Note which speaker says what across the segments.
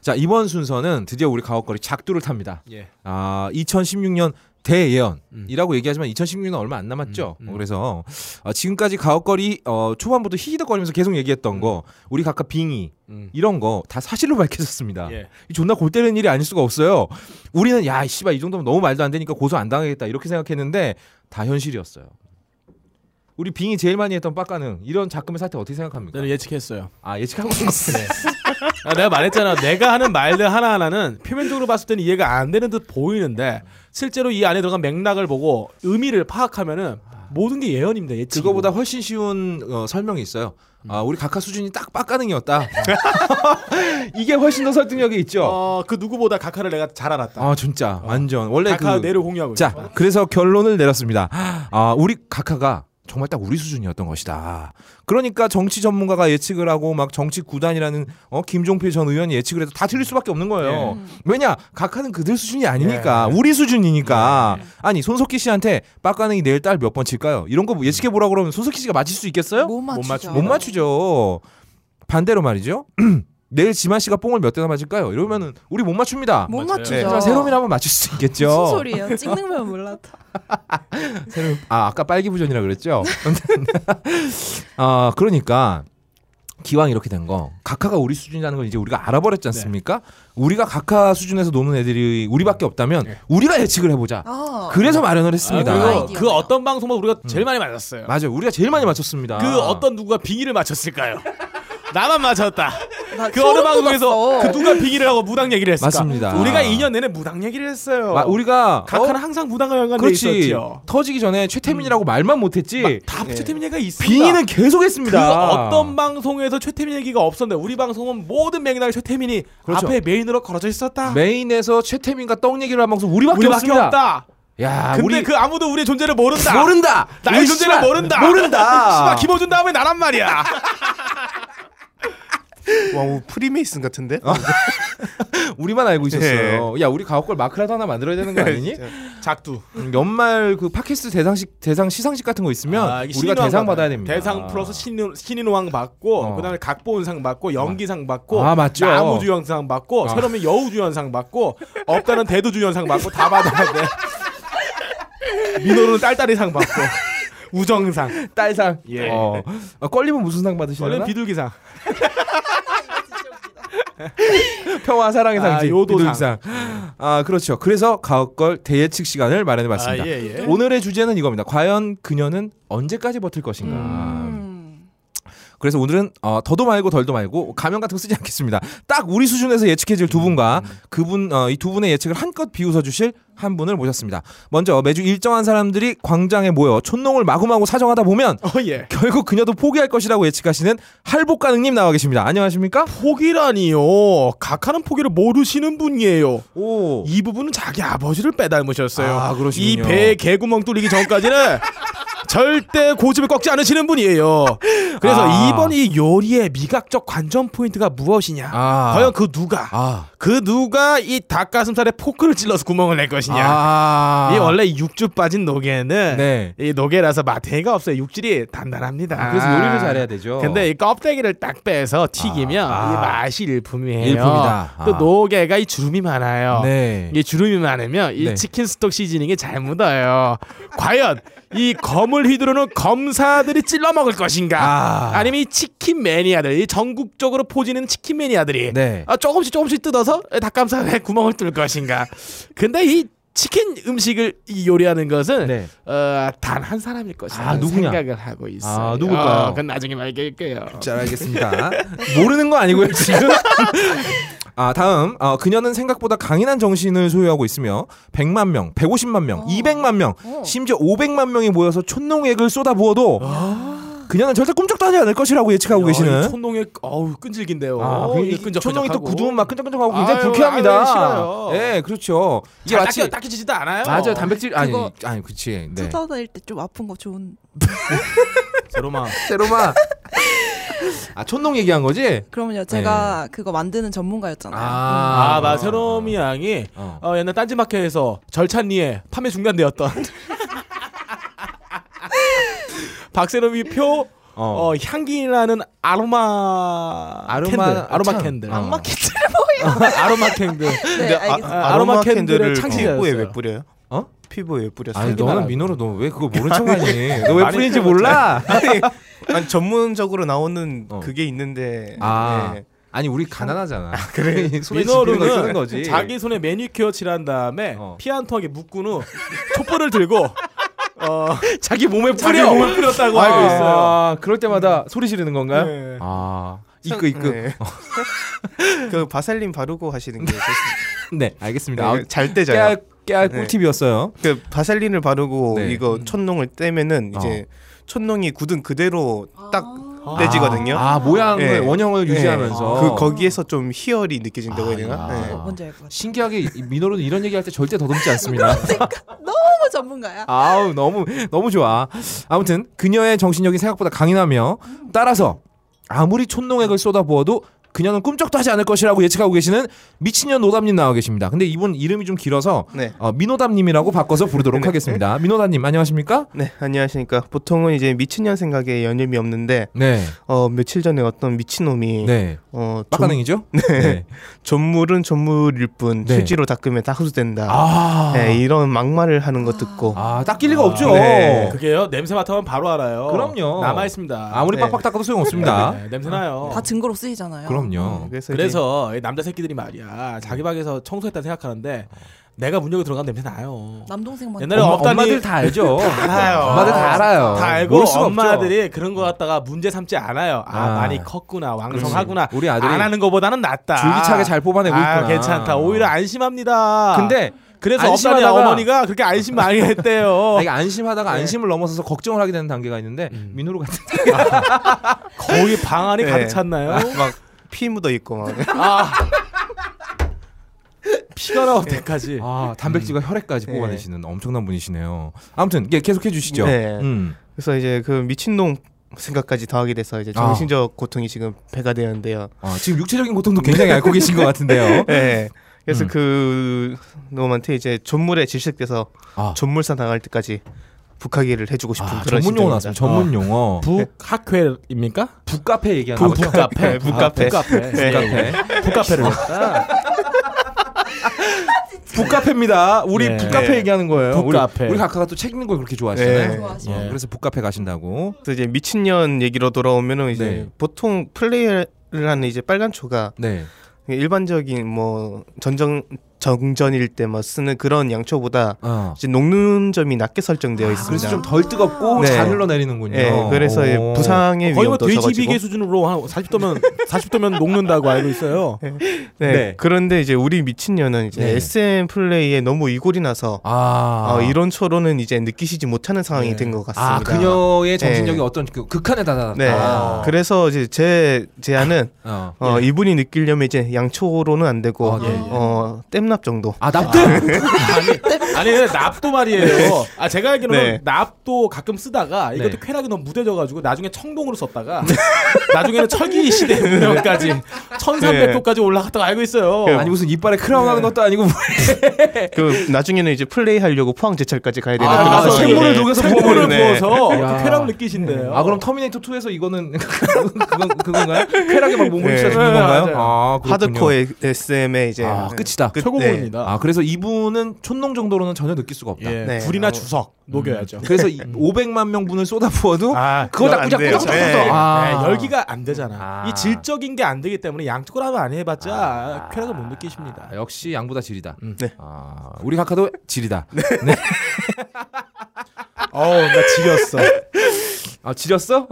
Speaker 1: 자 이번 순서는 드디어 우리 가옥거리 작두를 탑니다.
Speaker 2: 예.
Speaker 1: 아 2016년 대예언이라고 얘기하지만 2016년 얼마 안 남았죠.
Speaker 2: 음, 음.
Speaker 1: 어, 그래서 어, 지금까지 가옥거리 어, 초반부터 히히덕거리면서 계속 얘기했던 거 우리 각각 빙의
Speaker 2: 음.
Speaker 1: 이런 거 다 사실로 밝혀졌습니다.
Speaker 2: 예.
Speaker 1: 이 존나 골 때리는 일이 아닐 수가 없어요. 우리는 야, 이 씨발 이 정도면 너무 말도 안 되니까 고소 안 당하겠다 이렇게 생각했는데 다 현실이었어요. 우리 빙이 제일 많이 했던 빡가능 이런 작금의 사태 어떻게 생각합니까?
Speaker 2: 저는 네, 예측했어요.
Speaker 1: 아 예측하고 있었네.
Speaker 2: 아, 내가 말했잖아. 내가 하는 말들 하나하나는 표면적으로 봤을 때는 이해가 안 되는 듯 보이는데 실제로 이 안에 들어간 맥락을 보고 의미를 파악하면은 모든 게 예언입니다. 예측.
Speaker 1: 그거보다 훨씬 쉬운 어, 설명이 있어요. 아 우리 각하 수준이 딱 빡가능이었다. 이게 훨씬 더 설득력이 있죠.
Speaker 2: 어그 누구보다 각하를 내가 잘 알았다.
Speaker 1: 아 진짜 완전 원래
Speaker 2: 각하 네 아,
Speaker 1: 그
Speaker 2: 내를 공유하고 있어.
Speaker 1: 자, 그래서 결론을 내렸습니다. 아, 우리 카카가 정말 딱 우리 수준이었던 것이다. 그러니까 정치 전문가가 예측을 하고 막 정치 구단이라는 어, 김종필 전 의원이 예측을 해도 다 틀릴 수밖에 없는 거예요. 왜냐? 카카는 그들 수준이 아니니까
Speaker 3: 예.
Speaker 1: 우리 수준이니까. 아니 손석희 씨한테 빡가능이 내일 딸 몇 번 칠까요? 이런 거뭐 예측해 보라 그러면 손석희 씨가 맞힐 수 있겠어요?
Speaker 3: 못 맞추죠.
Speaker 1: 못 맞추죠. 반대로 말이죠. 내일 지만 씨가 뽕을 몇 대나 맞을까요? 이러면은 우리 못 맞춥니다.
Speaker 3: 못
Speaker 2: 맞아요. 네.
Speaker 3: 맞추죠.
Speaker 1: 하지만 새롬이라면 맞출 수 있겠죠.
Speaker 3: 무슨 소리예요? 찍는 면 몰랐다.
Speaker 1: 아 아까 빨기 부전이라 그랬죠. 아 그러니까 기왕 이렇게 된 거 각하가 우리 수준이라는 걸 이제 우리가
Speaker 2: 네.
Speaker 1: 알아버렸지 않습니까? 우리가 각하 수준에서 노는 애들이 우리밖에 없다면 우리가 예측을 해보자.
Speaker 3: 아,
Speaker 1: 그래서 마련을
Speaker 2: 네. 아,
Speaker 1: 했습니다. 음.
Speaker 2: 그리고
Speaker 3: 아이디어네요.
Speaker 2: 그 어떤 방송보다 우리가 제일 많이 맞았어요.
Speaker 1: 맞아요. 우리가 제일 많이 맞췄습니다.
Speaker 2: 그 어떤 누구가 빙의를 맞췄을까요? 나만 맞췄다.
Speaker 3: 나
Speaker 2: 그
Speaker 3: 소름
Speaker 2: 어느 방송에서
Speaker 3: 돋았어.
Speaker 2: 그 누가 빙의를 하고 무당 얘기를 했을까?
Speaker 1: 맞습니다. 아.
Speaker 2: 우리가 2년 내내 무당 얘기를 했어요.
Speaker 1: 마- 우리가
Speaker 2: 각하는
Speaker 1: 어,
Speaker 2: 항상 무당과 연관돼
Speaker 1: 그렇지
Speaker 2: 있었지요. 음.
Speaker 1: 터지기 전에 최태민이라고 말만 못했지
Speaker 2: 다 최태민 얘기가 있습니다.
Speaker 1: 빙의는
Speaker 2: 그
Speaker 1: 계속했습니다.
Speaker 2: 어떤 방송에서 최태민 얘기가 없었는데 우리 방송은 모든 맥락에 최태민이
Speaker 1: 그렇죠.
Speaker 2: 앞에 메인으로 걸어져 있었다.
Speaker 1: 메인에서 최태민과 떡 얘기를 한 방송 우리밖에,
Speaker 2: 우리밖에
Speaker 1: 없습니다.
Speaker 2: 없다.
Speaker 1: 야,
Speaker 2: 근데
Speaker 1: 우리
Speaker 2: 그 아무도 우리의 존재를 모른다.
Speaker 1: 모른다.
Speaker 2: 나의
Speaker 1: 우리
Speaker 2: 존재를
Speaker 1: 씨발,
Speaker 2: 모른다.
Speaker 1: 모른다.
Speaker 2: 씨발 김어준 다음에 나란 말이야.
Speaker 4: 와, 뭐 프리메이슨 같은데?
Speaker 1: 우리만 알고
Speaker 2: 예.
Speaker 1: 있었어요. 야, 우리 가옥걸 마크라도 하나 만들어야 되는 거 아니니?
Speaker 2: 작두.
Speaker 1: 음, 연말 그 팟캐스트 대상식 대상 시상식 같은 거 있으면
Speaker 2: 아, 이게
Speaker 1: 우리가
Speaker 2: 신인왕
Speaker 1: 대상
Speaker 2: 받아요.
Speaker 1: 받아야 됩니다.
Speaker 2: 대상 플러스 신인, 신인왕 받고
Speaker 1: 어.
Speaker 2: 그다음에 각본상 받고 연기상 받고
Speaker 1: 아, 맞죠.
Speaker 2: 나무주연상 받고
Speaker 1: 아.
Speaker 2: 새로운 여우주연상 받고 없다는 대두주연상 받고 다 받아야 돼. 민호는 딸딸이상 받고 우정상
Speaker 1: 딸상.
Speaker 2: 예.
Speaker 1: 어. 아, 껄림은 무슨 상 받으시나요?
Speaker 2: 저는 비둘기상
Speaker 1: 평화 사랑의
Speaker 2: 아,
Speaker 1: 상지.
Speaker 2: 요도상.
Speaker 1: 비둘기상. 아, 그렇죠. 그래서 가옥걸 대예측 시간을 마련해 봤습니다.
Speaker 2: 아, 예, 예.
Speaker 1: 오늘의 주제는 이겁니다. 과연 그녀는 언제까지 버틸 것인가?
Speaker 2: 아,
Speaker 3: 음.
Speaker 1: 그래서 오늘은 어, 더도 말고 덜도 말고 가면 같은 거 쓰지 않겠습니다. 딱 우리 수준에서 예측해줄 두 분과
Speaker 2: 음,
Speaker 1: 그분 어, 이 두 분의 예측을 한껏 비웃어 주실 한 분을 모셨습니다. 먼저 매주 일정한 사람들이 광장에 모여 촌농을 마구마구 사정하다 보면
Speaker 2: 어예
Speaker 1: 결국 그녀도 포기할 것이라고 예측하시는 할복가능님 나와 계십니다. 안녕하십니까?
Speaker 2: 포기라니요 각하는 포기를 모르시는 분이에요
Speaker 1: 오.
Speaker 2: 이 부분은 자기 아버지를 빼닮으셨어요.
Speaker 1: 어. 아, 그러시군요.
Speaker 2: 이 배에 개구멍 뚫리기 전까지는 절대 고집을 꺾지 않으시는 분이에요. 그래서
Speaker 1: 아.
Speaker 2: 이번 이 요리의 미각적 관전 포인트가 무엇이냐?
Speaker 1: 아.
Speaker 2: 과연 그 누가
Speaker 1: 아.
Speaker 2: 그 누가 이 닭가슴살에 포크를 찔러서 구멍을 낼 것이냐?
Speaker 1: 아.
Speaker 2: 이 원래 육즙 빠진 노게는
Speaker 1: 네.
Speaker 2: 이 노게라서 마태가 없어요. 육질이 단단합니다.
Speaker 1: 아, 그래서 요리를 잘해야 되죠.
Speaker 2: 근데 이 껍데기를 딱 빼서 튀기면
Speaker 1: 아.
Speaker 2: 이 맛이 일품이에요.
Speaker 1: 일품이다.
Speaker 2: 또
Speaker 1: 아.
Speaker 2: 노게가 이 주름이 많아요.
Speaker 1: 네.
Speaker 2: 이게 주름이 많으면 이
Speaker 1: 네.
Speaker 2: 치킨 스톡 시즈닝이 잘 묻어요. 과연 이 검을 휘두르는 검사들이 찔러 먹을 것인가?
Speaker 1: 아.
Speaker 2: 아. 니면이 치킨 매니아들, 이 전국적으로 포지는 치킨 매니아들이
Speaker 1: 네.
Speaker 2: 아, 조금씩 조금씩 뜯어서 닭감살에 구멍을 뚫을 것인가? 근데 이 치킨 음식을 이 요리하는 것은 어,
Speaker 1: 네.
Speaker 2: 단 한 사람일 것이라는
Speaker 1: 아, 누구냐?
Speaker 2: 생각을 하고 있어요.
Speaker 1: 아, 누굴까요?
Speaker 2: 어, 그건 나중에 말할게요.
Speaker 1: 잘 알겠습니다. 모르는 거 아니고요 지금. 아 다음 어, 그녀는 생각보다 강인한 정신을 소유하고 있으며 100만 명, 150만 명,
Speaker 3: 어.
Speaker 1: 200만 명, 심지어 500만 명이 모여서 촌농액을 쏟아부어도 그녀는 절대 꿈쩍도 하지 않을 것이라고 예측하고 계시는.
Speaker 2: 촌농의 어우 끈질긴데요.
Speaker 1: 아, 그
Speaker 2: 이 끈적끈적하고.
Speaker 1: 촌농이 또 구두면 막 끈적끈적하고 굉장히
Speaker 2: 아유,
Speaker 1: 불쾌합니다.
Speaker 2: 아유, 싫어요.
Speaker 1: 네, 그렇죠. 이게
Speaker 2: 자,
Speaker 1: 마치
Speaker 2: 닦여- 닦이지도 않아요.
Speaker 1: 맞아요, 단백질 아니
Speaker 3: 그거-
Speaker 1: 아니 그치. 네.
Speaker 3: 쫓아다닐 때 좀 아픈 거 좋은
Speaker 2: 제로마.
Speaker 1: 세로마. 아 촌농 얘기한 거지?
Speaker 3: 그러면요 제가 그거 만드는 전문가였잖아요
Speaker 2: 네. 아,
Speaker 1: 아,
Speaker 2: 맞아. 세롬이 양이
Speaker 1: 어.
Speaker 2: 어, 옛날 딴지마켓에서 절찬리에 판매 중단되었던 박세롬이 표
Speaker 1: 어.
Speaker 2: 어, 향기 나는 아로마
Speaker 1: 아로마-
Speaker 2: 캔들, 아로마
Speaker 1: 참.
Speaker 2: 캔들,
Speaker 1: 아.
Speaker 3: 악마 캔들.
Speaker 2: 아로마 캔들.
Speaker 3: 네, 알겠습니다.
Speaker 2: 아,
Speaker 4: 아,
Speaker 2: 아로마
Speaker 4: 아로마
Speaker 2: 캔들을
Speaker 4: 캔들을
Speaker 2: 창시자였어요.
Speaker 4: 피부에 왜 뿌려요?
Speaker 1: 어?
Speaker 4: 피부에 왜 뿌렸어?
Speaker 1: 아니
Speaker 4: 요
Speaker 1: 너는
Speaker 2: 말하는
Speaker 1: 민호로 너 왜 그거 모른 척하니? 너 왜
Speaker 2: 많이
Speaker 1: 뿌린지 몰라?
Speaker 4: 아니, 아니 전문적으로 나오는
Speaker 1: 어.
Speaker 4: 그게 있는데
Speaker 1: 아.
Speaker 4: 네.
Speaker 1: 아니 우리 가난하잖아.
Speaker 4: 그래?
Speaker 1: 손에 집히는 거 쓰는
Speaker 2: 민호루는
Speaker 1: 거지. 아,
Speaker 2: 자기 손에 매니큐어 칠한 다음에
Speaker 1: 어.
Speaker 2: 피 한 통하게 묶은 후 촛불을 들고 어,
Speaker 1: 자기 몸에
Speaker 2: 자기 몸을 뿌렸다고
Speaker 1: 아,
Speaker 2: 알고 있어요.
Speaker 1: 아, 그럴 때마다 소리 지르는 건가요?
Speaker 2: 네.
Speaker 1: 아, 이끄 이끄. 네,
Speaker 4: 네. 그 바셀린 바르고 하시는 게 좋습니다.
Speaker 1: 알겠습니다. 아,
Speaker 4: 잘때 자요.
Speaker 1: 깨알 깨알
Speaker 4: 네.
Speaker 1: 꿀팁이었어요.
Speaker 4: 그 바셀린을 바르고
Speaker 1: 네. 어.
Speaker 4: 이거 촛농을 떼면은 이제 촛농이 굳은 그대로 딱
Speaker 2: 아.
Speaker 4: 떼지거든요.
Speaker 1: 아, 모양을
Speaker 4: 네.
Speaker 1: 원형을
Speaker 4: 네.
Speaker 1: 유지하면서
Speaker 4: 그 거기에서 좀 희열이 느껴진다고 해야 되나?
Speaker 1: 아,
Speaker 4: 네.
Speaker 1: 야.
Speaker 3: 뭔지 알 것 같아.
Speaker 1: 신기하게 이 민호로는 이런 얘기할 때 절대 더듬지 않습니다.
Speaker 3: 너무 전문가야.
Speaker 1: 아우 너무 너무 좋아. 아무튼 그녀의 정신력이 생각보다 강인하며 따라서 아무리 촌농액을 쏟아부어도 그녀는 꿈쩍도 하지 않을 것이라고 예측하고 계시는 미친년 노담님 나와 계십니다. 근데 이분 이름이 좀 길어서
Speaker 4: 네.
Speaker 1: 어, 민호담님이라고 바꿔서 부르도록
Speaker 4: 네.
Speaker 1: 하겠습니다. 민호담님 안녕하십니까?
Speaker 4: 네, 안녕하십니까. 보통은 이제 미친년 생각에 연념이 없는데
Speaker 1: 네,
Speaker 4: 어 며칠 전에 어떤 미친놈이
Speaker 1: 네,
Speaker 4: 어 존,
Speaker 1: 빡가능이죠? 네.
Speaker 4: 존물은 존물일 뿐
Speaker 1: 네.
Speaker 4: 휴지로 닦으면 다 흡수된다.
Speaker 1: 아,
Speaker 4: 네, 이런 막말을 하는 거 듣고
Speaker 1: 아, 닦일 리가
Speaker 2: 아,
Speaker 1: 없죠.
Speaker 4: 네.
Speaker 2: 그게요 냄새 맡아보면 바로 알아요.
Speaker 1: 어. 그럼요.
Speaker 2: 남아 있습니다.
Speaker 1: 아무리
Speaker 4: 네.
Speaker 1: 빡빡 닦아도 소용없습니다.
Speaker 2: 네, 냄새 나요.
Speaker 3: 다 증거로 쓰이잖아요.
Speaker 1: 그럼요.
Speaker 4: 네, 그래서, 이제
Speaker 2: 그래서 이 남자 새끼들이 말이야 자기
Speaker 1: 음.
Speaker 2: 방에서 청소했다 생각하는데 내가 문 열고 들어가면 냄새 나요.
Speaker 3: 남동생만. 어,
Speaker 2: 옛날에
Speaker 1: 어. 엄마,
Speaker 2: 없다니-
Speaker 1: 엄마들 다 알죠.
Speaker 2: 알아요.
Speaker 1: 엄마들 다 알아요.
Speaker 2: 다 알고
Speaker 1: 모를 수가 없죠.
Speaker 2: 엄마들이 그런 거 갖다가 문제 삼지 않아요. 아,
Speaker 1: 아.
Speaker 2: 많이 컸구나 왕성하구나.
Speaker 1: 그렇지. 우리 아들이
Speaker 2: 안 하는 거보다는 낫다.
Speaker 1: 줄기차게 잘 뽑아내고
Speaker 2: 아,
Speaker 1: 있구나.
Speaker 2: 괜찮다. 오히려 안심합니다.
Speaker 1: 근데
Speaker 2: 그래서
Speaker 1: 안심하다가-
Speaker 2: 업다리 어머니가 그렇게 안심 많이 했대요.
Speaker 1: 아, 이게 안심하다가 안심을 넘어서서 걱정을 하게 되는 단계가 있는데
Speaker 2: 어. 음.
Speaker 1: 민호로 같은
Speaker 2: 거의 방 안이
Speaker 4: 네.
Speaker 2: 가득 찼나요?
Speaker 1: 아,
Speaker 4: 피 묻어 있고 막
Speaker 2: 피가 나올 때까지.
Speaker 1: 아 단백질과 혈액까지
Speaker 4: 네.
Speaker 1: 뽑아내시는 엄청난 분이시네요. 아무튼 예, 계속해 주시죠.
Speaker 4: 네.
Speaker 1: 음.
Speaker 4: 그래서 이제 그 미친놈 생각까지 더하게 돼서 이제 정신적 고통이 지금 배가 되는데요.
Speaker 1: 아, 지금 육체적인 고통도 굉장히 앓고 계신 것 같은데요.
Speaker 4: 네. 그래서
Speaker 1: 음.
Speaker 4: 그 놈한테 이제 존물에 질식돼서
Speaker 1: 아,
Speaker 4: 존물사 나갈 때까지 북하기를 해주고 싶은
Speaker 1: 아,
Speaker 4: 그런
Speaker 1: 전문 용어 나왔습니다.
Speaker 4: 심정입니다.
Speaker 1: 전문 용어.
Speaker 2: 북학회입니까?
Speaker 1: 북카페 얘기하는
Speaker 2: 북-
Speaker 1: 거죠?
Speaker 2: 북카페.
Speaker 4: 네, 북카페.
Speaker 2: 북카페.
Speaker 1: 북카페.
Speaker 2: 북카페를.
Speaker 1: 북카페입니다. 우리
Speaker 2: 네.
Speaker 1: 북카페
Speaker 4: 네.
Speaker 1: 얘기하는 거예요. 우리-
Speaker 2: 북카페.
Speaker 1: 우리, 각하가 또 책 읽는 걸 그렇게 좋아하시잖아요.
Speaker 4: 네.
Speaker 3: 좋아하시네.
Speaker 1: 어, 그래서 북카페 가신다고.
Speaker 4: 그래서 이제 미친년 얘기로 돌아오면은 이제
Speaker 1: 네.
Speaker 4: 보통 플레이를 하는 이제 빨간 초가
Speaker 1: 네.
Speaker 4: 일반적인 뭐 전정 정전일 때 뭐 쓰는 그런 양초보다
Speaker 1: 어.
Speaker 4: 이제 녹는 점이 낮게 설정되어
Speaker 1: 아, 그래서
Speaker 4: 있습니다.
Speaker 1: 좀 덜 뜨겁고
Speaker 4: 네.
Speaker 1: 잘 흘러내리는군요.
Speaker 4: 예, 그래서 이제
Speaker 1: 오.
Speaker 2: 거의
Speaker 4: 부상의
Speaker 2: 뭐
Speaker 4: 위험도
Speaker 2: 돼지
Speaker 4: 적어지고.
Speaker 2: 비계 수준으로 한 40도면 40도면 녹는다고 알고 있어요.
Speaker 4: 네.
Speaker 1: 네.
Speaker 4: 그런데 이제 우리 미친년은 이제
Speaker 1: 네.
Speaker 4: SM 플레이에 너무 이골이 나서
Speaker 1: 아
Speaker 4: 어, 이런 초로는 이제 느끼시지 못하는 상황이
Speaker 2: 네.
Speaker 4: 된 것 같습니다.
Speaker 1: 아 그녀의 정신력이
Speaker 4: 네.
Speaker 1: 어떤 그 극한에 달았다.
Speaker 4: 네.
Speaker 1: 아.
Speaker 4: 그래서 이제 제 제안은
Speaker 1: 어.
Speaker 4: 어, 이분이 느끼려면 이제 양초로는 안 되고
Speaker 1: 아, 네.
Speaker 4: 어, 땜납 정도.
Speaker 1: 아 납득.
Speaker 2: 아니 근데 납도 말이에요. 아 제가 알기로는
Speaker 4: 네.
Speaker 2: 납도 가끔 쓰다가 이것도
Speaker 1: 네.
Speaker 2: 쾌락이 너무 무뎌져가지고 나중에 청동으로 썼다가 나중에는 철기 시대 운영까지 1,300도까지 올라갔다고 알고 있어요.
Speaker 1: 아니 무슨 이빨에 크라운
Speaker 4: 네.
Speaker 1: 하는 것도 아니고 뭐-
Speaker 4: 그 나중에는 이제 플레이 하려고 포항 제철까지 가야 되는
Speaker 1: 아,
Speaker 4: 거라서
Speaker 1: 그래서
Speaker 4: 이게-
Speaker 1: 생물을 녹여서
Speaker 2: 예. 생물을
Speaker 4: 네.
Speaker 2: 부어서
Speaker 1: 야.
Speaker 2: 그 쾌락을 느끼신대요.
Speaker 1: 아 그럼 터미네이터 2에서 이거는 그건 그건가요? 쾌락에 막 몸을
Speaker 4: 네.
Speaker 1: 휘저는
Speaker 2: 네,
Speaker 1: 건가요?
Speaker 2: 맞아요.
Speaker 1: 아 그렇군요.
Speaker 4: 하드코어 SM의 이제 네,
Speaker 1: 아 끝이다.
Speaker 2: 그
Speaker 4: 끝-
Speaker 2: 최고봉입니다.
Speaker 1: 아 그래서 이분은 촌농 정도로는 전혀 느낄 수가 없다.
Speaker 2: 예,
Speaker 4: 네.
Speaker 2: 불이나
Speaker 4: 아,
Speaker 2: 주석 녹여야죠.
Speaker 1: 그래서 이 500만 명분을 쏟아부어도
Speaker 2: 아,
Speaker 1: 그거 다
Speaker 4: 안
Speaker 1: 꾸작
Speaker 4: 돼요.
Speaker 1: 꾸작 꾸작
Speaker 4: 네.
Speaker 1: 꾸작. 아.
Speaker 2: 네, 열기가 안 되잖아. 아.
Speaker 1: 아.
Speaker 2: 이 질적인 게 안 되기 때문에 양쪽으로 안 해봤자 쾌락을 못 느끼십니다.
Speaker 1: 아, 역시 양보다 질이다.
Speaker 2: 음.
Speaker 4: 네.
Speaker 1: 아, 우리 각하도 질이다. 네.
Speaker 4: 네.
Speaker 2: 어우, 나 지렸어.
Speaker 1: 아 지렸어?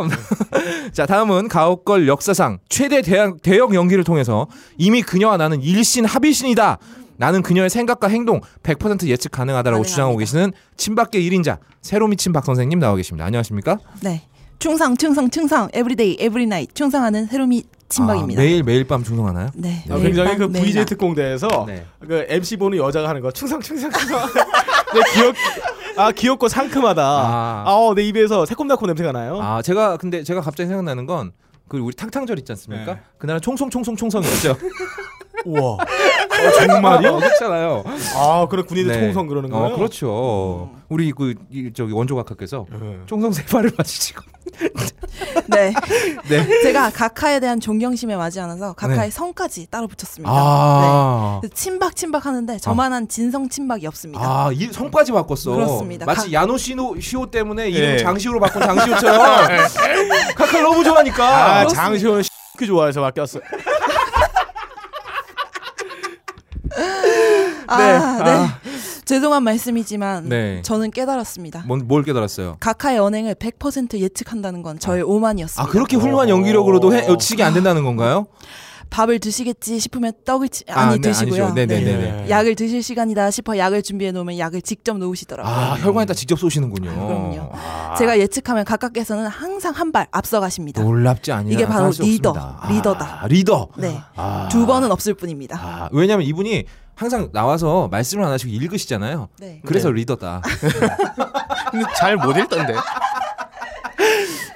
Speaker 1: 자 다음은 가옥걸 역사상 최대 대형, 대형 연기를 통해서 이미 그녀와 나는 일신 합일신이다 나는 그녀의 생각과 행동 100% 예측 가능하다라고
Speaker 3: 가능합니다.
Speaker 1: 주장하고 계시는 친박계 1인자 새로 미친 박 선생님 나와 계십니다 안녕하십니까?
Speaker 3: 네. 충상 충상 충상 에브리데이 에브리나이 충상하는 새로미 친박입니다.
Speaker 1: 아, 매일 매일 밤 충성하나요?
Speaker 3: 네.
Speaker 2: 아,
Speaker 3: 매일
Speaker 2: 굉장히
Speaker 3: 밤,
Speaker 2: 그
Speaker 3: 매일
Speaker 2: VJ
Speaker 3: 낮.
Speaker 2: 특공대에서
Speaker 1: 네.
Speaker 2: 그 MC 보는 여자가 하는 거 충성 충성 충성. 근데 귀엽 아 귀엽고 상큼하다.
Speaker 1: 아.
Speaker 2: 아내 입에서 새콤달콤 냄새가 나요.
Speaker 1: 아 제가 근데 제가 갑자기 생각나는 건 그 우리 탕탕절 있지 않습니까?
Speaker 2: 네.
Speaker 1: 그날은 총송 총송 총성이었죠.
Speaker 2: 우와. 어, 정말이요?
Speaker 1: 어, 그렇잖아요.
Speaker 2: 아 그래 군인들
Speaker 1: 네.
Speaker 2: 총성 그러는
Speaker 1: 어,
Speaker 2: 거예요? 음.
Speaker 1: 그렇죠. 우리 그 이, 저기 원조 각하께서
Speaker 2: 예.
Speaker 1: 총성 세 발을 맞으시고.
Speaker 3: 네.
Speaker 1: 네.
Speaker 3: 제가 가카에 대한 존경심에 맞지 않아서 가카의
Speaker 1: 네.
Speaker 3: 성까지 따로 붙였습니다.
Speaker 1: 아.
Speaker 3: 네. 침박 침박 하는데 저만한 진성 침박이 없습니다.
Speaker 1: 어. 아, 이 성까지 바꿨어.
Speaker 3: 그렇습니다.
Speaker 1: 마치
Speaker 3: 각-
Speaker 1: 야노 시노 시호 때문에 이름
Speaker 2: 예.
Speaker 1: 장시호로 바꾼 장시호처럼 카카를 너무 좋아하니까.
Speaker 2: 아
Speaker 3: 어,
Speaker 2: 장시호는 X 좋아해서 바뀌었어.
Speaker 3: 아, 네. 죄송한 말씀이지만
Speaker 1: 네.
Speaker 3: 저는 깨달았습니다.
Speaker 1: 뭔, 뭘 깨달았어요?
Speaker 3: 가카의 언행을 100% 예측한다는 건 저의 오만이었습니다.
Speaker 1: 아, 그렇게 훌륭한 연기력으로도
Speaker 3: 어.
Speaker 1: 해, 예측이 안 된다는 건가요?
Speaker 3: 밥을 드시겠지 싶으면 떡을 치...
Speaker 1: 그 아,
Speaker 3: 아니
Speaker 1: 네,
Speaker 3: 드시고요.
Speaker 1: 아니죠. 네네네.
Speaker 3: 네.
Speaker 1: 네네.
Speaker 2: 예.
Speaker 3: 약을 드실 시간이다 싶어 약을 준비해 놓으면 약을 직접 놓으시더라고요.
Speaker 1: 아, 혈관에다 직접 쏘시는군요.
Speaker 3: 그럼요.
Speaker 1: 아,
Speaker 3: 제가 예측하면 가까께서는 항상 한 발 앞서가십니다.
Speaker 1: 놀랍지 않냐?
Speaker 3: 이게 바로 리더, 리더다.
Speaker 1: 아, 리더.
Speaker 3: 네.
Speaker 1: 아.
Speaker 3: 두 번은 없을 뿐입니다.
Speaker 1: 아, 왜냐면 이분이 항상 나와서 말씀을 안 하시고 읽으시잖아요.
Speaker 3: 네.
Speaker 1: 그래서 리더다.
Speaker 4: 근데 잘 못 읽던데.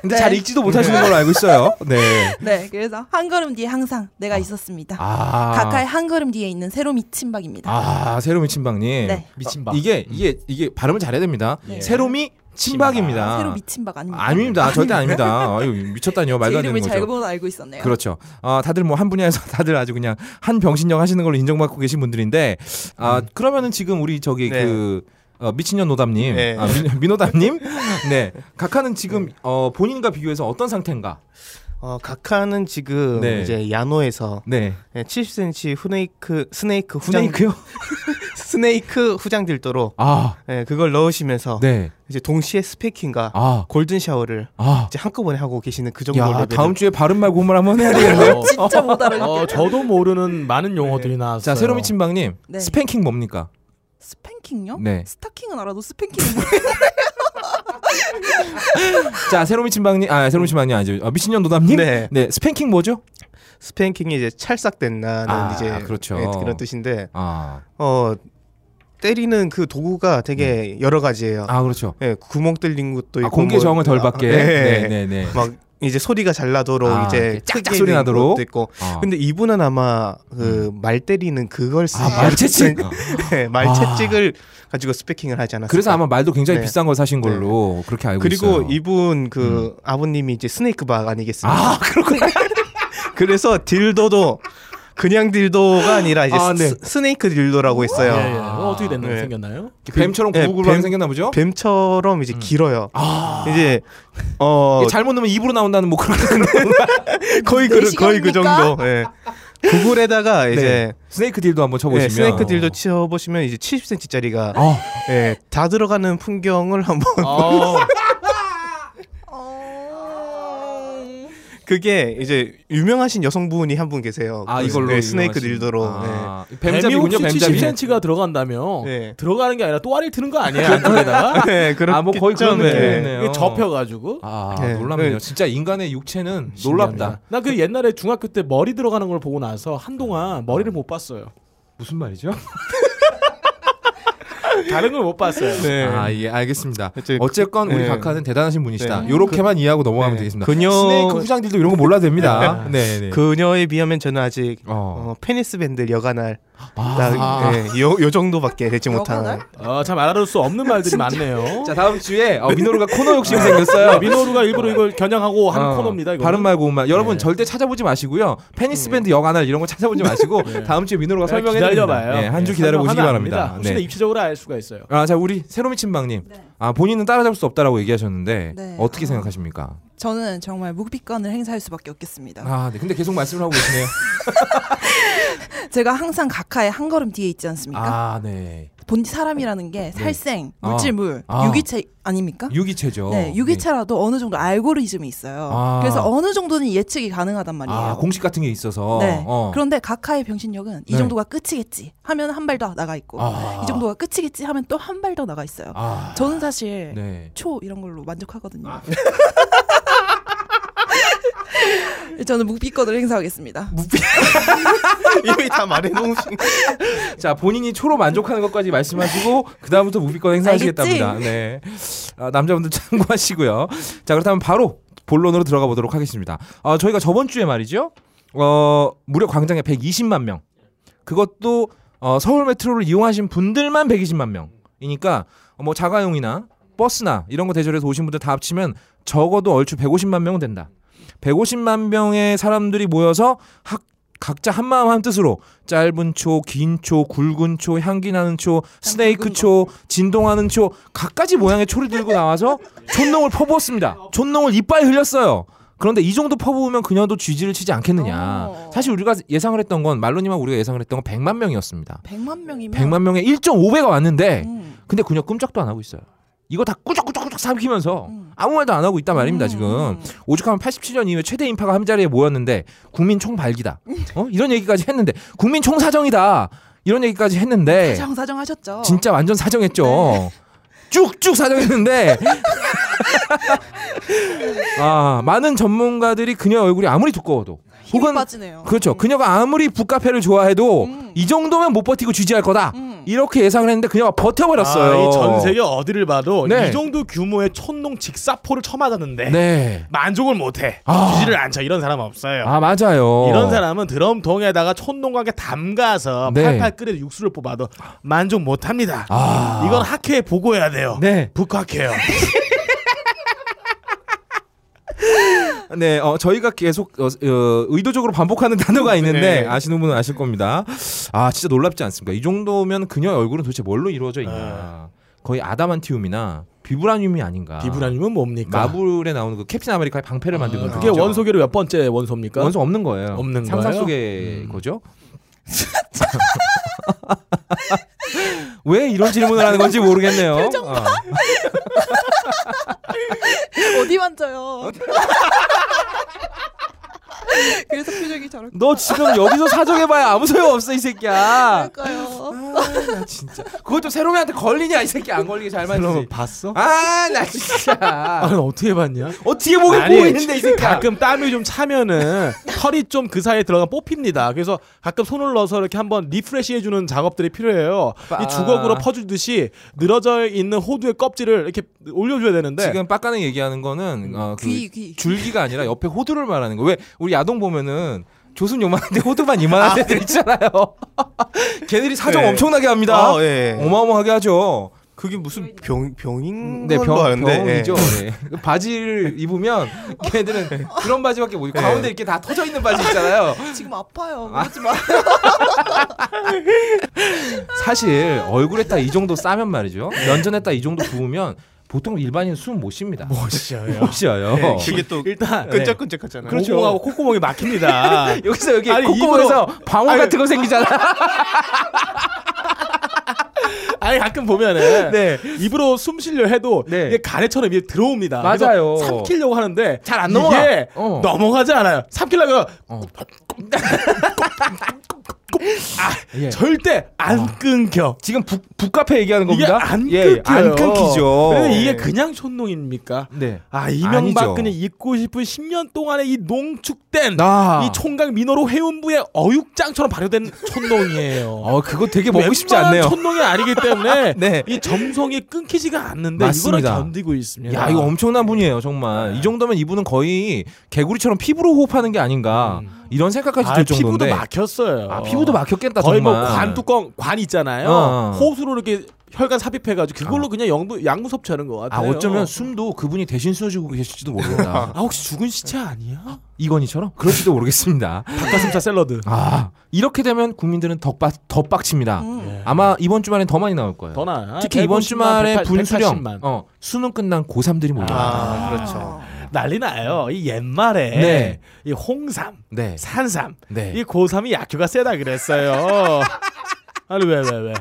Speaker 1: 근데
Speaker 3: 네.
Speaker 1: 잘 읽지도 못하시는 걸로 알고 있어요. 네.
Speaker 3: 네, 그래서 한 걸음 뒤에 항상 내가 있었습니다.
Speaker 1: 아.
Speaker 3: 가까이 한 걸음 뒤에 있는 새로 미친박입니다.
Speaker 1: 아, 새로미 친박님. 아,
Speaker 3: 네.
Speaker 2: 미친박.
Speaker 1: 이게 이게 이게 발음을 잘해야 됩니다.
Speaker 3: 네.
Speaker 1: 새로미 친박입니다.
Speaker 3: 새로 미친박 아닙니다.
Speaker 1: 아닙니다. 절대 아닙니다. 아유, 미쳤다니요.
Speaker 3: 제
Speaker 1: 말도 안 되는
Speaker 3: 이름을
Speaker 1: 거죠.
Speaker 3: 잘못 알고 있었네요.
Speaker 1: 그렇죠. 아, 다들 뭐 한 분야에서 다들 아주 그냥 한 병신력 하시는 걸로 인정받고 계신 분들인데 아, 그러면은 지금 우리 저기
Speaker 4: 네.
Speaker 1: 그 어, 미친년 노담님,
Speaker 4: 네.
Speaker 1: 아, 민, 민호담님, 네, 각하는 지금 어, 본인과 비교해서 어떤 상태인가?
Speaker 4: 어, 각하는 지금
Speaker 1: 네.
Speaker 4: 이제 야노에서
Speaker 1: 네,
Speaker 4: 70cm 후네이크 스네이크 후장
Speaker 1: 후네이크요?
Speaker 4: 스네이크 후장 딜도로
Speaker 1: 아,
Speaker 4: 예, 그걸 넣으시면서
Speaker 1: 네,
Speaker 4: 이제 동시에 스패킹과
Speaker 1: 아,
Speaker 4: 골든 샤워를
Speaker 1: 아,
Speaker 4: 이제 한꺼번에 하고 계시는 그 정도
Speaker 1: 야,
Speaker 4: 레벨.
Speaker 1: 다음 주에 발음 말고 음말 한번 해야 되겠네요.
Speaker 3: 진짜 못 알아듣겠다.
Speaker 2: 어, 저도 모르는 많은 용어들이 나왔어요.
Speaker 1: 자, 새로미 친방님,
Speaker 3: 네.
Speaker 1: 스팽킹 뭡니까?
Speaker 3: 스팽킹요?
Speaker 1: 네.
Speaker 3: 스타킹은 알아도 스팽킹은 뭐예요?
Speaker 1: 자, 새로미 친방님, 아, 새로미 친방님 아니죠? 아, 미친년 노담님,
Speaker 4: 네.
Speaker 1: 네, 스팽킹 뭐죠?
Speaker 4: 스팽킹이 이제 찰싹됐나는
Speaker 1: 아,
Speaker 4: 이제
Speaker 1: 그렇죠.
Speaker 4: 예, 그런 뜻인데
Speaker 1: 아,
Speaker 4: 어 때리는 그 도구가 되게 여러 가지예요.
Speaker 1: 아, 그렇죠.
Speaker 4: 예, 구멍 뚫린 것도 있고
Speaker 1: 아, 공개
Speaker 4: 뭐-
Speaker 1: 저항을 덜
Speaker 4: 아,
Speaker 1: 받게.
Speaker 4: 예,
Speaker 1: 네, 네, 네.
Speaker 4: 막 이제 소리가 잘 나도록
Speaker 1: 아,
Speaker 4: 이제
Speaker 1: 짝짝
Speaker 4: 크게
Speaker 1: 소리
Speaker 4: 있는
Speaker 1: 나도록.
Speaker 4: 것도 있고.
Speaker 1: 아. 음.
Speaker 4: 근데 이분은 아마 그 말 때리는 그걸 쓰
Speaker 1: 아, 말채찍.
Speaker 4: 네, 말
Speaker 1: 아.
Speaker 4: 채찍을 가지고 스패킹을 하지 않았어요.
Speaker 1: 그래서 아마 말도 굉장히
Speaker 4: 네.
Speaker 1: 비싼 걸 사신 걸로 그렇게 알고 있어요. 음.
Speaker 4: 그리고 이분 그 아버님이 이제 스네이크 박 아니겠습니까?
Speaker 1: 아, 그렇구나.
Speaker 4: 그래서 딜도도 그냥 딜도가 아니라 이제
Speaker 1: 아, 네. 아,
Speaker 4: 스, 스네이크 딜도라고
Speaker 2: 예,
Speaker 4: 있어요.
Speaker 2: 예. 그거 어떻게 됐나요?
Speaker 4: 네.
Speaker 2: 생겼나요?
Speaker 1: 그 네, 뱀처럼
Speaker 4: 예,
Speaker 1: 구구구로
Speaker 4: 뱀-
Speaker 1: 생겼나 보죠?
Speaker 4: 뱀처럼 이제 길어요.
Speaker 1: 음. 아.
Speaker 4: 이제 어
Speaker 1: 이게 잘못 넣으면 입으로 나온다는 뭐 그런
Speaker 4: 거의 그 거의 그
Speaker 3: 내시경입니까?
Speaker 4: 정도. 예. 구글에다가 이제
Speaker 1: 네 스네이크 딜도 한번 쳐보시면
Speaker 4: 예, 스네이크 딜도 치워보시면 이제 70cm짜리가
Speaker 1: 어.
Speaker 4: 예, 다 들어가는 풍경을 한번
Speaker 1: 아.
Speaker 2: 어,
Speaker 3: 어.
Speaker 4: 그게 이제 유명하신 여성분이 한 분 계세요.
Speaker 1: 아
Speaker 4: 그,
Speaker 1: 이걸로
Speaker 4: 네, 스네이크
Speaker 1: 유명하신-
Speaker 4: 딜도로.
Speaker 1: 아,
Speaker 2: 뱀이
Speaker 1: 뱀잡이군요
Speaker 2: 혹시
Speaker 1: 뱀잡이
Speaker 2: 70cm가 들어간다며
Speaker 4: 네.
Speaker 2: 들어가는 게 아니라 또아리를 트는 거 아니야? 안쪽에다가
Speaker 4: 네. 네, 그렇
Speaker 1: 아, 뭐 거의 그런
Speaker 4: 네.
Speaker 1: 느낌이네요.
Speaker 2: 이게 접혀가지고
Speaker 1: 아
Speaker 4: 네.
Speaker 1: 놀랍네요
Speaker 4: 네.
Speaker 1: 진짜 인간의 육체는 놀랍다
Speaker 2: 나 그 옛날에 중학교 때 머리 들어가는 걸 보고 나서 한동안 머리를 못 봤어요.
Speaker 1: 무슨 말이죠?
Speaker 2: 다른 걸 못 봤어요.
Speaker 4: 네.
Speaker 1: 아 예 알겠습니다
Speaker 4: 이제
Speaker 1: 어쨌건 우리
Speaker 4: 네.
Speaker 1: 각하는 대단하신 분이시다
Speaker 4: 네.
Speaker 1: 요렇게만 이해하고 넘어가면
Speaker 4: 네.
Speaker 1: 되겠습니다
Speaker 4: 그녀-
Speaker 1: 스네이크 후장 딜도 이런 거 몰라도 됩니다 네네
Speaker 4: 그녀에 비하면 저는 아직
Speaker 1: 예. 어.
Speaker 4: 어, 페니스 밴드 여간할
Speaker 1: 아.
Speaker 4: 나, 예, 요, 요 정도밖에 되지 못하는.
Speaker 3: 여간할?
Speaker 2: 어, 참 알아둘 수 없는 말들이 많네요.
Speaker 1: 자 다음 주에 어, 미노루가 코너 욕심
Speaker 2: 네,
Speaker 1: 생겼어요.
Speaker 2: 민호루가 일부러 이걸 겨냥하고 한 코너입니다. 이거
Speaker 1: 발음 말고 음말. 여러분
Speaker 2: 네.
Speaker 1: 절대 찾아보지 마시고요. 페니스 밴드 여간할 이런 거 찾아보지 마시고 다음 주에 민호루가 설명해
Speaker 2: 네, 기다려봐요. 네,
Speaker 1: 한 주 기다려 보시기
Speaker 2: 설명하면
Speaker 1: 바랍니다.
Speaker 2: 압니다. 혹시나
Speaker 1: 네.
Speaker 2: 입체적으로 알 수가 있어요.
Speaker 1: 아, 자 우리 새로미 친방님. 아, 본인은 따라잡을 수 없다라고 얘기하셨는데
Speaker 3: 네.
Speaker 1: 어떻게
Speaker 3: 아.
Speaker 1: 생각하십니까?
Speaker 3: 저는 정말 묵비권을 행사할 수밖에 없겠습니다.
Speaker 1: 아, 네. 근데 계속 말씀을 하고 계시네요.
Speaker 3: 제가 항상 가카의 한 걸음 뒤에 있지 않습니까?
Speaker 1: 아, 네.
Speaker 3: 본 사람이라는 게 살생,
Speaker 1: 아.
Speaker 3: 물질물,
Speaker 1: 아.
Speaker 3: 유기체 아닙니까?
Speaker 1: 유기체죠. 어,
Speaker 3: 네, 유기체라도 어느 정도 알고리즘이 있어요.
Speaker 1: 아.
Speaker 3: 그래서 어느 정도는 예측이 가능하단 말이에요.
Speaker 1: 아, 공식 같은 게 있어서
Speaker 3: 네.
Speaker 1: 어.
Speaker 3: 그런데 가카의 병신력은 이
Speaker 1: 네.
Speaker 3: 정도가 끝이겠지 하면 한 발 더 나가 있고
Speaker 1: 아.
Speaker 3: 이 정도가 끝이겠지 하면 또 한 발 더 나가 있어요.
Speaker 1: 아.
Speaker 3: 저는 사실
Speaker 1: 네. 아.
Speaker 3: 초 이런 걸로 만족하거든요. 저는 묵비권을 행사하겠습니다.
Speaker 4: 이미 다
Speaker 1: 아.
Speaker 4: 말해놓으신.
Speaker 1: 자 본인이 초로 만족하는 것까지 말씀하시고 그 다음부터 무비권 행사하시겠답니다. 네 아, 남자분들 참고하시고요. 자 그렇다면 바로 본론으로 들어가 보도록 하겠습니다. 아, 저희가 저번 주에 말이죠. 어 무려 광장에 120만 명. 그것도 어, 서울 메트로를 이용하신 분들만 120만 명이니까 어, 뭐 자가용이나 버스나 이런 거 대절해서 오신 분들 다 합치면 적어도 얼추 150만 명은 된다. 150만 명의 사람들이 모여서 학, 각자 한 마음 한 뜻으로 짧은 초, 긴 초, 굵은 초, 향기 나는 초, 스네이크 초, 진동하는 초, 각가지 모양의 초를 들고 나와서 촛농을 퍼부었습니다. 촛농을 이빨 흘렸어요. 그런데 이 정도 퍼부으면 그녀도 쥐지를 치지 않겠느냐.
Speaker 3: 어.
Speaker 1: 사실 우리가 예상을 했던 건 말로님하고 우리가 예상을 했던 건 100만 명이었습니다.
Speaker 3: 100만 명이면
Speaker 1: 100만 명의 1.5배가 왔는데
Speaker 3: 음.
Speaker 1: 근데 그녀 꼼짝도 안 하고 있어요. 이거 다 꾸적꾸적꾸적 삼키면서
Speaker 3: 음.
Speaker 1: 아무 말도 안 하고 있단 말입니다
Speaker 3: 음,
Speaker 1: 지금
Speaker 3: 음.
Speaker 1: 오죽하면 87년 이후에 최대 인파가 한 자리에 모였는데 국민 총발기다 어? 이런 얘기까지 했는데 국민 총사정이다 이런 얘기까지 했는데
Speaker 3: 뭐 사정 네. 사정 하셨죠.
Speaker 1: 네. 진짜 완전 사정했죠 쭉쭉 사정했는데 아 많은 전문가들이 그녀 얼굴이 아무리 두꺼워도
Speaker 3: 힘이
Speaker 1: 혹은
Speaker 3: 빠지네요.
Speaker 1: 그렇죠
Speaker 3: 음.
Speaker 1: 그녀가 아무리 북카페를 좋아해도
Speaker 3: 음.
Speaker 1: 이 정도면 못 버티고 쥐지할 거다
Speaker 3: 음.
Speaker 1: 이렇게 예상을 했는데 그녀가 버텨버렸어요
Speaker 2: 아, 이전 세계 어디를 봐도
Speaker 1: 네.
Speaker 2: 이 정도 규모의 촌농 직사포를 쳐맞았는데
Speaker 1: 네.
Speaker 2: 만족을 못해
Speaker 1: 아.
Speaker 2: 주지를 않자 이런 사람 없어요.
Speaker 1: 아 맞아요.
Speaker 2: 이런 사람은 드럼통에다가 촌농하게 담가서
Speaker 1: 네.
Speaker 2: 팔팔 끓여 육수를 뽑아도 만족 못합니다.
Speaker 1: 아
Speaker 2: 이건 학회에 보고해야 돼요.
Speaker 1: 네,
Speaker 2: 북학회요.
Speaker 1: 네, 어, 저희가 계속 어, 어, 의도적으로 반복하는 단어가 있는데
Speaker 2: 네.
Speaker 1: 아시는 분은 아실 겁니다. 아, 진짜 놀랍지 않습니까? 이 정도면 그녀의 얼굴은 도대체 뭘로 이루어져 있냐? 거의 아담한티움이나 비브라늄이 아닌가?
Speaker 2: 네. 비브라늄은 뭡니까?
Speaker 1: 마블에 나오는 그 캡틴 아메리카의 방패를 만드는
Speaker 2: 그게
Speaker 1: 그거죠.
Speaker 2: 원소계로 몇 번째 원소입니까?
Speaker 1: 원소 없는 거예요. 음.
Speaker 2: 없는
Speaker 1: 상상
Speaker 2: 거예요?
Speaker 1: 속의 거죠. 왜 이런 질문을 하는 건지 모르겠네요. 어. 그-
Speaker 3: 어디 만져요? 그래서 표정이 저렇게
Speaker 1: 너 지금 여기서 사정해봐야 아무 소용 없어 이 새끼야.
Speaker 3: 할까요?
Speaker 1: 아나 진짜 그것도 새로미한테 걸리냐 이 새끼 안 걸리게 잘
Speaker 2: 그럼
Speaker 1: 만지지
Speaker 2: 봤어?
Speaker 1: 아나
Speaker 2: 아,
Speaker 1: 진짜
Speaker 2: 니 어떻게 봤냐?
Speaker 1: 어떻게 뭐 보게
Speaker 2: 아니,
Speaker 1: 보이는데 이 새끼야
Speaker 2: 가끔 땀이 좀 차면은 털이 좀 그 사이에 들어가 뽑힙니다. 그래서 가끔 손을 넣어서 이렇게 한번 리프레시 해주는 작업들이 필요해요.
Speaker 1: 빠-
Speaker 2: 이 주걱으로 퍼주듯이 늘어져 있는 호두의 껍질을 이렇게 올려줘야 되는데
Speaker 1: 지금 빡가는 얘기하는 거는 어, 그
Speaker 3: 음, 귀, 귀.
Speaker 1: 줄기가 아니라 옆에 호두를 말하는 거왜 우리 야동 보면은 조순 요만한데 호두만 이만한 애들 있잖아요 네. 걔들이 사정
Speaker 4: 네.
Speaker 1: 엄청나게 합니다
Speaker 4: 아,
Speaker 2: 네.
Speaker 4: 예.
Speaker 1: 어마어마하게 하죠
Speaker 4: 그게 무슨 병 병인
Speaker 1: 네,
Speaker 4: 걸로
Speaker 1: 병,
Speaker 4: 아는데, 예.
Speaker 1: 병이죠. 네. 바지를 입으면 걔들은 그런 바지밖에
Speaker 2: 예.
Speaker 1: 못 입고 가운데 이렇게 다 터져 있는 바지 있잖아요.
Speaker 3: 지금 아파요.
Speaker 1: 아.
Speaker 3: 그러지 마.
Speaker 1: 사실 얼굴에 딱 이 정도 싸면 말이죠. 면전에 딱 이 정도 부으면 보통 일반인 숨 못 쉽니다.
Speaker 2: 뭐시 예. 요
Speaker 1: 못 쉬어요.
Speaker 4: 네, 그게 또
Speaker 2: 일단
Speaker 4: 끈적끈적하잖아요.
Speaker 1: 그렇죠.
Speaker 2: 모공하고 콧구멍이 막힙니다.
Speaker 1: 여기서 여기
Speaker 2: 아니,
Speaker 1: 콧구멍에서 방울
Speaker 2: 아니,
Speaker 1: 같은 거 생기잖아.
Speaker 2: 아니 가끔 보면은
Speaker 1: 네.
Speaker 2: 입으로 숨 쉬려 해도
Speaker 1: 네.
Speaker 2: 이게 가래처럼 이게 들어오니다.
Speaker 1: 맞아요.
Speaker 2: 그래서 삼키려고 하는데
Speaker 1: 잘안 넘어가.
Speaker 2: 이게
Speaker 1: 어.
Speaker 2: 넘어가지 않아요. 삼키려고
Speaker 1: 예.
Speaker 2: 아, 절대 안 끊겨.
Speaker 1: 지금 북 북카페 얘기하는
Speaker 2: 이게
Speaker 1: 겁니다.
Speaker 2: 안
Speaker 1: 예,
Speaker 2: 끊겨요.
Speaker 1: 안 끊기죠.
Speaker 2: 근데
Speaker 1: 예.
Speaker 2: 이게 그냥 촌농입니까?
Speaker 1: 네.
Speaker 2: 아
Speaker 1: 아니죠.
Speaker 2: 이명박근혜 잊고 싶은 10년 동안의 이 농축된
Speaker 1: 나.
Speaker 2: 이 총각 민호로 회원부의 어육장처럼 발효된 촌농이에요.
Speaker 1: 어 그거 되게 먹고 싶지 않네요.
Speaker 2: 촌농이 아니기 때문에
Speaker 1: 네.
Speaker 2: 이 점성이 끊기지가 않는데
Speaker 1: 맞습니다.
Speaker 2: 이거를 견디고 있습니다.
Speaker 1: 야 이거 엄청난 분이에요 정말 이 정도면 이분은 거의 개구리처럼 피부로 호흡하는 게 음. 아닌가 이런 생각까지
Speaker 2: 아,
Speaker 1: 들
Speaker 2: 피부도
Speaker 1: 정도인데
Speaker 2: 막혔어요.
Speaker 1: 아 피부도 막혔겠다
Speaker 2: 거의
Speaker 1: 정말
Speaker 2: 뭐 관 뚜껑 관 있잖아요.
Speaker 1: 어.
Speaker 2: 호수로 이렇게 혈관 삽입해가지고 그걸로 그냥 영부, 양부 섭취하는 것
Speaker 1: 아
Speaker 2: 같아요.
Speaker 1: 어쩌면 숨도 그분이 대신 숨어주고 계실지도 모르겠다
Speaker 2: 아 혹시 죽은 시체 아니야?
Speaker 1: 이건희처럼 그럴지도 모르겠습니다
Speaker 2: 닭가슴살 샐러드.
Speaker 1: 아 이렇게 되면 국민들은 덕박 덕박칩니다
Speaker 3: 음.
Speaker 2: 예.
Speaker 1: 아마 이번 주말엔 더 많이 나올 거예요
Speaker 2: 더 나아.
Speaker 1: 특히 이번
Speaker 2: 150만,
Speaker 1: 주말에
Speaker 2: 180만,
Speaker 1: 분수령
Speaker 2: 180만.
Speaker 1: 어, 수능 끝난 고3들이 모여
Speaker 4: 아, 그렇죠.
Speaker 2: 난리 나요. 이 옛말에
Speaker 1: 네.
Speaker 2: 이 홍삼,
Speaker 1: 네.
Speaker 2: 산삼,
Speaker 1: 네.
Speaker 2: 이 고삼이 약효가 세다 그랬어요. 아니 왜 왜 왜?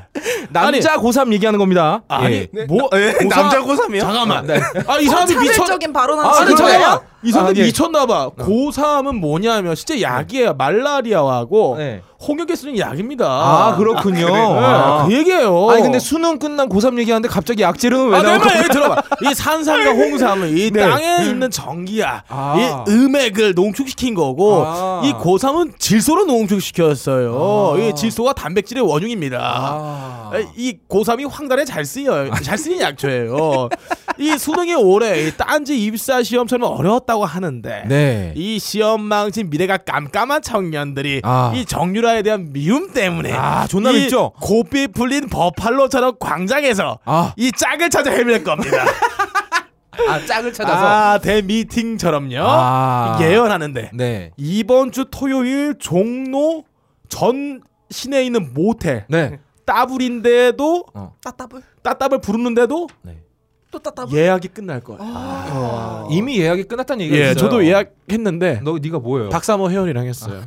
Speaker 1: 남자 고3 얘기하는 겁니다
Speaker 2: 아니
Speaker 1: 예.
Speaker 4: 네.
Speaker 2: 뭐
Speaker 4: 예,
Speaker 2: 고삼-
Speaker 4: 남자 고삼이요?
Speaker 2: 잠깐만. 아 이
Speaker 3: 어,
Speaker 2: 사람이 미쳤.
Speaker 3: 차별적인 발언
Speaker 1: 아,
Speaker 2: 아니
Speaker 3: 하시는
Speaker 1: 그러네요.
Speaker 3: 거예요?
Speaker 2: 잠깐만 이 사람
Speaker 1: 아, 예.
Speaker 2: 미쳤나봐 고3은 뭐냐면 진짜 약이에요 말라리아하고
Speaker 1: 네.
Speaker 2: 홍역에 쓰는 약입니다
Speaker 1: 아 그렇군요
Speaker 2: 네,
Speaker 1: 아.
Speaker 2: 그 얘기예요
Speaker 1: 아니 근데 수능 끝난 고3 얘기하는데 갑자기 약재료는 왜 나온 거야?
Speaker 2: 아내말 네, 들어봐 이 산삼과 홍삼은 이
Speaker 1: 네.
Speaker 2: 땅에 있는 전기야
Speaker 1: 아.
Speaker 2: 이 음액을 농축시킨 거고
Speaker 1: 아.
Speaker 2: 이 고3은 질소를 농축시켰어요
Speaker 1: 아.
Speaker 2: 이 질소가 단백질의 원흉입니다
Speaker 1: 아.
Speaker 2: 아, 이 고3이 황달에 잘 쓰여 잘 쓰는 약초예요. 이 수능이 올해 이 딴지 입사 시험처럼 어려웠다고 한다고 하는데
Speaker 1: 네.
Speaker 2: 이 시험망신 미래가 깜깜한 청년들이
Speaker 1: 아.
Speaker 2: 이 정유라에 대한 미움 때문에
Speaker 1: 아, 존나
Speaker 2: 이
Speaker 1: 밉죠?
Speaker 2: 고삐 풀린 버팔로처럼 광장에서
Speaker 1: 아,
Speaker 2: 이 짝을 찾아 헤맬 겁니다.
Speaker 1: 아 짝을
Speaker 2: 아 대미팅처럼요
Speaker 1: 아.
Speaker 2: 예언하는데
Speaker 1: 네.
Speaker 2: 이번 주 토요일 종로 전 시내에 있는 모텔
Speaker 1: 네.
Speaker 2: 따블인데도
Speaker 3: 따따블
Speaker 2: 따따블 부르는데도
Speaker 1: 네.
Speaker 3: 또 따따블. 아.
Speaker 2: 예약이 끝날 거예요.
Speaker 4: 어.
Speaker 1: 이미 예약이 끝났다는 얘기가
Speaker 2: 예,
Speaker 1: 있어요.
Speaker 2: 저도 예약했는데
Speaker 1: 너 네가 뭐예요?
Speaker 2: 박사모 회원이랑 했어요.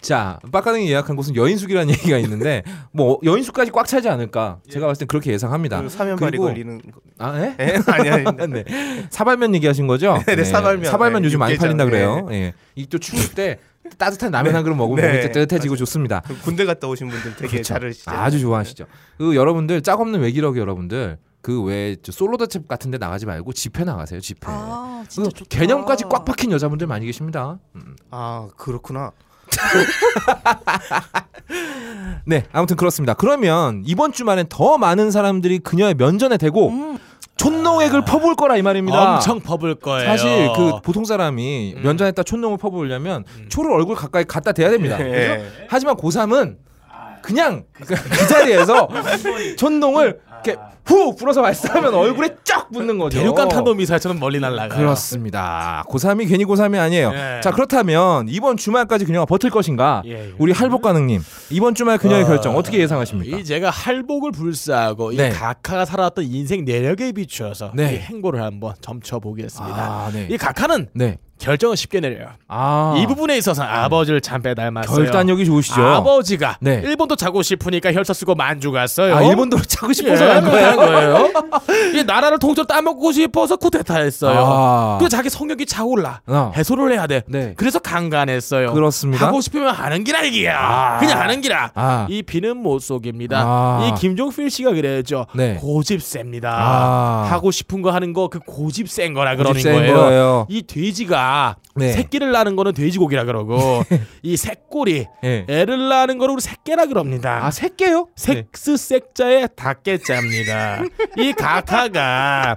Speaker 1: 자, 빡가능이 예약한 곳은 여인숙이라는 얘기가 있는데 뭐 여인숙까지 꽉 차지 않을까? 제가 봤을 땐 예. 그렇게 예상합니다.
Speaker 4: 그 사면발이
Speaker 1: 그리고-
Speaker 4: 걸리는 거.
Speaker 1: 아, 예?
Speaker 4: 예? 아니 아니.
Speaker 1: 네. 사발면 얘기하신 거죠?
Speaker 4: 네, 네, 사발면.
Speaker 1: 사발면
Speaker 4: 네,
Speaker 1: 요즘 많이
Speaker 4: 육개장.
Speaker 1: 팔린다 그래요. 예. 이 또 추울 때 따뜻한 라면 한 그릇 먹으면
Speaker 4: 네.
Speaker 1: 몸이 따뜻해지고 좋습니다.
Speaker 4: 군대 갔다 오신 분들 되게 네. 잘하시죠.
Speaker 1: 그렇죠. 아주 좋아하시죠. 그 여러분들 짝 없는 외기력 여러분들 그 외에 저 솔로 대첩 같은 데 나가지 말고 집회 나가세요. 집회.
Speaker 3: 아
Speaker 1: 그
Speaker 3: 진짜 좋다.
Speaker 1: 개념까지 꽉 박힌 여자분들 많이 계십니다. 음.
Speaker 4: 아 그렇구나.
Speaker 1: 네, 아무튼 그렇습니다. 그러면 이번 주말엔 더 많은 사람들이 그녀의 면전에 대고
Speaker 3: 음.
Speaker 4: 아.
Speaker 1: 촌농액을 퍼부을 거라 이 말입니다.
Speaker 2: 엄청 퍼블 거예요.
Speaker 1: 사실 그 보통 사람이
Speaker 4: 음.
Speaker 1: 면전에다 촌농을 퍼부으려면 초를 얼굴 가까이 갖다 대야 됩니다.
Speaker 4: 예.
Speaker 1: 하지만 고3은
Speaker 2: 아,
Speaker 1: 그냥 그 자리에서 촌농을
Speaker 2: 아.
Speaker 1: 이렇게 후 불어서 발사하면 얼굴에 쫙 붙는 거죠.
Speaker 2: 대륙간 탄도 미사일처럼 멀리 날아가요.
Speaker 1: 그렇습니다. 고3이 괜히 고3이 아니에요.
Speaker 2: 예.
Speaker 1: 자, 그렇다면 이번 주말까지 그녀가 버틸 것인가?
Speaker 2: 예, 예.
Speaker 1: 우리 할복가능님, 이번 주말 그녀의
Speaker 2: 어,
Speaker 1: 결정 어떻게 예상하십니까?
Speaker 2: 이 제가 할복을 불사하고
Speaker 1: 네.
Speaker 2: 이 가카가 살아왔던 인생 내력에 비추어서
Speaker 1: 네.
Speaker 2: 이 행보를 한번 점쳐보겠습니다.
Speaker 1: 아, 네.
Speaker 2: 이 가카는
Speaker 1: 네.
Speaker 2: 결정을 쉽게 내려요.
Speaker 1: 아.
Speaker 2: 이 부분에 있어서 아버지를 참배 닮았어요.
Speaker 1: 결단력이 좋으시죠.
Speaker 2: 아버지가
Speaker 1: 네.
Speaker 2: 일본도 자고 싶으니까 혈서 쓰고 만주 갔어요.
Speaker 1: 아, 일본도 차고 싶어서
Speaker 2: 예,
Speaker 1: 간
Speaker 2: 그런
Speaker 1: 거예요?
Speaker 2: 거예요. 이 나라를 통째로 따먹고 싶어서 쿠데타했어요.
Speaker 1: 아.
Speaker 2: 그 자기 성격이 차올라
Speaker 1: 아.
Speaker 2: 해소를 해야 돼.
Speaker 1: 네.
Speaker 2: 그래서 강간했어요.
Speaker 1: 그렇습니다.
Speaker 2: 하고 싶으면 하는 기라 이기야. 그냥 하는 기라.
Speaker 1: 아.
Speaker 2: 이 비는 못 속입니다.
Speaker 1: 아.
Speaker 2: 이 김종필 씨가 그랬죠.
Speaker 1: 네.
Speaker 2: 고집 셉니다.
Speaker 1: 아.
Speaker 2: 하고 싶은 거 하는 거 그 고집 센 거라 그러는
Speaker 1: 센
Speaker 2: 거예요.
Speaker 1: 거예요.
Speaker 2: 이 돼지가
Speaker 1: 네.
Speaker 2: 새끼를 낳는 거는 돼지고기라 그러고 이 새꼬리
Speaker 1: 예.
Speaker 2: 애를 낳는 거를 우리 새끼라 그럽니다.
Speaker 1: 아, 새끼요?
Speaker 2: 섹스 색자의 닭개자입니다. 이 가카가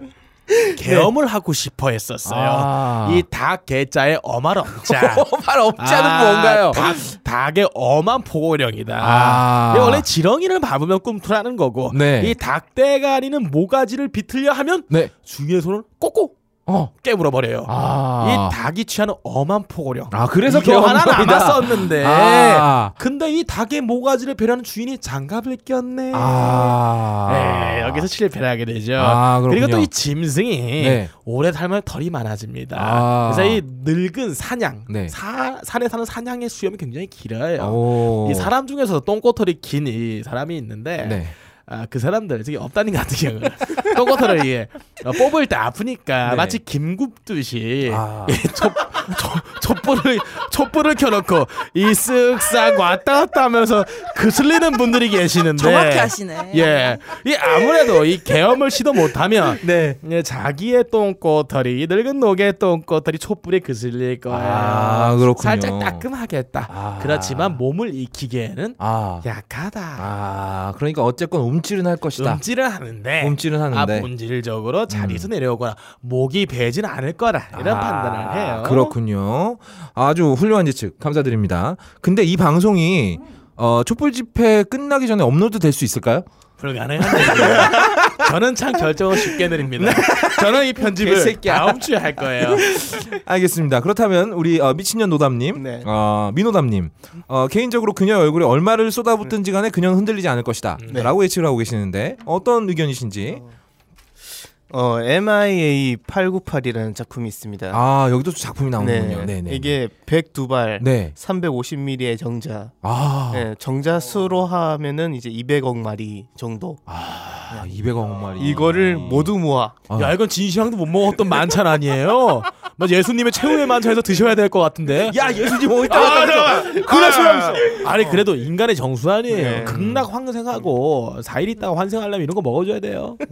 Speaker 2: 개엄을 하고 싶어 했었어요.
Speaker 1: 네. 아.
Speaker 2: 이 닭개자의 엄할엄자.
Speaker 1: 어,
Speaker 2: 아,
Speaker 1: 말 없지 않은 뭔가요?
Speaker 2: 닭, 닭의 엄한 포고령이다.
Speaker 1: 아.
Speaker 2: 이게 원래 지렁이를 밟으면 꿈틀하는 거고
Speaker 1: 네.
Speaker 2: 이 닭대가리는 모가지를 비틀려 하면
Speaker 1: 네.
Speaker 2: 중의 손을 꼬꼬
Speaker 1: 어.
Speaker 2: 깨물어 버려요.
Speaker 1: 아.
Speaker 2: 이 닭이 취하는 엄한 포고령.
Speaker 1: 아, 그래서
Speaker 2: 이거 하나
Speaker 1: 개엄이다.
Speaker 2: 남았었는데.
Speaker 1: 아.
Speaker 2: 근데 이 닭의 모가지를 베려는 주인이 장갑을 꼈네.
Speaker 1: 아.
Speaker 2: 네, 여기서 실패를 하게 되죠.
Speaker 1: 아, 그렇군요.
Speaker 2: 그리고 또 이 짐승이
Speaker 1: 네.
Speaker 2: 오래 살면 덜이 많아집니다.
Speaker 1: 아.
Speaker 2: 그래서 이 늙은 사냥,
Speaker 1: 네.
Speaker 2: 사, 산에 사는 사냥의 수염이 굉장히 길어요.
Speaker 1: 오.
Speaker 2: 이 사람 중에서 똥꼬털이 긴 이 사람이 있는데
Speaker 1: 네.
Speaker 2: 아, 그 사람들 저기 업다님 같은 경우는 똥꼬털을 이게 어, 뽑을 때 아프니까
Speaker 1: 네.
Speaker 2: 마치 김굽듯이
Speaker 1: 아.
Speaker 2: 이 촛, 촛, 촛불을 촛불을 켜놓고 이 쓱싹 왔다 갔다 하면서 그슬리는 분들이 계시는데
Speaker 3: 정확히 하시네.
Speaker 2: 예, 이 아무래도 이 개엄을 시도 못하면
Speaker 1: 네.
Speaker 2: 예, 자기의 똥꼬털이 이 늙은 녹의 똥꼬털이 촛불에 그슬릴 거야.
Speaker 1: 아, 그렇군요.
Speaker 2: 살짝 따끔하겠다.
Speaker 1: 아.
Speaker 2: 그렇지만 몸을 익히기에는
Speaker 1: 아.
Speaker 2: 약하다.
Speaker 1: 아, 그러니까 어쨌건 움찔은 할 것이다.
Speaker 2: 움찔을 하는데,
Speaker 1: 움찔은 하는데. 음.
Speaker 2: 아, 본질적으로 자리에서 내려오거나 목이 베진 않을 거라 이런
Speaker 1: 아,
Speaker 2: 판단을 해요.
Speaker 1: 그렇군요. 아주 훌륭한 예측 감사드립니다. 근데 이 방송이 어, 촛불 집회 끝나기 전에 업로드 될 수 있을까요?
Speaker 2: 불가능한 얘기예요. 저는 참 결정을 쉽게 내립니다. 저는 이 편집을
Speaker 1: 개새끼야.
Speaker 2: 다음 주에 할 거예요.
Speaker 1: 알겠습니다. 그렇다면 우리 어, 미친년 노담님,
Speaker 4: 네.
Speaker 1: 어, 민호담님 어, 개인적으로 그녀 얼굴에 얼마를 쏟아붓든지 간에 그녀는 흔들리지 않을 것이다
Speaker 4: 네.
Speaker 1: 라고 예측을 하고 계시는데 어떤 의견이신지
Speaker 4: 어 MIA 898이라는 작품이 있습니다.
Speaker 1: 아 여기도 작품이 나오는군요. 네. 네
Speaker 4: 이게 102발,
Speaker 1: 네.
Speaker 4: 350ml의 정자.
Speaker 1: 아,
Speaker 4: 네, 정자 수로 하면은 이제 200억 마리 정도.
Speaker 1: 아 200억 마리
Speaker 4: 이거를 모두 모아.
Speaker 1: 어.
Speaker 2: 야 이건 진시황도 못 먹었던 만찬 아니에요? 뭐 예수님의 최후의 만찬에서 드셔야 될 것 같은데.
Speaker 1: 야 예수님 어디
Speaker 2: 아,
Speaker 1: 있다
Speaker 2: 그래 아,
Speaker 1: 어.
Speaker 2: 아니 그래도 인간의 정수 아니에요.
Speaker 4: 네.
Speaker 2: 극락
Speaker 1: 음.
Speaker 2: 환생하고 4일 있다가 환생하려면 이런 거 먹어줘야 돼요.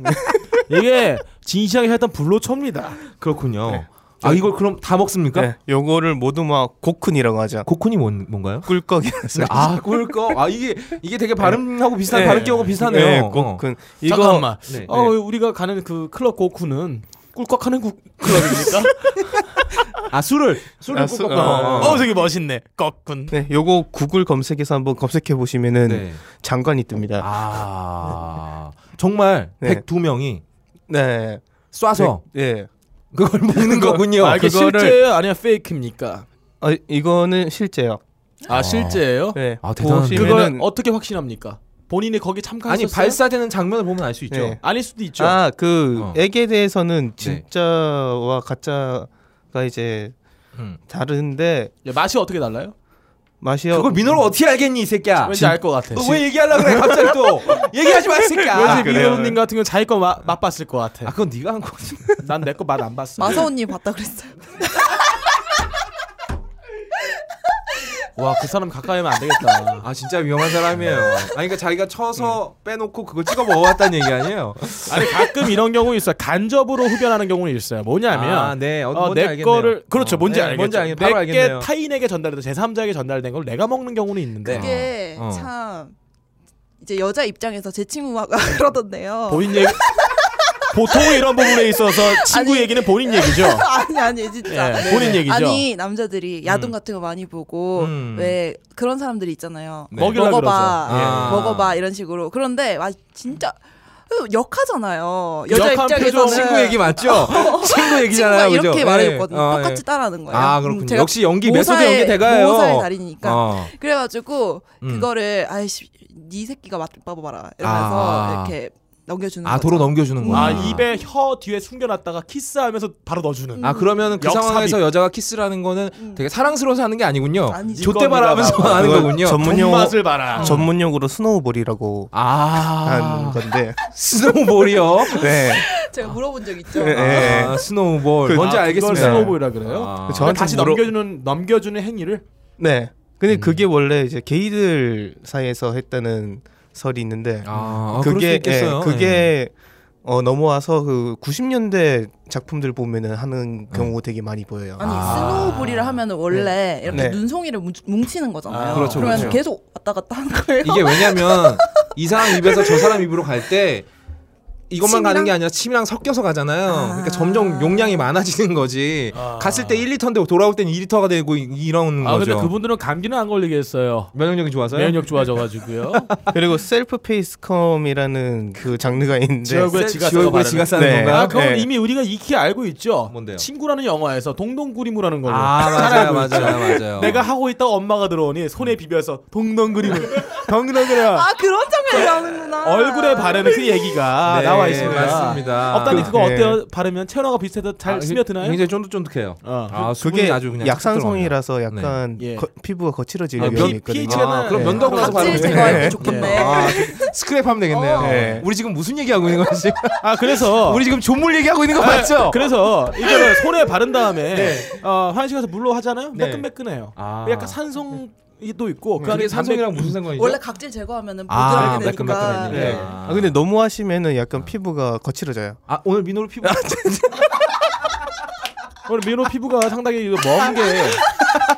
Speaker 2: 이게 진시황이 했던 불로초입니다.
Speaker 1: 그렇군요. 아 이걸 그럼 다 먹습니까?
Speaker 4: 네, 요거를 모두 모아 고쿤이라고 하죠.
Speaker 1: 코쿤이 뭔, 뭔가요?
Speaker 4: 꿀꺽이라서.
Speaker 1: 아 꿀꺽. 아 이게 이게 되게 발음하고 비슷한
Speaker 4: 네.
Speaker 1: 발음하고 비슷하네요.
Speaker 4: 네,
Speaker 1: 아, 어.
Speaker 4: 고쿤.
Speaker 2: 잠깐만.
Speaker 1: 네.
Speaker 2: 어, 우리가 가는 그 클럽 고쿠는 꿀꺽하는 국 클럽입니까?
Speaker 1: 아 술을 술을
Speaker 4: 아,
Speaker 1: 꼭
Speaker 4: 술,
Speaker 1: 꺾어.
Speaker 4: 어,
Speaker 2: 어 되게 멋있네. 꺽군.
Speaker 4: 네, 요거 구글 검색해서 한번 검색해 보시면은
Speaker 1: 네.
Speaker 4: 장관이 뜹니다.
Speaker 1: 아 정말
Speaker 4: 네.
Speaker 1: 102명이
Speaker 4: 네.
Speaker 1: 쏴서
Speaker 4: 예.
Speaker 1: 그걸 먹는 거군요.
Speaker 2: 아, 이게
Speaker 4: 그거를-
Speaker 2: 실제예요? 아니면 페이크입니까?
Speaker 4: 아, 이거는 실제요.
Speaker 2: 아,
Speaker 1: 아.
Speaker 2: 실제예요?
Speaker 4: 네.
Speaker 1: 아, 대단한데.
Speaker 2: 그걸
Speaker 4: 보시면은
Speaker 2: 어떻게 확신합니까? 본인이 거기
Speaker 1: 아니
Speaker 2: 참가했었어요?
Speaker 1: 발사되는 장면을 보면 알 수 있죠.
Speaker 4: 네.
Speaker 2: 아닐 수도 있죠.
Speaker 4: 아, 그
Speaker 1: 어.
Speaker 4: 액에 대해서는 진짜와 가짜가 이제
Speaker 1: 음.
Speaker 4: 다른데
Speaker 2: 야, 맛이 어떻게 달라요?
Speaker 4: 맛이요.
Speaker 1: 그걸 민호를 어떻게 알겠니 이 새끼야?
Speaker 2: 왠지 알 것
Speaker 3: 네,
Speaker 2: 같아.
Speaker 1: 어, 너왜 얘기하려고 그래 갑자기 또 얘기하지 마이 새끼야.
Speaker 2: 왠지 민호님 같은 경우 자기 거 마, 맛봤을 것 같아.
Speaker 1: 아 그건 네가 한 거지.
Speaker 2: 난 내 거 맛 안 봤어.
Speaker 3: 마사 언니 봤다 그랬어요.
Speaker 2: 와, 그 사람 가까이 하면 안 되겠다.
Speaker 1: 아 진짜 위험한 사람이에요. 아니 그러니까 자기가 쳐서 빼놓고 그걸 찍어 먹어왔다는 얘기 아니에요?
Speaker 2: 아니, 가끔 이런 경우 있어요. 간접으로 흡연하는 경우는 있어요. 뭐냐면
Speaker 1: 아, 네. 어,
Speaker 2: 어,
Speaker 1: 뭔지
Speaker 2: 내
Speaker 1: 알겠네요.
Speaker 2: 거를 그렇죠.
Speaker 1: 어,
Speaker 2: 뭔지
Speaker 1: 네,
Speaker 2: 알겠죠.
Speaker 1: 뭔지 알겠- 바로
Speaker 2: 내게
Speaker 1: 알겠네요.
Speaker 2: 타인에게 전달돼서 제3자에게 전달된 걸 내가 먹는 경우는
Speaker 1: 네.
Speaker 2: 있는데
Speaker 3: 이게
Speaker 1: 어.
Speaker 3: 참 이제 여자 입장에서 제 친구가 그러던데요.
Speaker 2: 본인 얘기 보통 이런 부분에 있어서 친구
Speaker 3: 아니.
Speaker 2: 얘기는 본인 얘기죠.
Speaker 3: 아니 아니 진짜.
Speaker 2: 예, 본인 얘기죠.
Speaker 3: 아니 남자들이 야동 같은 거 많이 보고
Speaker 1: 음.
Speaker 3: 왜 그런 사람들이 있잖아요.
Speaker 1: 네.
Speaker 2: 먹이라
Speaker 3: 먹어봐,
Speaker 2: 그러죠. 예.
Speaker 1: 아.
Speaker 3: 먹어봐 이런 식으로. 그런데 와 진짜 역하잖아요. 여자
Speaker 2: 역한 표정.
Speaker 3: 입장에서는
Speaker 1: 친구 얘기 맞죠? 친구
Speaker 3: 어, 친구가
Speaker 1: 얘기잖아요.
Speaker 3: 이렇게
Speaker 1: 그죠?
Speaker 3: 말해줬거든요.
Speaker 1: 예. 어, 예.
Speaker 3: 똑같이 따라하는 거예요.
Speaker 1: 아
Speaker 3: 음,
Speaker 1: 그렇군요.
Speaker 3: 제가
Speaker 1: 역시 연기 메소드
Speaker 3: 모사의-
Speaker 1: 연기 대가예요.
Speaker 3: 모사의 달인이니까.
Speaker 1: 어.
Speaker 3: 그래가지고
Speaker 1: 음.
Speaker 3: 그거를 아이씨 네 새끼가 맛봐봐라 이러면서
Speaker 1: 아.
Speaker 3: 이렇게 넘겨주는
Speaker 1: 아
Speaker 3: 거죠.
Speaker 1: 도로 넘겨주는
Speaker 3: 음.
Speaker 1: 거야.
Speaker 2: 아 입에 혀 뒤에 숨겨놨다가 키스하면서 바로 넣어주는.
Speaker 1: 아 그러면 그
Speaker 2: 역삽입.
Speaker 1: 상황에서 여자가 키스라는 거는 되게 사랑스러워서 하는 게 아니군요.
Speaker 3: 음. 아니죠.
Speaker 1: 좆대발하면서
Speaker 2: 이겁니다.
Speaker 1: 하는
Speaker 4: 그걸
Speaker 1: 거군요.
Speaker 4: 전문 용어
Speaker 2: 맛을 봐라.
Speaker 4: 전문 용어로 스노우볼이라고 한
Speaker 1: 아
Speaker 4: 건데.
Speaker 1: 스노우볼이요.
Speaker 4: 네.
Speaker 3: 제가 물어본 적 있죠.
Speaker 4: 예.
Speaker 1: 아, 스노우볼.
Speaker 4: 그-
Speaker 1: 뭔지
Speaker 2: 아,
Speaker 1: 알겠습니다.
Speaker 2: 그걸 스노우볼이라 그래요?
Speaker 1: 아.
Speaker 4: 저- 저한테
Speaker 2: 다시
Speaker 4: 물어-
Speaker 2: 넘겨주는 넘겨주는 행위를
Speaker 4: 네.
Speaker 1: 음.
Speaker 4: 근데 그게 원래 이제 게이들 사이에서 했다는 설이 있는데
Speaker 1: 아, 아, 그럴 수
Speaker 4: 그게
Speaker 1: 있겠어요.
Speaker 4: 예, 그게 어, 넘어와서 그 90년대 작품들 보면은 하는 경우 되게 많이 보여요.
Speaker 3: 아니
Speaker 1: 아.
Speaker 3: 스노우볼이라 하면은 원래 이렇게
Speaker 4: 네.
Speaker 3: 눈송이를 뭉- 뭉치는 거잖아요.
Speaker 2: 아,
Speaker 1: 그렇죠,
Speaker 3: 러면
Speaker 1: 그렇죠.
Speaker 3: 계속 왔다 갔다 하는 거예요.
Speaker 1: 이게 왜냐면 이 사람 입에서 저 사람 입으로 갈 때 이것만
Speaker 3: 침이랑?
Speaker 1: 가는 게 아니라 침이랑 섞여서 가잖아요. 그러니까 점점 용량이 많아지는 거지.
Speaker 2: 아.
Speaker 1: 갔을 때 1리터인데 돌아올 땐 2리터가 되고 이- 이런
Speaker 2: 아 근데
Speaker 1: 음, 거죠. 네?
Speaker 2: 그분들은 감기는 안 걸리겠어요.
Speaker 1: 면역력이 좋아서요.
Speaker 2: 면역 좋아져가지고요.
Speaker 4: 그리고 셀프 페이스컴이라는 그 장르가 있는데
Speaker 2: 지역을- 지역구에
Speaker 1: 셀-
Speaker 2: 지가
Speaker 1: 지역구에
Speaker 2: 써서
Speaker 1: 지가
Speaker 2: 바르는-
Speaker 1: 싸는
Speaker 4: 네.
Speaker 1: 건가요?
Speaker 2: 아 그건
Speaker 4: 네.
Speaker 2: 이미 우리가 익히 알고 있죠.
Speaker 1: 뭔데요?
Speaker 2: 친구라는 영화에서 동동구리무라는 걸로.
Speaker 1: 아 맞아요 맞아요 맞아요.
Speaker 2: 내가 하고 있다 가 엄마가 들어오니 손에 비벼서 동동그림을 덩그덩그려
Speaker 3: 아 그런 장면이
Speaker 1: 아.
Speaker 3: 나오는구나.
Speaker 2: 얼굴에 바르는 그 얘기가
Speaker 1: 네,
Speaker 2: 나와 있습니다.
Speaker 1: 맞습니다.
Speaker 2: 업다니 그거
Speaker 4: 네.
Speaker 2: 어때요? 바르면 체온과 비슷해서 잘
Speaker 1: 예. 아,
Speaker 2: 스며드나요?
Speaker 1: 굉장히 쫀득쫀득해요.
Speaker 2: 어.
Speaker 1: 아 수분이
Speaker 4: 그게
Speaker 1: 아주 그냥
Speaker 4: 약산성이라서 약간
Speaker 2: 네. 예.
Speaker 4: 거- 피부가 거칠어질
Speaker 1: 아,
Speaker 4: 위험이
Speaker 2: 피-
Speaker 4: 있거든요.
Speaker 2: pH 가
Speaker 1: 아, 그럼
Speaker 4: 예.
Speaker 1: 면도하고 나서 바로
Speaker 3: 각질 제거할 때 좋겠네.
Speaker 1: 아, 스크랩하면 되겠네요.
Speaker 3: 그 어.
Speaker 4: 네.
Speaker 1: 우리 지금 무슨 얘기하고 있는 거지?
Speaker 2: 아 그래서
Speaker 1: 우리 지금 존물 얘기하고 있는 거
Speaker 2: 아,
Speaker 1: 맞죠? 예. 네.
Speaker 2: 그래서 이거를 손에 바른 다음에 어, 화장실 가서 물로 하잖아요. 매끈매끈해요.
Speaker 1: 아. 음,
Speaker 2: 약간 산성도 있고 그 안에
Speaker 1: 그게
Speaker 2: 산성이랑
Speaker 1: 산성이랑 무슨 상관이죠?
Speaker 3: 어, 그러니까 원래 각질 제거하면은
Speaker 1: 아,
Speaker 3: 부드럽게 되니까.
Speaker 1: 매끈매끈해지네.
Speaker 4: 네.
Speaker 1: 아.
Speaker 4: 아 근데 너무 하시면은 약간 피부가 거칠어져요.
Speaker 1: 아 오늘 민호를 피부
Speaker 2: 오늘 민호 피부가 상당히 먼게
Speaker 3: 네.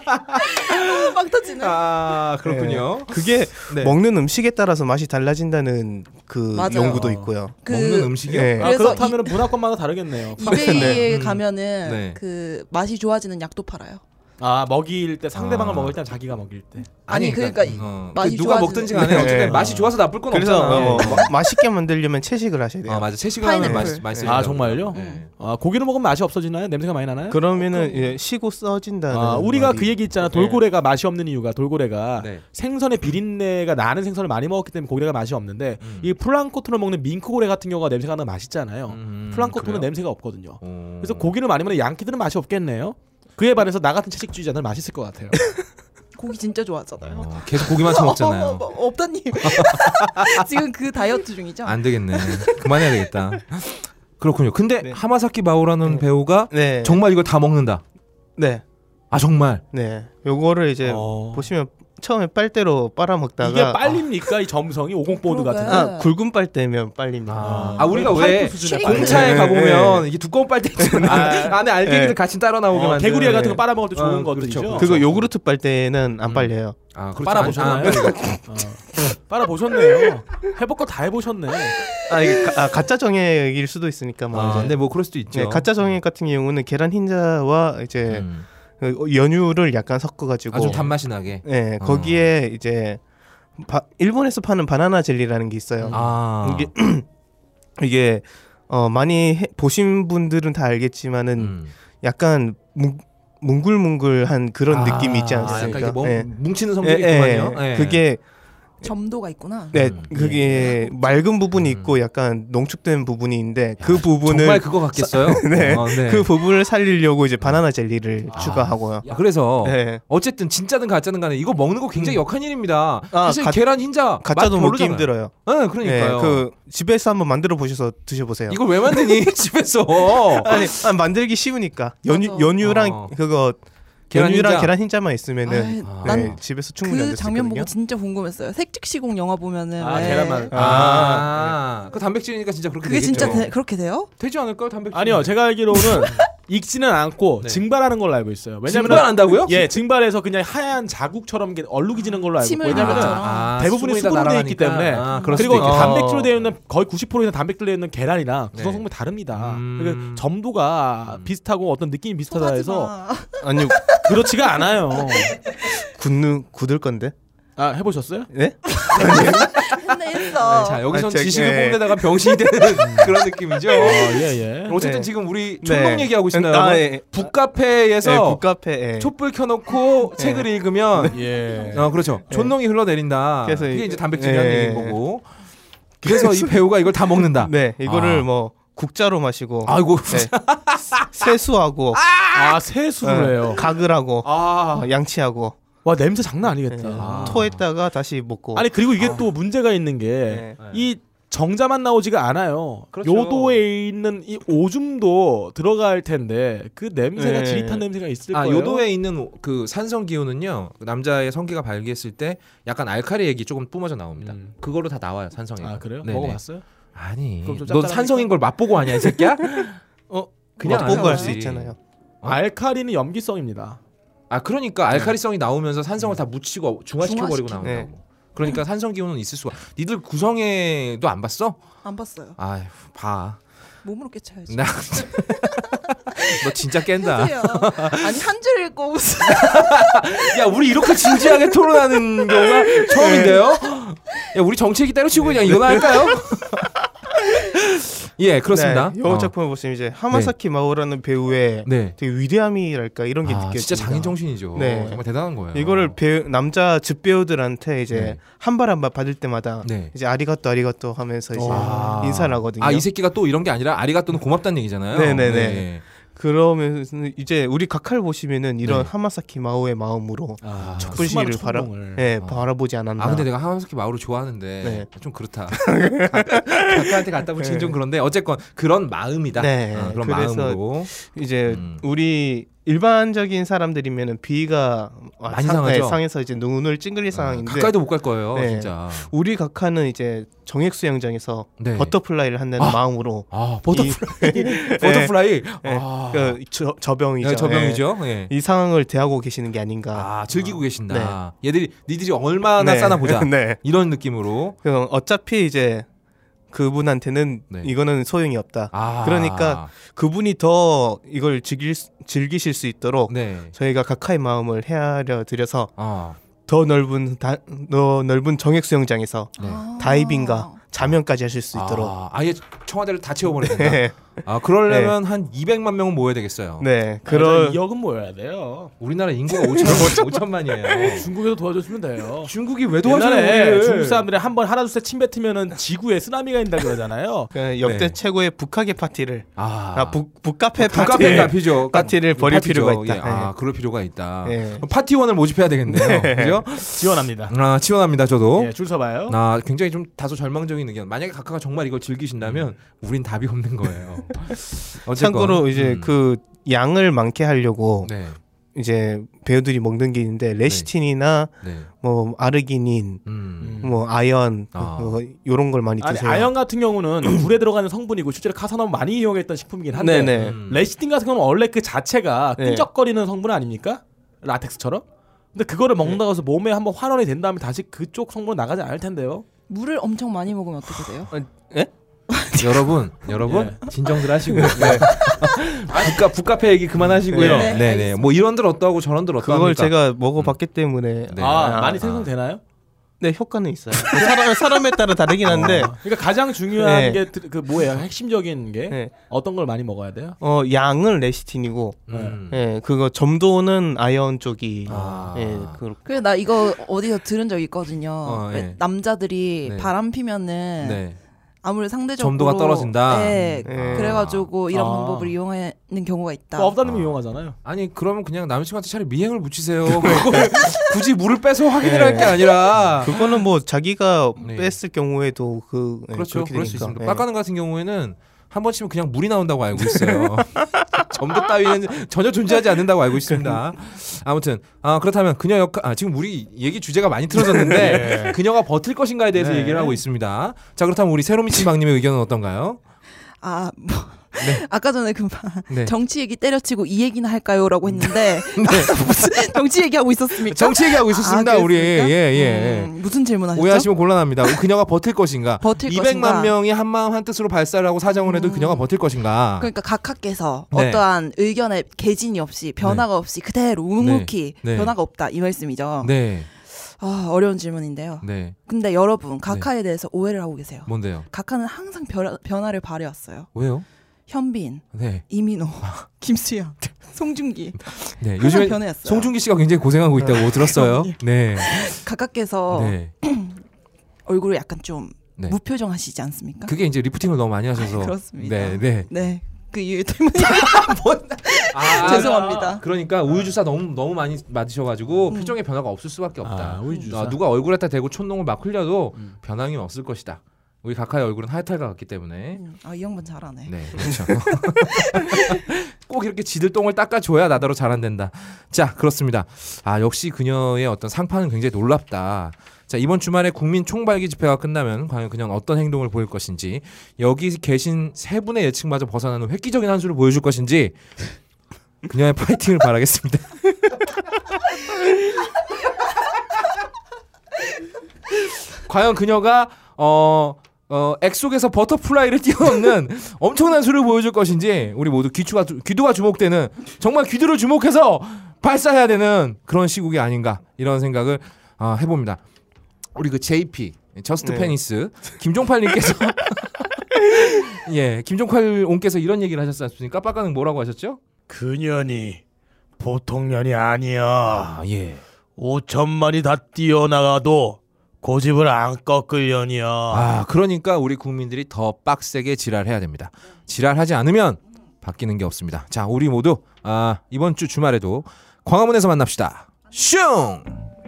Speaker 3: 막 터지네.
Speaker 1: 아 그렇군요.
Speaker 4: 그게
Speaker 1: 네.
Speaker 4: 먹는 음식에 따라서 맛이 달라진다는 그
Speaker 3: 맞아요.
Speaker 4: 연구도 있고요.
Speaker 3: 그
Speaker 1: 먹는 음식이요.
Speaker 4: 네.
Speaker 2: 아,
Speaker 3: 그래서
Speaker 2: 그렇다면 문화권마다 다르겠네요.
Speaker 3: 이베이에 가면은
Speaker 1: 음. 네.
Speaker 3: 그 맛이 좋아지는 약도 팔아요.
Speaker 2: 아 먹일 때 상대방을
Speaker 1: 아.
Speaker 2: 먹을 때 자기가 먹일 때.
Speaker 3: 아니, 그러니까 이-
Speaker 1: 어, 그
Speaker 3: 맛이
Speaker 1: 누가
Speaker 3: 좋아지는-
Speaker 1: 먹든지 간에 어쨌든
Speaker 4: 네.
Speaker 1: 맛이 좋아서 나쁠 건
Speaker 4: 그래서
Speaker 1: 없잖아.
Speaker 4: 어, 마- 맛있게 만들려면 채식을 하셔야 돼요.
Speaker 1: 아 맞아 채식을 하면 맛
Speaker 3: 파인애플.
Speaker 1: 맛이
Speaker 2: 아 정말요?
Speaker 1: 네.
Speaker 2: 아 고기를 먹으면 맛이 없어지나요? 냄새가 많이 나나요?
Speaker 4: 그러면은 예, 쉬고
Speaker 1: 네,
Speaker 4: 써진다는
Speaker 2: 아, 우리가
Speaker 4: 말이-
Speaker 2: 그 얘기 있잖아. 돌고래가 맛이 없는 이유가 돌고래가
Speaker 1: 네.
Speaker 2: 생선의 비린내가 나는 생선을 많이 먹었기 때문에 고래가 맛이 없는데
Speaker 1: 음.
Speaker 2: 이 플랑크톤을 먹는 밍크고래 같은 경우가 냄새가 나면 맛있잖아요.
Speaker 1: 음,
Speaker 2: 플랑크톤은
Speaker 1: 그래요?
Speaker 2: 냄새가 없거든요.
Speaker 1: 어.
Speaker 2: 그래서 고기를 많이 먹는 양키들은 맛이 없겠네요. 그에 반해서 나 같은 채식주의자는 맛있을 것 같아요.
Speaker 3: 고기 진짜 좋아하잖아요.
Speaker 1: 어, 계속 고기만 처먹잖아요.
Speaker 3: 어, 어, 어, 없다님 지금 그 다이어트 중이죠?
Speaker 1: 안 되겠네. 그만해야 되겠다. 그렇군요. 근데 하마사키 마오라는 배우가
Speaker 4: 네.
Speaker 1: 정말 이걸 다 먹는다.
Speaker 4: 네.
Speaker 1: 아 정말.
Speaker 4: 네. 요거를 이제
Speaker 2: 어.
Speaker 4: 보시면 처음에 빨대로 빨아먹다가
Speaker 2: 이게 빨립니까? 이 점성이 오공보드 같은.
Speaker 3: 그러게.
Speaker 2: 거.
Speaker 4: 아, 굵은 빨대면 빨립니다.
Speaker 1: 아,
Speaker 2: 아,
Speaker 1: 아, 우리가 왜
Speaker 2: 파이프 수준의
Speaker 3: 빨대.
Speaker 1: 공차에
Speaker 4: 네,
Speaker 1: 가보면
Speaker 4: 네.
Speaker 1: 이게 두꺼운 빨대 있잖아.
Speaker 2: 아,
Speaker 1: 안에 알갱이들
Speaker 4: 네.
Speaker 1: 같이 따라 나오게
Speaker 2: 어,
Speaker 1: 만든.
Speaker 2: 개구리 같은
Speaker 4: 네.
Speaker 2: 거 빨아먹을 때 좋은
Speaker 1: 어, 그렇죠,
Speaker 2: 것들이죠.
Speaker 1: 그렇죠.
Speaker 4: 그거 요구르트 빨대는 안 빨려요.
Speaker 1: 아, 그렇죠.
Speaker 2: 빨아보셨나요?
Speaker 1: 아, 아,
Speaker 2: 어. 빨아보셨네요. 해볼 거 다 해보셨네.
Speaker 4: 아, 이게 가, 아, 가짜 정액일 수도 있으니까 뭐
Speaker 1: 아,
Speaker 4: 이제.
Speaker 1: 근데 뭐 그럴 수도 있죠.
Speaker 4: 네, 가짜 정액 네. 같은 경우는 계란 흰자와 이제
Speaker 1: 음.
Speaker 4: 그 연유를 약간 섞어가지고
Speaker 1: 아주 단맛이 나게.
Speaker 4: 네,
Speaker 1: 어.
Speaker 4: 거기에 이제 바, 일본에서 파는 바나나 젤리라는 게 있어요.
Speaker 1: 아
Speaker 4: 네. 이게 이게 어, 많이 해- 보신 분들은 다 알겠지만은
Speaker 1: 음.
Speaker 4: 약간 뭉, 뭉글뭉글한 그런
Speaker 2: 아,
Speaker 4: 느낌이 있지
Speaker 1: 아, 약간
Speaker 4: 않습니까?
Speaker 1: 이게 뭐,
Speaker 4: 예.
Speaker 1: 뭉치는
Speaker 4: 예,
Speaker 1: 성격이
Speaker 4: 예,
Speaker 1: 있구만요. 예.
Speaker 4: 그게
Speaker 3: 점도가 있구나.
Speaker 4: 네,
Speaker 1: 음.
Speaker 4: 그게 맑은 부분이
Speaker 1: 음.
Speaker 4: 있고 약간 농축된 부분이 있는데 그 부분을
Speaker 1: 정말 그거 같겠어요.
Speaker 4: 네.
Speaker 1: 어, 네.
Speaker 4: 그 부분을 살리려고 이제 바나나 젤리를
Speaker 1: 아.
Speaker 4: 추가하고요.
Speaker 1: 아, 그래서
Speaker 4: 네. 음.
Speaker 1: 어쨌든 진짜든 가짜든 간에 이거 먹는 거 굉장히 역한 일입니다.
Speaker 4: 아,
Speaker 1: 사실
Speaker 4: 가-
Speaker 1: 계란 흰자
Speaker 4: 가짜도
Speaker 1: 맛
Speaker 4: 먹기
Speaker 1: 별로잖아요.
Speaker 4: 힘들어요.
Speaker 1: 네, 그러니까요.
Speaker 4: 네, 그 집에서 한번 만들어 보셔서 드셔보세요.
Speaker 1: 이걸 왜 만드니 집에서?
Speaker 4: 아니 아, 만들기 쉬우니까 연유
Speaker 3: 맞아.
Speaker 4: 연유랑
Speaker 1: 어.
Speaker 4: 그거
Speaker 1: 계란
Speaker 4: 연유랑
Speaker 1: 흰자.
Speaker 4: 계란 흰자만 있으면은
Speaker 3: 아이,
Speaker 1: 아.
Speaker 4: 네,
Speaker 3: 난
Speaker 4: 집에서 충분히
Speaker 3: 그
Speaker 4: 만들 수 있거든요.
Speaker 3: 장면 보고 진짜 궁금했어요. 색즉시공 영화 보면은
Speaker 2: 아,
Speaker 3: 왜
Speaker 2: 계란말.
Speaker 1: 아, 그 단백질이니까 진짜 그렇게
Speaker 3: 그게
Speaker 1: 되겠죠.
Speaker 3: 진짜 되, 그렇게 돼요?
Speaker 1: 되지 않을까요 단백질?
Speaker 2: 아니요, 제가 알기로는 익지는 않고
Speaker 1: 네.
Speaker 2: 증발하는 걸로 알고 있어요. 왜냐면
Speaker 1: 증발한다고요?
Speaker 2: 예, 증발해서 그냥 하얀 자국처럼 이렇게 얼룩이지는 걸로
Speaker 1: 아,
Speaker 2: 알고 있고
Speaker 3: 침을 아,
Speaker 2: 왜냐면
Speaker 3: 흘리는
Speaker 2: 은 아,
Speaker 3: 것처럼.
Speaker 2: 대부분이 수분으로 돼 있기 때문에 그리고
Speaker 1: 그렇죠.
Speaker 4: 있겠다.
Speaker 2: 단백질로 되어 있는 거의 90% 이상 단백질로 되어 있는 계란이랑
Speaker 1: 네.
Speaker 2: 구성 성분이 다릅니다.
Speaker 1: 음.
Speaker 2: 그러니까 점도가
Speaker 1: 음.
Speaker 2: 비슷하고 어떤 느낌이 비슷하다
Speaker 3: 속하지
Speaker 2: 해서
Speaker 3: 마.
Speaker 4: 아니
Speaker 2: 그렇지가 않아요.
Speaker 4: 굳는 굳을 건데.
Speaker 2: 아, 해보셨어요?
Speaker 4: 네?
Speaker 3: 했네 했어.
Speaker 1: 자 여기서
Speaker 4: 아, 제-
Speaker 1: 지식을
Speaker 4: 예.
Speaker 1: 뽐내다가 병신이 되는 그런 느낌이죠.
Speaker 2: 어, 예, 예.
Speaker 1: 음. 어쨌든
Speaker 4: 네.
Speaker 1: 지금 우리
Speaker 4: 네.
Speaker 1: 촌동 얘기하고 있나요?
Speaker 4: 아,
Speaker 1: 여러분?
Speaker 4: 예.
Speaker 1: 북카페에서
Speaker 4: 네, 북카페. 예.
Speaker 1: 촛불 켜놓고 책을 읽으면
Speaker 2: 예.
Speaker 1: 어 그렇죠. 촌농이 흘러내린다.
Speaker 4: 그래서
Speaker 1: 그게
Speaker 4: 이-
Speaker 1: 이제 단백질이라는
Speaker 4: 예.
Speaker 1: 얘기인 거고. 그래서 이 배우가 이걸 다 먹는다.
Speaker 4: 네, 이거를
Speaker 1: 아.
Speaker 4: 뭐 국자로 마시고
Speaker 1: 아이고.
Speaker 4: 네.
Speaker 2: 예.
Speaker 4: 세수하고
Speaker 2: 아,
Speaker 4: 네,
Speaker 2: 세수를 해요.
Speaker 4: 가글 하고
Speaker 2: 아,
Speaker 4: 어, 양치하고
Speaker 2: 와 냄새 장난
Speaker 4: 예,
Speaker 2: 아니겠다.
Speaker 1: 아.
Speaker 4: 토했다가 다시 먹고
Speaker 2: 아니 그리고 이게 또 문제가 있는 게 이
Speaker 4: 네.
Speaker 2: 정자만 나오지가 않아요.
Speaker 1: 그렇죠.
Speaker 2: 요도에 있는 이 오줌도 들어갈 텐데 그 냄새가
Speaker 4: 네.
Speaker 2: 지릿한 냄새가 있을
Speaker 1: 아
Speaker 2: 거예요.
Speaker 1: 요도에 있는 오- 그 산성 기운은요 그 남자의 성기가 발기했을 때 약간 알칼리 액이 조금 뿜어져 나옵니다.
Speaker 2: 음.
Speaker 1: 그걸로 다 나와요 산성이.
Speaker 2: 아 그래요?
Speaker 1: 네네.
Speaker 2: 먹어봤어요?
Speaker 1: 아니.
Speaker 2: 그럼 좀
Speaker 1: 넌
Speaker 2: 짭짤하니까?
Speaker 1: 산성인 걸 맛보고 아냐 이 새끼야? 어 그냥
Speaker 4: 그냥 보고
Speaker 1: 안
Speaker 4: 할 수
Speaker 1: 하지.
Speaker 4: 있잖아요.
Speaker 1: 어?
Speaker 2: 알칼리는 염기성입니다.
Speaker 1: 아 그러니까
Speaker 2: 음.
Speaker 1: 알칼리성이 나오면서 산성을 다 묻히고 중화시켜 버리고
Speaker 3: 중화시키고.
Speaker 1: 나온다고. 그러니까 산성 기운은 있을 수가. 니들 구성에도 안 봤어?
Speaker 3: 안 봤어요.
Speaker 1: 아휴 봐.
Speaker 3: 몸으로 깨쳐야지.
Speaker 1: 나. 너 진짜 깬다.
Speaker 3: 해주세요. 아니 한 줄 읽고 무슨
Speaker 1: 야, 우리 이렇게 진지하게 토론하는 경우가 처음인데요. 야, 우리 정책이 때려치고 그냥 이거나 할까요? 예, 그렇습니다.
Speaker 4: 네, 영어
Speaker 1: 어.
Speaker 4: 작품을 보시면 이제 하마사키 마오라는 배우의
Speaker 1: 네.
Speaker 4: 되게 위대함이랄까 이런 게
Speaker 1: 아,
Speaker 4: 느껴져요.
Speaker 1: 진짜 장인 정신이죠.
Speaker 4: 네.
Speaker 1: 정말 대단한 거예요.
Speaker 4: 이거를 배우, 남자 즙 배우들한테 이제
Speaker 1: 네.
Speaker 4: 한 발 한 발 받을 때마다
Speaker 1: 네.
Speaker 4: 이제 아리가또 아리가또 하면서 이제
Speaker 1: 와.
Speaker 4: 인사를 하거든요.
Speaker 1: 아, 이 새끼가 또 이런 게 아니라 아리가또는 고맙다는 얘기잖아요.
Speaker 4: 네, 네, 네. 그러면 이제 우리 각하를 보시면은 이런
Speaker 1: 네.
Speaker 4: 하마사키 마오의 마음으로
Speaker 2: 아,
Speaker 4: 촛불 시위를
Speaker 2: 수많은
Speaker 4: 바라-
Speaker 2: 촛불을.
Speaker 4: 예,
Speaker 1: 아.
Speaker 4: 바라보지 않았나.
Speaker 1: 아, 근데 내가 하마사키 마오를 좋아하는데 좀 그렇다. 작가한테 갖다 붙이긴 좀 그런데 어쨌건 그런 마음이다.
Speaker 4: 네.
Speaker 1: 아, 그런
Speaker 4: 그래서
Speaker 1: 마음으로
Speaker 4: 이제
Speaker 1: 음.
Speaker 4: 우리 일반적인 사람들이면은 비위가
Speaker 1: 많이
Speaker 4: 상-
Speaker 1: 상하죠? 아,
Speaker 4: 네, 상해서 이제 눈을 찡그릴 상황인데
Speaker 1: 가까이도 못 갈 거예요,
Speaker 4: 네.
Speaker 1: 진짜.
Speaker 4: 우리 각하는 이제 정액 수영장에서
Speaker 1: 네.
Speaker 4: 버터플라이를 한다는
Speaker 1: 아.
Speaker 4: 마음으로
Speaker 1: 아, 버터플라이. 버터플라이.
Speaker 4: 예,
Speaker 1: 아.
Speaker 4: 네. 그 저, 저병이죠.
Speaker 1: 네, 저병이죠. 예.
Speaker 4: 예. 이 상황을 대하고 계시는 게 아닌가.
Speaker 1: 아, 즐기고 계신다. 얘들이 니들이 얼마나
Speaker 4: 네.
Speaker 1: 아, 싸나 보자.
Speaker 4: 네.
Speaker 1: 이런 느낌으로.
Speaker 4: 그럼 어차피 이제 그분한테는
Speaker 1: 네.
Speaker 4: 이거는 소용이 없다.
Speaker 1: 아.
Speaker 4: 그러니까 그분이 더 이걸 즐길 수- 즐기실 수 있도록
Speaker 1: 네.
Speaker 4: 저희가 각하의 마음을 헤아려 드려서
Speaker 1: 아.
Speaker 4: 더 넓은 다, 더 넓은 정액 수영장에서
Speaker 1: 네.
Speaker 3: 아.
Speaker 4: 다이빙과 자면까지 하실 수 있도록.
Speaker 1: 아, 아예 청와대를 다 채워버려야 된다.
Speaker 4: 네.
Speaker 1: 아, 그러려면 한 200만 명은 모여야 되겠어요.
Speaker 4: 네.
Speaker 2: 그런
Speaker 4: 그런
Speaker 2: 이억은 모여야 돼요.
Speaker 1: 우리나라 인구가 5천, 5천만이에요.
Speaker 2: 중국에서 도와줬으면 돼요.
Speaker 1: 중국이 왜
Speaker 2: 옛날에
Speaker 1: 도와줘요?
Speaker 2: 중국 사람들이 한 번 하나 둘셋 침뱉으면은 지구에 쓰나미가 있다 그러잖아요.
Speaker 4: 그 역대
Speaker 1: 네.
Speaker 4: 최고의 북카게 파티를
Speaker 1: 아,
Speaker 4: 아, 북 북카페 파티.
Speaker 1: 북카페 카피죠.
Speaker 4: 파티를 벌일 필요가 있다. 네.
Speaker 1: 예, 아, 그럴 필요가 있다.
Speaker 4: 예.
Speaker 1: 파티원을 모집해야 되겠네요. 그죠?
Speaker 2: 지원합니다.
Speaker 1: 아, 지원합니다, 저도.
Speaker 2: 예, 줄 서봐요.
Speaker 1: 아, 굉장히 좀 다소 절망적인 의견. 만약에 각하가 정말 이걸 즐기신다면 우린 답이 없는 거예요. 어쨌건,
Speaker 4: 음. 참고로 이제
Speaker 1: 음,
Speaker 4: 그 양을 많게 하려고
Speaker 1: 네.
Speaker 4: 이제 배우들이 먹는 게 있는데 레시틴이나
Speaker 1: 네.
Speaker 4: 뭐 아르기닌,
Speaker 1: 음.
Speaker 2: 음.
Speaker 4: 뭐 아연
Speaker 1: 아.
Speaker 4: 뭐 요런 걸 많이
Speaker 2: 아니,
Speaker 4: 드세요.
Speaker 2: 아연 같은 경우는 물에 들어가는 성분이고 실제로 카사노 많이 이용했던 식품이긴 한데
Speaker 4: 네네.
Speaker 1: 음.
Speaker 2: 레시틴 같은 경우는 원래 그 자체가
Speaker 4: 네.
Speaker 2: 끈적거리는 성분 아닙니까? 라텍스처럼 근데 그거를 먹는다고 해서 몸에 한번 환원이 된 다음에 다시 그쪽 성분 나가지 않을 텐데요.
Speaker 3: 물을 엄청 많이 먹으면 어떻게 돼요?
Speaker 1: 여러분, 여러분
Speaker 4: 예.
Speaker 5: 진정들 하시고
Speaker 4: 네.
Speaker 5: 북카 북카페 얘기 그만하시고요.
Speaker 1: 네,
Speaker 3: 네,
Speaker 1: 네, 뭐 이런들 어떠하고 저런들 어떠하니까
Speaker 4: 그걸 제가 먹어봤기 때문에
Speaker 1: 네.
Speaker 2: 아, 많이
Speaker 1: 아.
Speaker 2: 생성되나요?
Speaker 4: 네 효과는 있어요. 사람, 사람에 따라 다르긴 한데
Speaker 2: 그러니까 가장 중요한
Speaker 4: 네.
Speaker 2: 게 그 뭐예요? 핵심적인 게
Speaker 4: 네.
Speaker 2: 어떤 걸 많이 먹어야 돼요?
Speaker 4: 어 양은 레시틴이고
Speaker 1: 음.
Speaker 4: 예 그거 점도는 아연 쪽이
Speaker 1: 아.
Speaker 4: 예 그렇고
Speaker 3: 그래 나 이거 어디서 들은 적 있거든요.
Speaker 1: 어,
Speaker 3: 왜
Speaker 1: 예.
Speaker 3: 남자들이
Speaker 1: 네.
Speaker 3: 바람 피면은
Speaker 1: 네.
Speaker 3: 아무래도 상대적으로
Speaker 1: 점도가 떨어진다? 음.
Speaker 3: 네.
Speaker 4: 예.
Speaker 3: 그래가지고 이런
Speaker 2: 아.
Speaker 3: 방법을 이용하는 경우가 있다.
Speaker 2: 뭐 업다님이
Speaker 1: 아.
Speaker 2: 이용하잖아요.
Speaker 1: 아니 그러면 그냥 남친한테 차라리 미행을 붙이세요.
Speaker 4: 네.
Speaker 1: 그걸 굳이 물을 빼서 확인을 할 게 아니라.
Speaker 4: 그거는 뭐 자기가
Speaker 1: 네.
Speaker 4: 뺐을 경우에도 그 예,
Speaker 1: 그렇죠.
Speaker 4: 그렇게
Speaker 1: 그럴 수
Speaker 4: 되니까.
Speaker 1: 있습니다.
Speaker 4: 예.
Speaker 1: 빡가는 같은 경우에는 한 번 치면 그냥 물이 나온다고 알고 있어요. 점도 따위는 전혀 존재하지 않는다고 알고 있습니다. 아무튼 아, 그렇다면 그녀 역할 아, 지금 우리 얘기 주제가 많이
Speaker 4: 예.
Speaker 1: 틀어졌는데 그녀가 버틸 것인가에 대해서
Speaker 2: 네.
Speaker 1: 얘기를 하고 있습니다. 자 그렇다면 우리 새로미친 박님의 의견은 어떤가요?
Speaker 3: 아, 뭐. 아까 전에 금방
Speaker 1: 네.
Speaker 3: 정치 얘기 때려치고 이 얘기나 할까요라고 했는데 무슨 정치 얘기하고
Speaker 1: 네.
Speaker 3: 있었습니까?
Speaker 1: 정치 얘기하고 있었습니다.
Speaker 3: 아,
Speaker 1: 우리
Speaker 3: 그랬습니까?
Speaker 1: 예예
Speaker 3: 음, 무슨 질문하셨죠?
Speaker 1: 오해하시면 곤란합니다. 그녀가 버틸 것인가?
Speaker 3: 버틸
Speaker 1: 200만
Speaker 3: 것인가? 음.
Speaker 1: 명이 한 마음 한 뜻으로 발사를 하고 사정을 해도 그녀가 버틸 것인가?
Speaker 3: 그러니까 각하께서
Speaker 1: 네.
Speaker 3: 어떠한 의견의 개진이 없이 변화가 없이 그대로 묵묵히
Speaker 1: 네. 네.
Speaker 3: 변화가 없다 이 말씀이죠.
Speaker 1: 네,
Speaker 3: 아, 어려운 질문인데요.
Speaker 1: 네,
Speaker 3: 근데 여러분 각하에 대해서 오해를 하고 계세요.
Speaker 1: 뭔데요?
Speaker 3: 각하는 항상 변화, 변화를 발휘했어요.
Speaker 1: 왜요?
Speaker 3: 현빈,
Speaker 1: 네,
Speaker 3: 이민호, 김수영, 송중기
Speaker 1: 네.
Speaker 3: 항상
Speaker 1: 요즘에
Speaker 3: 변해왔어요.
Speaker 1: 송중기 씨가 굉장히 고생하고 있다고 들었어요. 네,
Speaker 3: 각하께서
Speaker 1: 네.
Speaker 3: 얼굴을 약간 좀
Speaker 1: 네.
Speaker 3: 무표정하시지 않습니까?
Speaker 1: 그게 이제 리프팅을 너무 많이 하셔서
Speaker 3: 아, 그렇습니다.
Speaker 1: 네, 네.
Speaker 3: 네. 그 이유 때문이에요.
Speaker 1: 아,
Speaker 3: 죄송합니다.
Speaker 1: 그러니까 우유 주사 너무 너무 많이 맞으셔가지고
Speaker 3: 음.
Speaker 1: 표정의 변화가 없을 수밖에 없다.
Speaker 2: 아, 우유 주사.
Speaker 1: 아, 누가 얼굴에다 대고 촌농을 막 흘려도
Speaker 2: 음.
Speaker 1: 변함이 없을 것이다. 우리 각하의 얼굴은 하얗탈과 같기 때문에
Speaker 3: 음, 아, 이 양반 잘하네.
Speaker 1: 네, 그렇죠. 꼭 이렇게 지들 똥을 닦아줘야 나더러 잘한댄다. 자, 그렇습니다. 아, 역시 그녀의 어떤 상판은 굉장히 놀랍다. 자, 이번 주말에 국민 총발기 집회가 끝나면 과연 그녀는 어떤 행동을 보일 것인지, 여기 계신 세 분의 예측마저 벗어나는 획기적인 한 수를 보여줄 것인지, 그녀의 파이팅을 바라겠습니다. 과연 그녀가 어, 어, 액속에서 버터플라이를 뛰어넘는 엄청난 수를 보여줄 것인지 우리 모두 귀추가 귀도가 주목되는 정말 귀두를 주목해서 발사해야 되는 그런 시국이 아닌가 이런 생각을 어, 해봅니다. 우리 그 JP 저스트
Speaker 4: 네.
Speaker 1: 페니스 김종팔님께서 예 김종팔 온께서 이런 얘기를 하셨지 않습니까? 빡가는 뭐라고 하셨죠?
Speaker 6: 그년이 보통 년이 아니야.
Speaker 1: 예.
Speaker 6: 5천만이 다 뛰어나가도 고집을 안 꺾을 년이야.
Speaker 1: 아 그러니까 우리 국민들이 더 빡세게 지랄해야 됩니다. 지랄하지 않으면 바뀌는 게 없습니다. 자 우리 모두 아, 이번 주 주말에도 광화문에서 만납시다. 슝!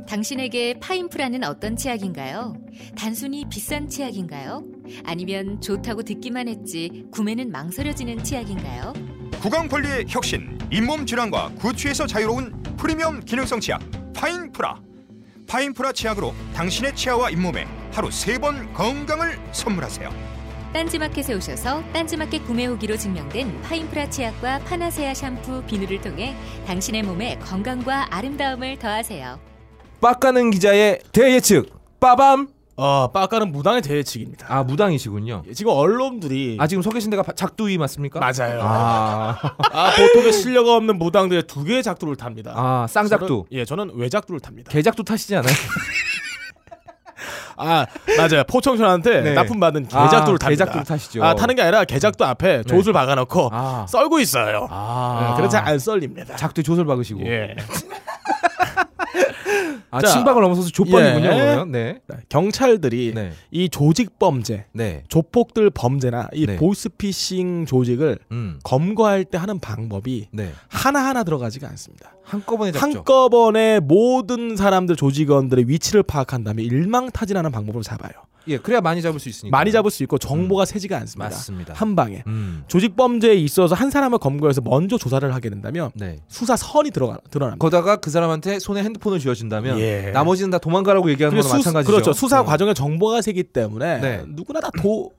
Speaker 7: 당신에게 파인프라는 어떤 치약인가요? 단순히 비싼 치약인가요? 아니면 좋다고 듣기만 했지 구매는 망설여지는 치약인가요?
Speaker 8: 구강 관리의 혁신, 잇몸 질환과 구취에서 자유로운 프리미엄 기능성 치약 파인프라. 파인프라 치약으로 당신의 치아와 잇몸에 하루 세 번 건강을 선물하세요.
Speaker 7: 딴지마켓에 오셔서 딴지마켓 구매 후기로 증명된 파인프라 치약과 파나세아 샴푸 비누를 통해 당신의 몸에 건강과 아름다움을 더하세요.
Speaker 1: 빡가는 기자의 대예측 빠밤
Speaker 2: 어, 빠까는 무당의 대예측입니다.
Speaker 1: 아 무당이시군요.
Speaker 2: 지금 언론들이
Speaker 1: 아 지금 서 계신 데가 바- 작두이 맞습니까?
Speaker 2: 맞아요. 아,
Speaker 1: 아,
Speaker 2: 보통의 실력 없는 무당들의 두 개의 작두를 탑니다.
Speaker 1: 아 쌍작두
Speaker 2: 저는- 예, 저는 외작두를 탑니다.
Speaker 1: 개작두 타시지 않아요?
Speaker 2: 아, 맞아요. 포청천한테
Speaker 1: 네.
Speaker 2: 납품 받은 개작두를
Speaker 1: 아,
Speaker 2: 탑니다.
Speaker 1: 개작두를 타시죠. 네.
Speaker 2: 아, 타는 게 아니라 개작두 앞에 조술 박아놓고
Speaker 1: 아.
Speaker 2: 썰고 있어요.
Speaker 1: 아 뭐.
Speaker 2: 네, 그래서 안 썰립니다.
Speaker 1: 작두 조설 박으시고
Speaker 2: 예.
Speaker 1: 아
Speaker 2: 자.
Speaker 1: 친박을 넘어서서 조범이군요.
Speaker 2: 예.
Speaker 1: 그러면. 네.
Speaker 2: 경찰들이
Speaker 1: 네.
Speaker 2: 이 조직 범죄,
Speaker 1: 네.
Speaker 2: 조폭들 범죄나 이
Speaker 1: 네.
Speaker 2: 보이스피싱 조직을
Speaker 1: 음.
Speaker 2: 검거할 때 하는 방법이
Speaker 1: 네.
Speaker 2: 하나하나 들어가지가 않습니다.
Speaker 1: 한꺼번에 잡죠.
Speaker 2: 한꺼번에 모든 사람들 조직원들의 위치를 파악한 다음에 일망타진하는 방법으로 잡아요.
Speaker 1: 예, 그래야 많이 잡을 수 있으니까.
Speaker 2: 많이 잡을 수 있고 정보가 새지가 않습니다.
Speaker 1: 음. 맞습니다.
Speaker 2: 한 방에.
Speaker 1: 음.
Speaker 2: 조직 범죄에 있어서 한 사람을 검거해서 먼저 조사를 하게 된다면
Speaker 1: 네.
Speaker 2: 수사선이 들어가 드러납니다.
Speaker 1: 거다가 그 사람한테 손에 핸드폰을 쥐어준다면
Speaker 2: 예.
Speaker 1: 나머지는 다 도망가라고 얘기하는 거나
Speaker 2: 수,
Speaker 1: 마찬가지죠.
Speaker 2: 그렇죠. 수사
Speaker 1: 음.
Speaker 2: 과정에 정보가 새기 때문에
Speaker 1: 네.
Speaker 2: 누구나 다 도,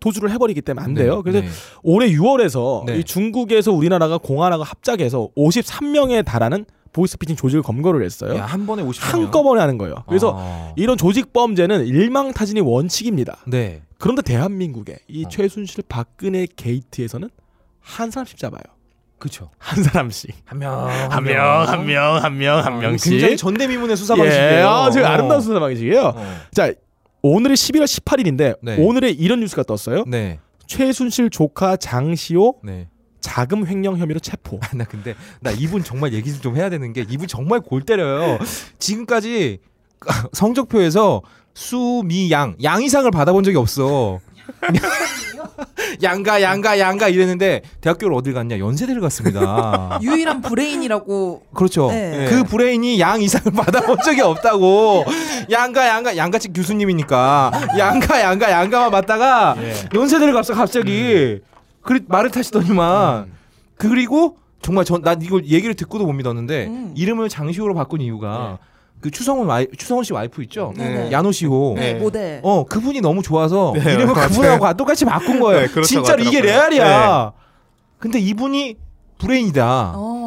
Speaker 2: 도주를 해버리기 때문에 안 돼요. 그래서
Speaker 1: 네.
Speaker 2: 올해 6월에서
Speaker 1: 네.
Speaker 2: 이 중국에서 우리나라가 공안하고 합작해서 53명에 달하는 보이스피싱 조직을 검거를 했어요.
Speaker 1: 야, 예, 한 번에 50명.
Speaker 2: 예, 한꺼번에 하는 거예요. 그래서
Speaker 1: 아.
Speaker 2: 이런 조직 범죄는 일망타진이 원칙입니다.
Speaker 1: 네.
Speaker 2: 그런데 대한민국의 이
Speaker 1: 어.
Speaker 2: 최순실 박근혜 게이트에서는 한 사람씩 잡아요.
Speaker 1: 그렇죠.
Speaker 2: 한 사람씩.
Speaker 1: 한 명. 아,
Speaker 6: 한 명 한 명 한 명 한 명씩
Speaker 1: 굉장히 전대미문의 수사
Speaker 2: 예,
Speaker 1: 방식이에요.
Speaker 2: 아, 지금
Speaker 1: 어.
Speaker 2: 아름다운 수사 방식이에요.
Speaker 1: 어.
Speaker 2: 자, 오늘이 11월 18일인데
Speaker 1: 네.
Speaker 2: 오늘의 이런 뉴스가 떴어요.
Speaker 1: 네.
Speaker 2: 최순실 조카 장시호
Speaker 1: 네.
Speaker 2: 자금 횡령 혐의로 체포.
Speaker 1: 아, 나 근데 나 이분 정말 얘기 좀 해야 되는 게 이분 정말 골 때려요. 지금까지 성적표에서 수미양 양 이상을 받아본 적이 없어. 양가 양가 양가 이랬는데 대학교를 어딜 갔냐 연세대를 갔습니다.
Speaker 3: 유일한 브레인이라고
Speaker 1: 그렇죠.
Speaker 3: 네.
Speaker 1: 그 브레인이 양 이상을 받아본 적이 없다고. 양가 양가 양가치 교수님이니까 양가 양가 양가만 맞다가
Speaker 4: 예.
Speaker 1: 연세대를 갔어 갑자기.
Speaker 4: 음.
Speaker 1: 그리 말을 타시더니만 그리고 정말 전 난 이걸 얘기를 듣고도 못 믿었는데
Speaker 3: 음.
Speaker 1: 이름을 장시호로 바꾼 이유가
Speaker 4: 네.
Speaker 1: 그 추성훈 와이, 추성훈 씨 와이프 있죠.
Speaker 3: 네네.
Speaker 1: 야노시호.
Speaker 3: 네,
Speaker 4: 네.
Speaker 3: 모델.
Speaker 1: 어 그분이 너무 좋아서
Speaker 4: 네,
Speaker 1: 이름을
Speaker 4: 맞아요.
Speaker 1: 그분하고 똑같이 바꾼 거예요.
Speaker 4: 네, 그렇다고
Speaker 1: 진짜로 이게
Speaker 4: 하더라고요. 네.
Speaker 1: 레알이야. 근데 이분이 브레인이다.
Speaker 3: 어.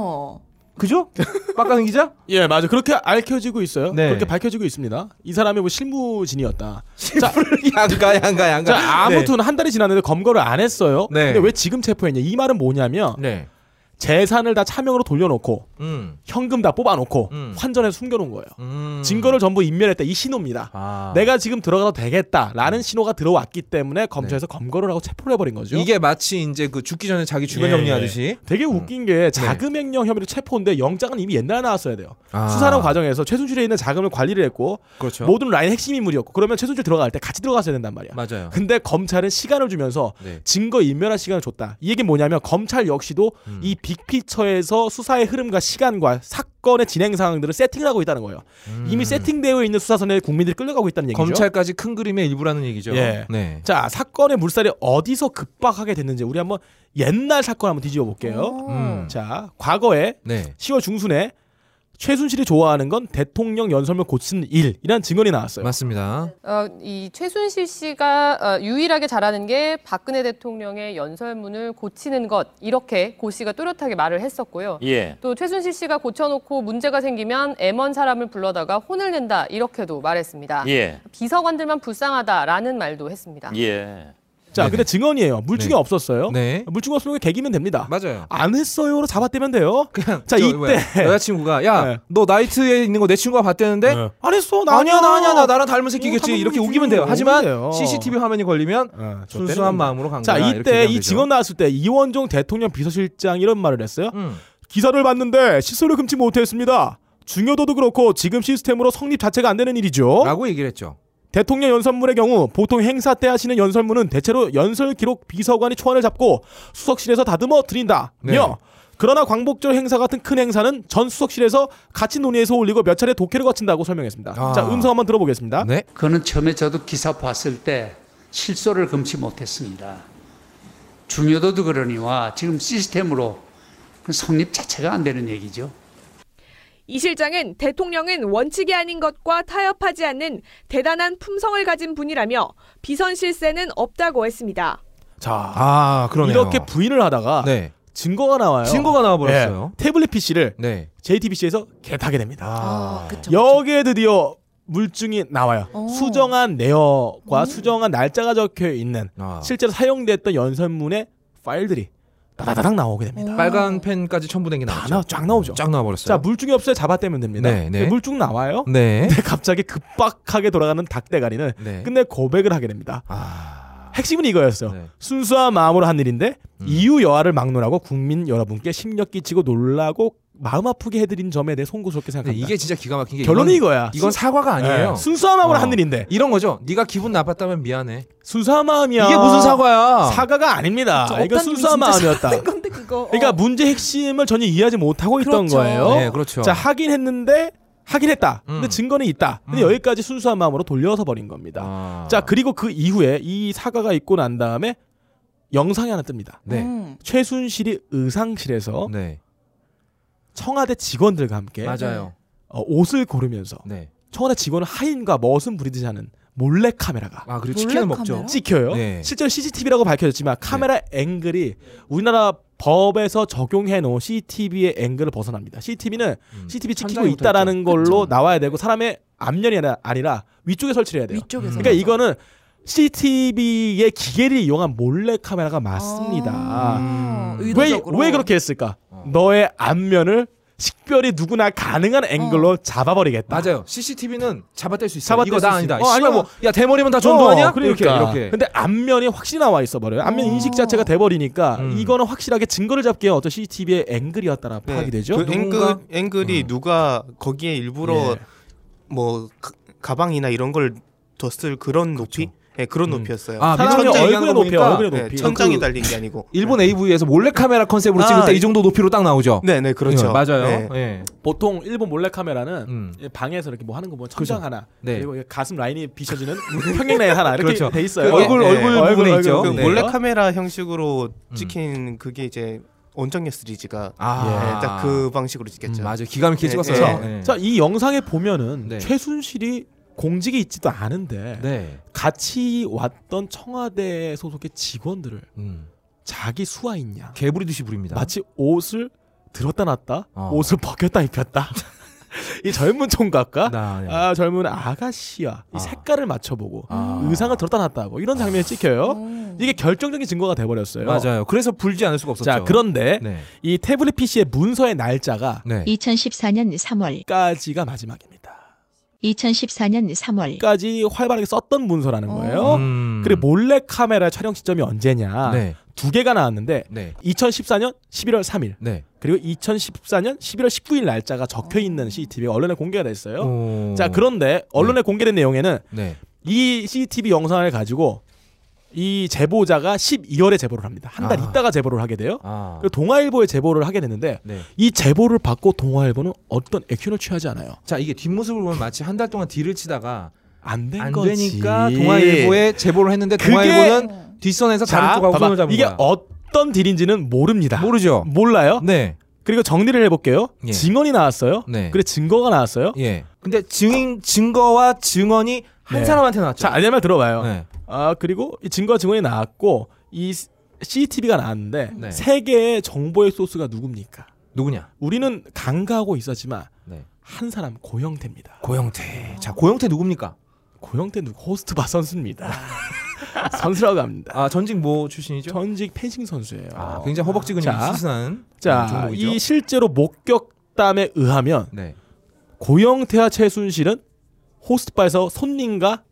Speaker 1: 그죠? 빡가는 기자?
Speaker 2: 예, 맞아. 그렇게 알켜지고 있어요.
Speaker 1: 네.
Speaker 2: 그렇게 밝혀지고 있습니다. 이 사람이 뭐 실무진이었다.
Speaker 1: 자, 양가 양가 양가.
Speaker 2: 자, 아무튼 한 달이 지났는데 검거를 안 했어요.
Speaker 1: 네.
Speaker 2: 근데 왜 지금 체포했냐? 이 말은 뭐냐면
Speaker 1: 네.
Speaker 2: 재산을 다 차명으로 돌려놓고
Speaker 1: 음.
Speaker 2: 현금 다 뽑아놓고
Speaker 1: 음.
Speaker 2: 환전해 서 숨겨놓은 거예요.
Speaker 1: 음.
Speaker 2: 증거를 전부 인멸했다. 이 신호입니다.
Speaker 1: 아.
Speaker 2: 내가 지금 들어가도 되겠다라는 신호가 들어왔기 때문에 검찰에서 검거를 하고 체포를 해버린 거죠.
Speaker 1: 이게 마치 이제 그 죽기 전에 자기 주변
Speaker 2: 예,
Speaker 1: 정리하듯이
Speaker 2: 되게 웃긴
Speaker 1: 네.
Speaker 2: 게 자금횡령 혐의로 체포인데 영장은 이미 옛날에 나왔어야 돼요.
Speaker 1: 아.
Speaker 2: 수사하는 과정에서 최순실에 있는 자금을 관리를 했고
Speaker 1: 그렇죠.
Speaker 2: 모든 라인 핵심 인물이었고 그러면 최순실 들어갈 때 같이 들어갔어야 된단 말이야.
Speaker 1: 맞아요.
Speaker 2: 근데 검찰은 시간을 주면서
Speaker 1: 네.
Speaker 2: 증거 인멸할 시간을 줬다. 이 얘기는 뭐냐면 검찰 역시도
Speaker 1: 음.
Speaker 2: 이 빅피처에서 수사의 흐름과 시간과 사건의 진행 상황들을 세팅을 하고 있다는 거예요. 이미 세팅되어 있는 수사선에 국민들이 끌려가고 있다는 얘기죠.
Speaker 1: 음. 검찰까지 큰 그림의 일부라는 얘기죠.
Speaker 2: 예.
Speaker 1: 네.
Speaker 2: 자 사건의 물살이 어디서 급박하게 됐는지 우리 한번 옛날 사건 한번 뒤집어 볼게요.
Speaker 3: 어.
Speaker 1: 음.
Speaker 2: 자 과거에
Speaker 1: 네.
Speaker 2: 10월 중순에 최순실이 좋아하는 건 대통령 연설문 고친 일이라는 증언이 나왔어요.
Speaker 1: 맞습니다.
Speaker 9: 어, 이 최순실 씨가 어, 유일하게 잘하는 게 박근혜 대통령의 연설문을 고치는 것 이렇게 고 씨가 뚜렷하게 말을 했었고요.
Speaker 5: 예.
Speaker 9: 또 최순실 씨가 고쳐놓고 문제가 생기면 M1 사람을 불러다가 혼을 낸다 이렇게도 말했습니다.
Speaker 5: 예.
Speaker 9: 비서관들만 불쌍하다라는 말도 했습니다.
Speaker 5: 예.
Speaker 2: 자
Speaker 1: 네네.
Speaker 2: 근데 증언이에요. 물증이
Speaker 1: 네.
Speaker 2: 없었어요.
Speaker 1: 네.
Speaker 2: 물증 없으면 개기면 됩니다.
Speaker 1: 맞아요.
Speaker 2: 안 했어요로 잡아떼면 돼요.
Speaker 1: 그냥
Speaker 2: 자,
Speaker 1: 저
Speaker 2: 이때.
Speaker 1: 뭐야, 여자친구가 야
Speaker 2: 네.
Speaker 1: 너 나이트에 있는 거 내 친구가 봤대는데
Speaker 2: 네. 안 했어. 나
Speaker 1: 아니야 나 아니야 나 나랑 닮은
Speaker 2: 닮은
Speaker 1: 새끼겠지 이렇게
Speaker 2: 새끼지.
Speaker 1: 우기면 돼요. 하지만
Speaker 2: 우기면 돼요.
Speaker 1: CCTV 화면이 걸리면
Speaker 2: 어, 저
Speaker 1: 순수한
Speaker 2: 때는-
Speaker 1: 마음으로 간
Speaker 2: 자
Speaker 1: 거야. 이렇게
Speaker 2: 이때
Speaker 1: 얘기하면
Speaker 2: 이
Speaker 1: 되죠.
Speaker 2: 증언 나왔을 때 이원종 대통령 비서실장 이런 말을 했어요.
Speaker 1: 음.
Speaker 2: 기사를 봤는데 시설을 금치 못했습니다. 중요도도 그렇고 지금 시스템으로 성립 자체가 안 되는 일이죠.
Speaker 1: 라고 얘기를 했죠.
Speaker 2: 대통령 연설문의 경우 보통 행사 때 하시는 연설문은 대체로 연설 기록 비서관이 초안을 잡고 수석실에서 다듬어 드린다며
Speaker 1: 네.
Speaker 2: 그러나 광복절 행사 같은 큰 행사는 전 수석실에서 같이 논의해서 올리고 몇 차례 독해를 거친다고 설명했습니다.
Speaker 1: 아.
Speaker 2: 자 음성 한번 들어보겠습니다.
Speaker 1: 네.
Speaker 10: 그는 처음에 저도 기사 봤을 때
Speaker 4: 예.
Speaker 10: 실소를 금치 못했습니다. 중요도도 그러니와 지금 시스템으로 그 성립 자체가 안 되는 얘기죠.
Speaker 11: 이 실장은 대통령은 원칙이 아닌 것과 타협하지 않는 대단한 품성을 가진 분이라며 비선 실세는 없다고 했습니다.
Speaker 2: 자
Speaker 1: 아 그러네요.
Speaker 2: 이렇게 부인을 하다가
Speaker 1: 네.
Speaker 2: 증거가 나와요.
Speaker 1: 증거가 나와버렸어요.
Speaker 2: 예, 태블릿 PC를
Speaker 1: 네.
Speaker 2: JTBC에서 개타게 됩니다.
Speaker 3: 아, 그쵸.
Speaker 2: 여기에 드디어 물증이 나와요.
Speaker 3: 오.
Speaker 2: 수정한 내역과 수정한 날짜가 적혀 있는
Speaker 1: 아.
Speaker 2: 실제로 사용됐던 연설문의 파일들이 따다다닥 나오게 됩니다.
Speaker 1: 빨간 펜까지 첨부된 게
Speaker 2: 다
Speaker 1: 나왔죠.
Speaker 2: 나와 쫙 나오죠.
Speaker 1: 쫙 나와버렸어요.
Speaker 2: 자 물증이 없어요 잡아떼면 됩니다.
Speaker 1: 네, 네.
Speaker 2: 네, 물증 나와요.
Speaker 1: 네.
Speaker 2: 근데 갑자기 급박하게 돌아가는 닭대가리는
Speaker 1: 네.
Speaker 2: 끝내 고백을 하게 됩니다.
Speaker 1: 아.
Speaker 2: 핵심은 이거였어요.
Speaker 1: 네.
Speaker 2: 순수한 마음으로 한 일인데 이유 여하를 막론하고 국민 여러분께 심력 끼치고 놀라고 마음 아프게 해드린 점에 대해 송구스럽게
Speaker 1: 근데
Speaker 2: 생각합니다.
Speaker 1: 이게 진짜 기가 막힌 게
Speaker 2: 결론이
Speaker 1: 이건,
Speaker 2: 이거야.
Speaker 1: 이건 사과가 아니에요.
Speaker 2: 예, 순수한 마음으로
Speaker 1: 어.
Speaker 2: 한 일인데
Speaker 1: 이런 거죠. 네가 기분 나빴다면 미안해.
Speaker 2: 순수한 마음이야.
Speaker 1: 이게 무슨 사과야?
Speaker 2: 사과가 아닙니다.
Speaker 3: 저
Speaker 2: 이건
Speaker 3: 업다님이
Speaker 2: 순수한
Speaker 3: 진짜
Speaker 2: 마음이었다.
Speaker 3: 사는 건데 그거.
Speaker 2: 그러니까 문제 핵심을 전혀 이해하지 못하고 있던
Speaker 3: 그렇죠.
Speaker 2: 거예요.
Speaker 1: 네, 어. 그렇죠.
Speaker 2: 자 하긴 했는데 하긴 했다.
Speaker 1: 음.
Speaker 2: 근데 증거는 있다. 근데
Speaker 1: 음.
Speaker 2: 여기까지 순수한 마음으로 돌려서 버린 겁니다.
Speaker 1: 아.
Speaker 2: 자 그리고 그 이후에 이 사과가 있고 난 다음에 영상이 하나 뜹니다.
Speaker 1: 네.
Speaker 3: 음.
Speaker 2: 최순실이 의상실에서
Speaker 1: 네.
Speaker 2: 청와대 직원들과 함께
Speaker 1: 맞아요.
Speaker 2: 어, 옷을 고르면서
Speaker 1: 네.
Speaker 2: 청와대 직원은 하인과 머슴 부리듯이 하는 몰래 카메라가
Speaker 1: 아 그리고
Speaker 3: 몰래
Speaker 1: 치킨을 먹죠.
Speaker 3: 카메라?
Speaker 2: 찍혀요.
Speaker 1: 네.
Speaker 2: 실제로 CCTV라고 밝혀졌지만 카메라 앵글이 우리나라 법에서 적용해 놓은 CCTV의 앵글을 벗어납니다. CCTV는 CCTV 찍히고
Speaker 5: 천장부터
Speaker 2: 있다라는
Speaker 5: 있죠.
Speaker 2: 걸로 나와야 되고 사람의 앞면이 아니라, 아니라 위쪽에 설치를 해야 돼요.
Speaker 5: 위쪽에서
Speaker 3: 음.
Speaker 2: 그러니까 이거는 CCTV의 기계를 이용한 몰래 카메라가 맞습니다.
Speaker 3: 아,
Speaker 1: 음.
Speaker 2: 왜,
Speaker 5: 아. 의도적으로.
Speaker 2: 왜 그렇게 했을까? 너의 앞면을 식별이 누구나 가능한 앵글로
Speaker 5: 어.
Speaker 2: 잡아버리겠다.
Speaker 1: 맞아요. CCTV는 잡아뗄 수 있어.
Speaker 2: 잡아뗄
Speaker 1: 이거
Speaker 2: 수
Speaker 1: 나
Speaker 2: 있어요. 그러니까. 네.
Speaker 1: 아니다.
Speaker 2: 어, 아니야 뭐,
Speaker 1: 야 대머리면 다
Speaker 4: 어,
Speaker 1: 전두환이야? 이렇게 이렇게.
Speaker 2: 근데 앞면이 확실히 나와 있어 버려요. 앞면 인식 자체가 돼 버리니까
Speaker 4: 음.
Speaker 2: 이거는 확실하게 증거를 잡기 위한 어떤 CCTV의 앵글이었다라 파악이 되죠.
Speaker 4: 그 앵글
Speaker 1: 음.
Speaker 4: 앵글이 누가 거기에
Speaker 1: 예.
Speaker 4: 일부러 뭐 가- 가방이나 이런 걸 뒀을 그런
Speaker 1: 그렇죠.
Speaker 4: 높이? 예, 그런 높이였어요.
Speaker 1: 아,
Speaker 4: 천장이
Speaker 1: 민원이 얼굴에
Speaker 4: 얘기하는 거
Speaker 1: 높이요,
Speaker 4: 보니까,
Speaker 1: 얼굴에
Speaker 4: 예,
Speaker 1: 높이.
Speaker 4: 천장이
Speaker 1: 그-
Speaker 4: 달린 게 아니고.
Speaker 1: 일본 AV에서 몰래 카메라 컨셉으로 찍을
Speaker 2: 아,
Speaker 1: 때 이 정도 높이로 딱 나오죠.
Speaker 4: 네, 네, 그렇죠.
Speaker 1: 예, 맞아요.
Speaker 4: 네.
Speaker 1: 예.
Speaker 2: 보통 일본 몰래 카메라는
Speaker 4: 음.
Speaker 2: 방에서 이렇게 뭐 하는 거 보면 천장 하나
Speaker 1: 네.
Speaker 2: 그리고 이게 가슴 라인이 비춰지는 평행 라인 하나 이렇게
Speaker 1: 그렇죠.
Speaker 2: 돼 있어요. 예.
Speaker 1: 그 얼굴, 얼굴 부분에 있죠.
Speaker 4: 그
Speaker 1: 네.
Speaker 4: 네. 몰래 카메라 형식으로 찍힌 그게 이제 원정녀 시리즈가
Speaker 1: 음. 아.
Speaker 4: 예, 딱그 방식으로 찍혔죠.
Speaker 1: 맞아요. 기가 막히게
Speaker 4: 예,
Speaker 1: 찍었어요.
Speaker 4: 예.
Speaker 2: 네. 자, 이 영상에 보면은
Speaker 4: 네.
Speaker 2: 최순실이 공직에 있지도 않은데 같이 왔던 청와대 소속의 직원들을
Speaker 1: 음.
Speaker 2: 자기 수하인냐
Speaker 1: 개부리듯이 부립니다. 어.
Speaker 2: 마치 옷을 들었다 놨다 옷을 벗겼다 입혔다 이 젊은 총각과
Speaker 1: 네.
Speaker 2: 아, 젊은 아가씨와 이 색깔을 맞춰보고
Speaker 1: 아.
Speaker 2: 의상을 들었다 놨다 하고 이런 장면이 찍혀요 이게 결정적인 증거가 돼버렸어요
Speaker 1: 맞아요. 그래서 불지 않을 수가 없었죠. 네.
Speaker 2: 자 그런데 이 태블릿 PC의 문서의 날짜가
Speaker 12: 2014년 3월
Speaker 2: 까지가 마지막입니다
Speaker 12: 2014년 3월
Speaker 2: 까지 활발하게 썼던 문서라는 거예요. 그리고 몰래 카메라 촬영 시점이 언제냐?
Speaker 1: 음. 네.
Speaker 2: 두 개가 나왔는데
Speaker 1: 네.
Speaker 2: 2014년 11월 3일
Speaker 1: 네.
Speaker 2: 그리고 2014년 11월 19일 날짜가 적혀 있는 CCTV 가 언론에 공개가 됐어요.
Speaker 1: 음. 오.
Speaker 2: 자 그런데 언론에 공개된 내용에는
Speaker 1: 네.
Speaker 2: 이 CCTV 영상을 가지고 이 제보자가 12월에 제보를 합니다. 한
Speaker 1: 아.
Speaker 2: 달 있다가 제보를 하게 돼요. 그리고 동아일보에 제보를 하게 됐는데
Speaker 1: 네.
Speaker 2: 이 제보를 받고 동아일보는 어떤 액션을 취하지 않아요.
Speaker 1: 자 이게 뒷모습을 보면 마치 한 달 동안 딜을 치다가
Speaker 2: 안 된 거지.
Speaker 1: 되니까 동아일보에 제보를 했는데
Speaker 2: 그게-
Speaker 1: 동아일보는 뒷선에서
Speaker 2: 자,
Speaker 1: 다른 쪽하고
Speaker 2: 봐봐.
Speaker 1: 손을 잡은
Speaker 2: 이게
Speaker 1: 거야.
Speaker 2: 어떤 딜인지는 모릅니다.
Speaker 1: 모르죠.
Speaker 2: 몰라요.
Speaker 1: 네.
Speaker 2: 그리고 정리를 해볼게요.
Speaker 1: 예.
Speaker 2: 증언이 나왔어요.
Speaker 1: 네.
Speaker 2: 그래 증거가 나왔어요.
Speaker 1: 예. 근데 증인 증거와 증언이 한
Speaker 2: 네.
Speaker 1: 사람한테 나왔죠.
Speaker 2: 자, 아니 말 들어봐요.
Speaker 1: 네.
Speaker 2: 아 그리고 이 증거 와 증언이 나왔고 이 CCTV가 나왔는데
Speaker 1: 네.
Speaker 2: 세 개의 정보의 소스가 누굽니까?
Speaker 1: 누구냐?
Speaker 2: 우리는 간과하고 있었지만
Speaker 1: 네.
Speaker 2: 한 사람 고영태입니다.
Speaker 1: 고영태. 자, 고영태 누굽니까?
Speaker 2: 고영태 누구? 호스트 바 선수입니다. 선수라고 합니다.
Speaker 1: 아 전직 뭐 출신이죠?
Speaker 2: 전직 펜싱 선수예요.
Speaker 1: 아, 음, 굉장히 허벅지근이 스스한
Speaker 2: 자, 이 실제로 목격담에 의하면
Speaker 1: 네.
Speaker 2: 고영태와 최순실은 호스트바에서 손님과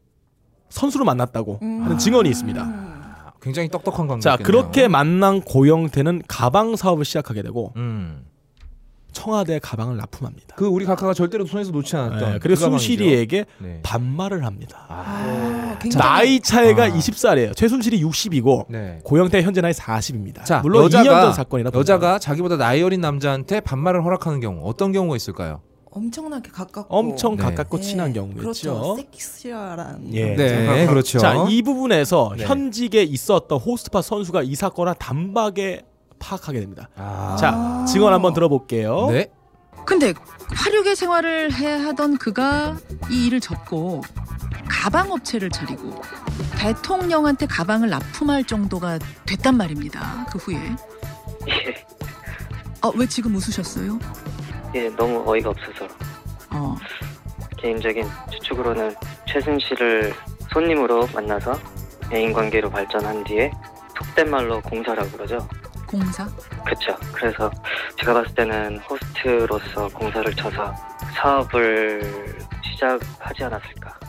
Speaker 2: 선수를 만났다고 하는 증언이 있습니다.
Speaker 1: 아, 굉장히 똑똑한 관계.
Speaker 2: 자, 그렇게 만난 고영태는 가방 사업을 시작하게 되고
Speaker 1: 음.
Speaker 2: 청와대 가방을 납품합니다.
Speaker 1: 그 우리 각하가 절대로 손에서 놓지 않았던
Speaker 2: 네, 그래서
Speaker 1: 그
Speaker 2: 순실이에게
Speaker 1: 가방이죠. 네.
Speaker 2: 반말을 합니다.
Speaker 3: 아,
Speaker 1: 굉장히-
Speaker 2: 네. 나이 차이가
Speaker 1: 아.
Speaker 2: 20살이에요. 최순실이 60이고
Speaker 1: 네.
Speaker 2: 고영태 현재 나이 40입니다.
Speaker 1: 자,
Speaker 2: 아, 물론
Speaker 1: 여자가
Speaker 2: 2년 전 사건이라
Speaker 1: 여자가 자기보다 나이 어린 남자한테 반말을 허락하는 경우 어떤 경우가 있을까요?
Speaker 3: 엄청나게 가깝고
Speaker 2: 엄청
Speaker 1: 네.
Speaker 2: 가깝고 친한
Speaker 3: 그렇죠.
Speaker 2: 경우겠죠.
Speaker 3: 섹시한
Speaker 2: 예.
Speaker 1: 네, 그렇죠.
Speaker 2: 자, 이 부분에서
Speaker 1: 네.
Speaker 2: 현직에 있었던 호스트파 선수가 이 사건을 단박에 파악하게 됩니다. 자, 증언 한번 들어볼게요.
Speaker 1: 아. 네.
Speaker 13: 근데 화력의 생활을 해 하던 그가 이 일을 접고 가방 업체를 차리고 대통령한테 가방을 납품할 정도가 됐단 말입니다. 그 후에.
Speaker 3: 예.
Speaker 13: 아, 왜 지금 웃으셨어요?
Speaker 14: 예, 너무 어이가 없어서. 개인적인 추측으로는 최순실을 손님으로 만나서 애인 관계로 발전한 뒤에 속된 말로 공사라고 그러죠.
Speaker 13: 공사?
Speaker 14: 그쵸. 그래서 제가 봤을 때는 호스트로서 공사를 쳐서 사업을 시작하지 않았을까.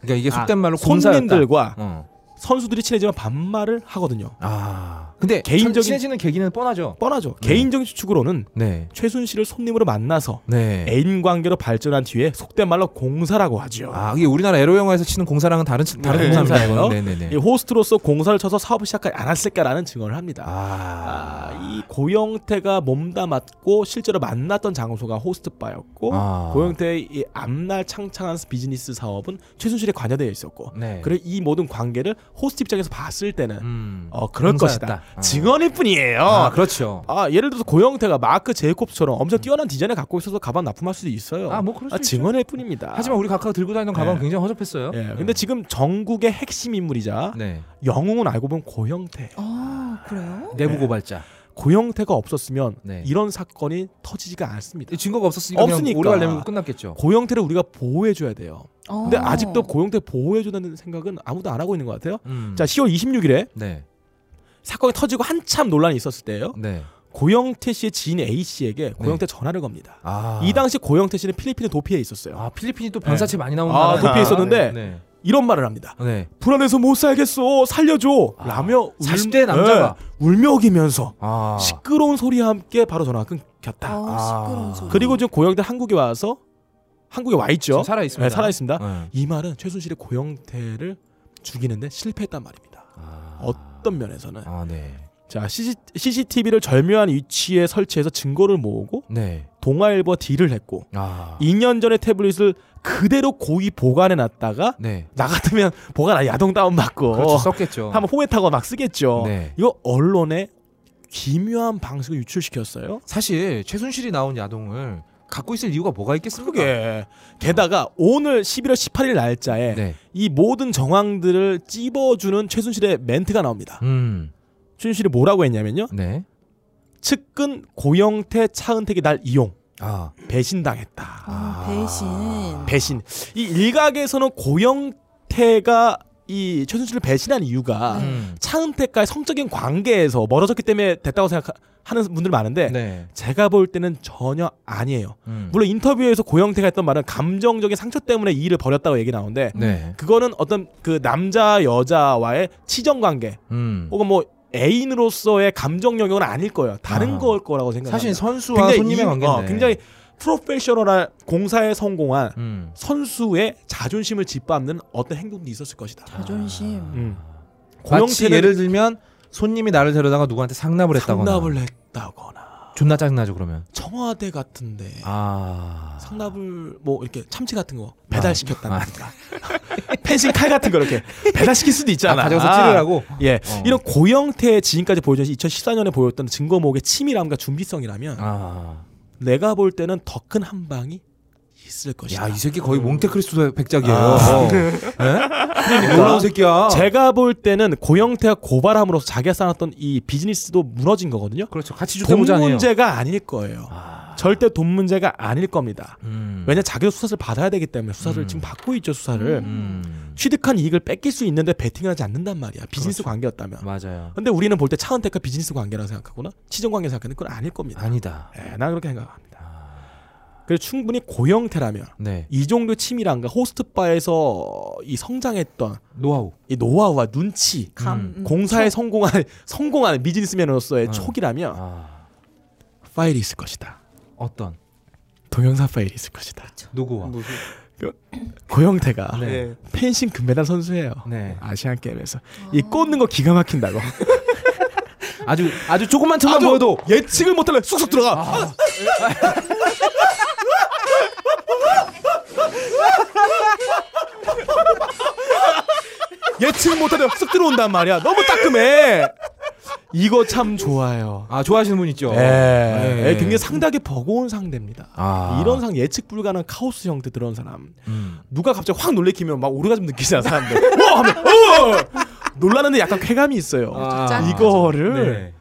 Speaker 1: 그러니까 이게 속된
Speaker 2: 아,
Speaker 1: 말로 공사였다.
Speaker 2: 손님들과
Speaker 1: 어.
Speaker 2: 선수들이 친해지면 반말을 하거든요.
Speaker 1: 아, 근데
Speaker 2: 개인적인
Speaker 1: 친해지는 계기는 뻔하죠.
Speaker 2: 뻔하죠. 개인적인 추측으로는
Speaker 1: 네.
Speaker 2: 최순실을 손님으로 만나서
Speaker 1: 네.
Speaker 2: 애인 관계로 발전한 뒤에 속된 말로 공사라고 하죠.
Speaker 1: 아, 이게 우리나라 에로 영화에서 치는 공사랑은 다른 다른
Speaker 2: 네,
Speaker 1: 공사예요.
Speaker 2: 공사예요.
Speaker 1: 네, 네, 네.
Speaker 2: 이 호스트로서 공사를 쳐서 사업을 시작하지 않았을까라는 증언을 합니다. 아, 이 고영태가 몸담았고 실제로 만났던 장소가 호스트바였고
Speaker 1: 아.
Speaker 2: 고영태의 이 앞날 창창한 비즈니스 사업은 최순실에 관여되어 있었고
Speaker 1: 네. 음.
Speaker 2: 그래 이 모든 관계를 호스트 입장에서 봤을 때는 어, 그럴
Speaker 1: 공사였다.
Speaker 2: 것이다. 증언일 뿐이에요.
Speaker 1: 아, 그렇죠.
Speaker 2: 아, 예를 들어서 고영태가 마크 제이콥스처럼 엄청 뛰어난 디자인을 갖고 있어서 가방 납품할 수도 있어요.
Speaker 1: 아, 뭐 그럴 수 있죠.
Speaker 2: 증언일 뿐입니다.
Speaker 1: 하지만 우리 각하가 들고 다니던 가방은
Speaker 2: 네.
Speaker 1: 굉장히 허접했어요. 네.
Speaker 2: 예, 근데 지금 전국의 핵심 인물이자 영웅은 알고 보면 고영태
Speaker 3: 아 그래요?
Speaker 1: 네. 내부 고발자.
Speaker 2: 고영태가 없었으면
Speaker 1: 네.
Speaker 2: 이런 사건이 터지지가 않습니다.
Speaker 1: 증거가 없었으니까 그냥 오래 가려면 끝났겠죠.
Speaker 2: 고영태를 우리가 보호해줘야 돼요.
Speaker 1: 어.
Speaker 2: 근데 아직도 고영태 보호해준다는 생각은 아무도 안 하고 있는 것 같아요.
Speaker 1: 음.
Speaker 2: 자, 10월 26일에
Speaker 1: 네.
Speaker 2: 사건이 터지고 한참 논란이 있었을 때예요.
Speaker 1: 네.
Speaker 2: 고영태 씨의 지인 A 씨에게 고영태 전화를 겁니다.
Speaker 1: 아.
Speaker 2: 이 당시 고영태 씨는 필리핀의 도피에 있었어요. 아,
Speaker 1: 필리핀이 또 변사체 많이 나오는
Speaker 2: 아,
Speaker 1: 나라니까.
Speaker 2: 도피에
Speaker 1: 네,
Speaker 2: 있었는데
Speaker 1: 네.
Speaker 2: 이런 말을 합니다.
Speaker 1: 네.
Speaker 2: 불안해서 못 살겠어. 살려줘. 라며 예,
Speaker 1: 40대 아. 남자가.
Speaker 2: 울며기면서
Speaker 1: 아.
Speaker 2: 시끄러운 소리와 함께 바로 전화가
Speaker 3: 어,
Speaker 2: 끊겼다.
Speaker 1: 아. 소리.
Speaker 2: 그리고 지금 고영태 한국에 와서 한국에 와 있죠.
Speaker 1: 지금 살아 있습니다.
Speaker 2: 네, 살아 있습니다.
Speaker 1: 네.
Speaker 2: 이 말은 최순실이 고영태를 죽이는데 실패했단 말입니다.
Speaker 1: 아.
Speaker 2: 어떤 면에서는.
Speaker 1: 네.
Speaker 2: 자 CCTV를 절묘한 위치에 설치해서 증거를 모으고
Speaker 1: 네.
Speaker 2: 동아일보 딜을 했고
Speaker 1: 아.
Speaker 2: 2년 전에 태블릿을 그대로 고의 보관해 놨다가
Speaker 1: 네.
Speaker 2: 나 같으면 보관 안 야동 다운 받고
Speaker 1: 그렇죠, 썼겠죠.
Speaker 2: 한번 호에 타고 막 쓰겠죠.
Speaker 1: 네.
Speaker 2: 이거 언론에 기묘한 방식을 유출시켰어요.
Speaker 1: 사실 최순실이 나온 야동을 갖고 있을 이유가 뭐가 있겠습니까?
Speaker 2: 그게 게다가 오늘 11월 18일 날짜에
Speaker 1: 네.
Speaker 2: 이 모든 정황들을 찝어주는 최순실의 멘트가 나옵니다.
Speaker 1: 음.
Speaker 2: 최순실이 뭐라고 했냐면요.
Speaker 1: 네.
Speaker 2: 측근 고영태 차은택이 날 이용
Speaker 1: 아.
Speaker 2: 배신당했다.
Speaker 3: 아, 배신.
Speaker 2: 배신. 이 일각에서는 고영태가 이 최순실을 배신한 이유가
Speaker 1: 음.
Speaker 2: 차은택과의 성적인 관계에서 멀어졌기 때문에 됐다고 생각하는 분들 많은데
Speaker 1: 네.
Speaker 2: 제가 볼 때는 전혀 아니에요.
Speaker 1: 음.
Speaker 2: 물론 인터뷰에서 고영태가 했던 말은 감정적인 상처 때문에 이 일을 벌였다고 얘기 나오는데
Speaker 1: 네.
Speaker 2: 그거는 어떤 그 남자 여자와의 치정 관계
Speaker 1: 음.
Speaker 2: 혹은 뭐 애인으로서의 감정 영역은 아닐 거예요. 다른
Speaker 1: 아.
Speaker 2: 걸 거라고 생각합니다.
Speaker 1: 사실 선수와 손님의 관계인데.
Speaker 2: 어, 굉장히 프로페셔널한 공사에 성공한
Speaker 1: 음.
Speaker 2: 선수의 자존심을 짓밟는 어떤 행동도 있었을 것이다.
Speaker 3: 자존심.
Speaker 2: 음,
Speaker 1: 음. 마치
Speaker 2: 고영태는-
Speaker 1: 예를 들면 손님이 나를 데려다가 누구한테 상납을 했다거나
Speaker 2: 상납을 했다거나
Speaker 1: 존나 짜증나죠 그러면
Speaker 2: 청와대 같은데
Speaker 1: 아
Speaker 2: 상납을 뭐 이렇게 참치 같은 거 배달시켰다든가 펜싱 칼 같은 거 이렇게 배달시킬 수도 있잖아.
Speaker 1: 아, 가져가서 찌르라고?
Speaker 2: 예,
Speaker 1: 어.
Speaker 2: 이런 고영태의 지금까지 보여준 2014년에 보였던 증거 모의 치밀함과 준비성이라면
Speaker 1: 아.
Speaker 2: 내가 볼 때는 더 큰 한방이 있을 것이다.
Speaker 1: 야, 이 새끼 거의 몽테크리스토 백작이에요.
Speaker 2: 아.
Speaker 1: 어. 예? 놀라운 새끼야.
Speaker 2: 제가 볼 때는 그 고영태가 고발함으로써 자기가 쌓았던 이 비즈니스도 무너진 거거든요. 그렇죠. 같이 돈
Speaker 1: 주택부자네요.
Speaker 2: 문제가 아닐 거예요. 절대 돈 문제가 아닐 겁니다.
Speaker 1: 음.
Speaker 2: 왜냐 자기도 수사를 받아야 되기 때문에 수사를 지금 받고 있죠 수사를 음. 취득한 이익을 뺏길 수 있는데 베팅하지 않는단 말이야 비즈니스 관계였다면
Speaker 1: 맞아요.
Speaker 2: 근데 우리는 볼 때 차은택과 비즈니스 관계라고 생각하거나 치정 관계 생각하는 건 아닐 겁니다 아.
Speaker 1: 아니다
Speaker 2: 예, 난 그렇게 생각합니다 그래서 충분히 고영태라면
Speaker 1: 네.
Speaker 2: 이 정도 치밀함과 호스트바에서 이 성장했던
Speaker 1: 노하우
Speaker 2: 이 노하우와 눈치
Speaker 1: 감, 음.
Speaker 2: 공사에 성공한 성공한 비즈니스맨으로서의 촉이라면
Speaker 1: 아.
Speaker 2: 파일이 있을 것이다
Speaker 1: 어떤
Speaker 2: 동영상 파일이 있을 것이다
Speaker 1: 누구와
Speaker 2: 그 고영태가
Speaker 1: 네.
Speaker 2: 펜싱 금메달 선수예요. 아시안 게임에서 이 꽂는 거 기가 막힌다고.
Speaker 1: 아주 아주 조금만 틈만 보여도 아.
Speaker 2: 예측을 못하면 쑥쑥 들어가. 예측 못하면 쑥 들어온단 말이야. 너무 따끔해. 이거 참 좋아요.
Speaker 1: 아 좋아하시는 분 있죠.
Speaker 2: 예.
Speaker 1: 예.
Speaker 2: 예, 굉장히 상당히 버거운 상대입니다.
Speaker 1: 아.
Speaker 2: 이런 상 예측 불가능한 카오스 형태 들어온 사람.
Speaker 1: 음.
Speaker 2: 누가 갑자기 확 놀래키면 막 오르가즘 느끼잖아 사람들. 와 하면 어! 놀라는데 약간 쾌감이 있어요.
Speaker 1: 짠.
Speaker 2: 이거를
Speaker 1: 아. 네.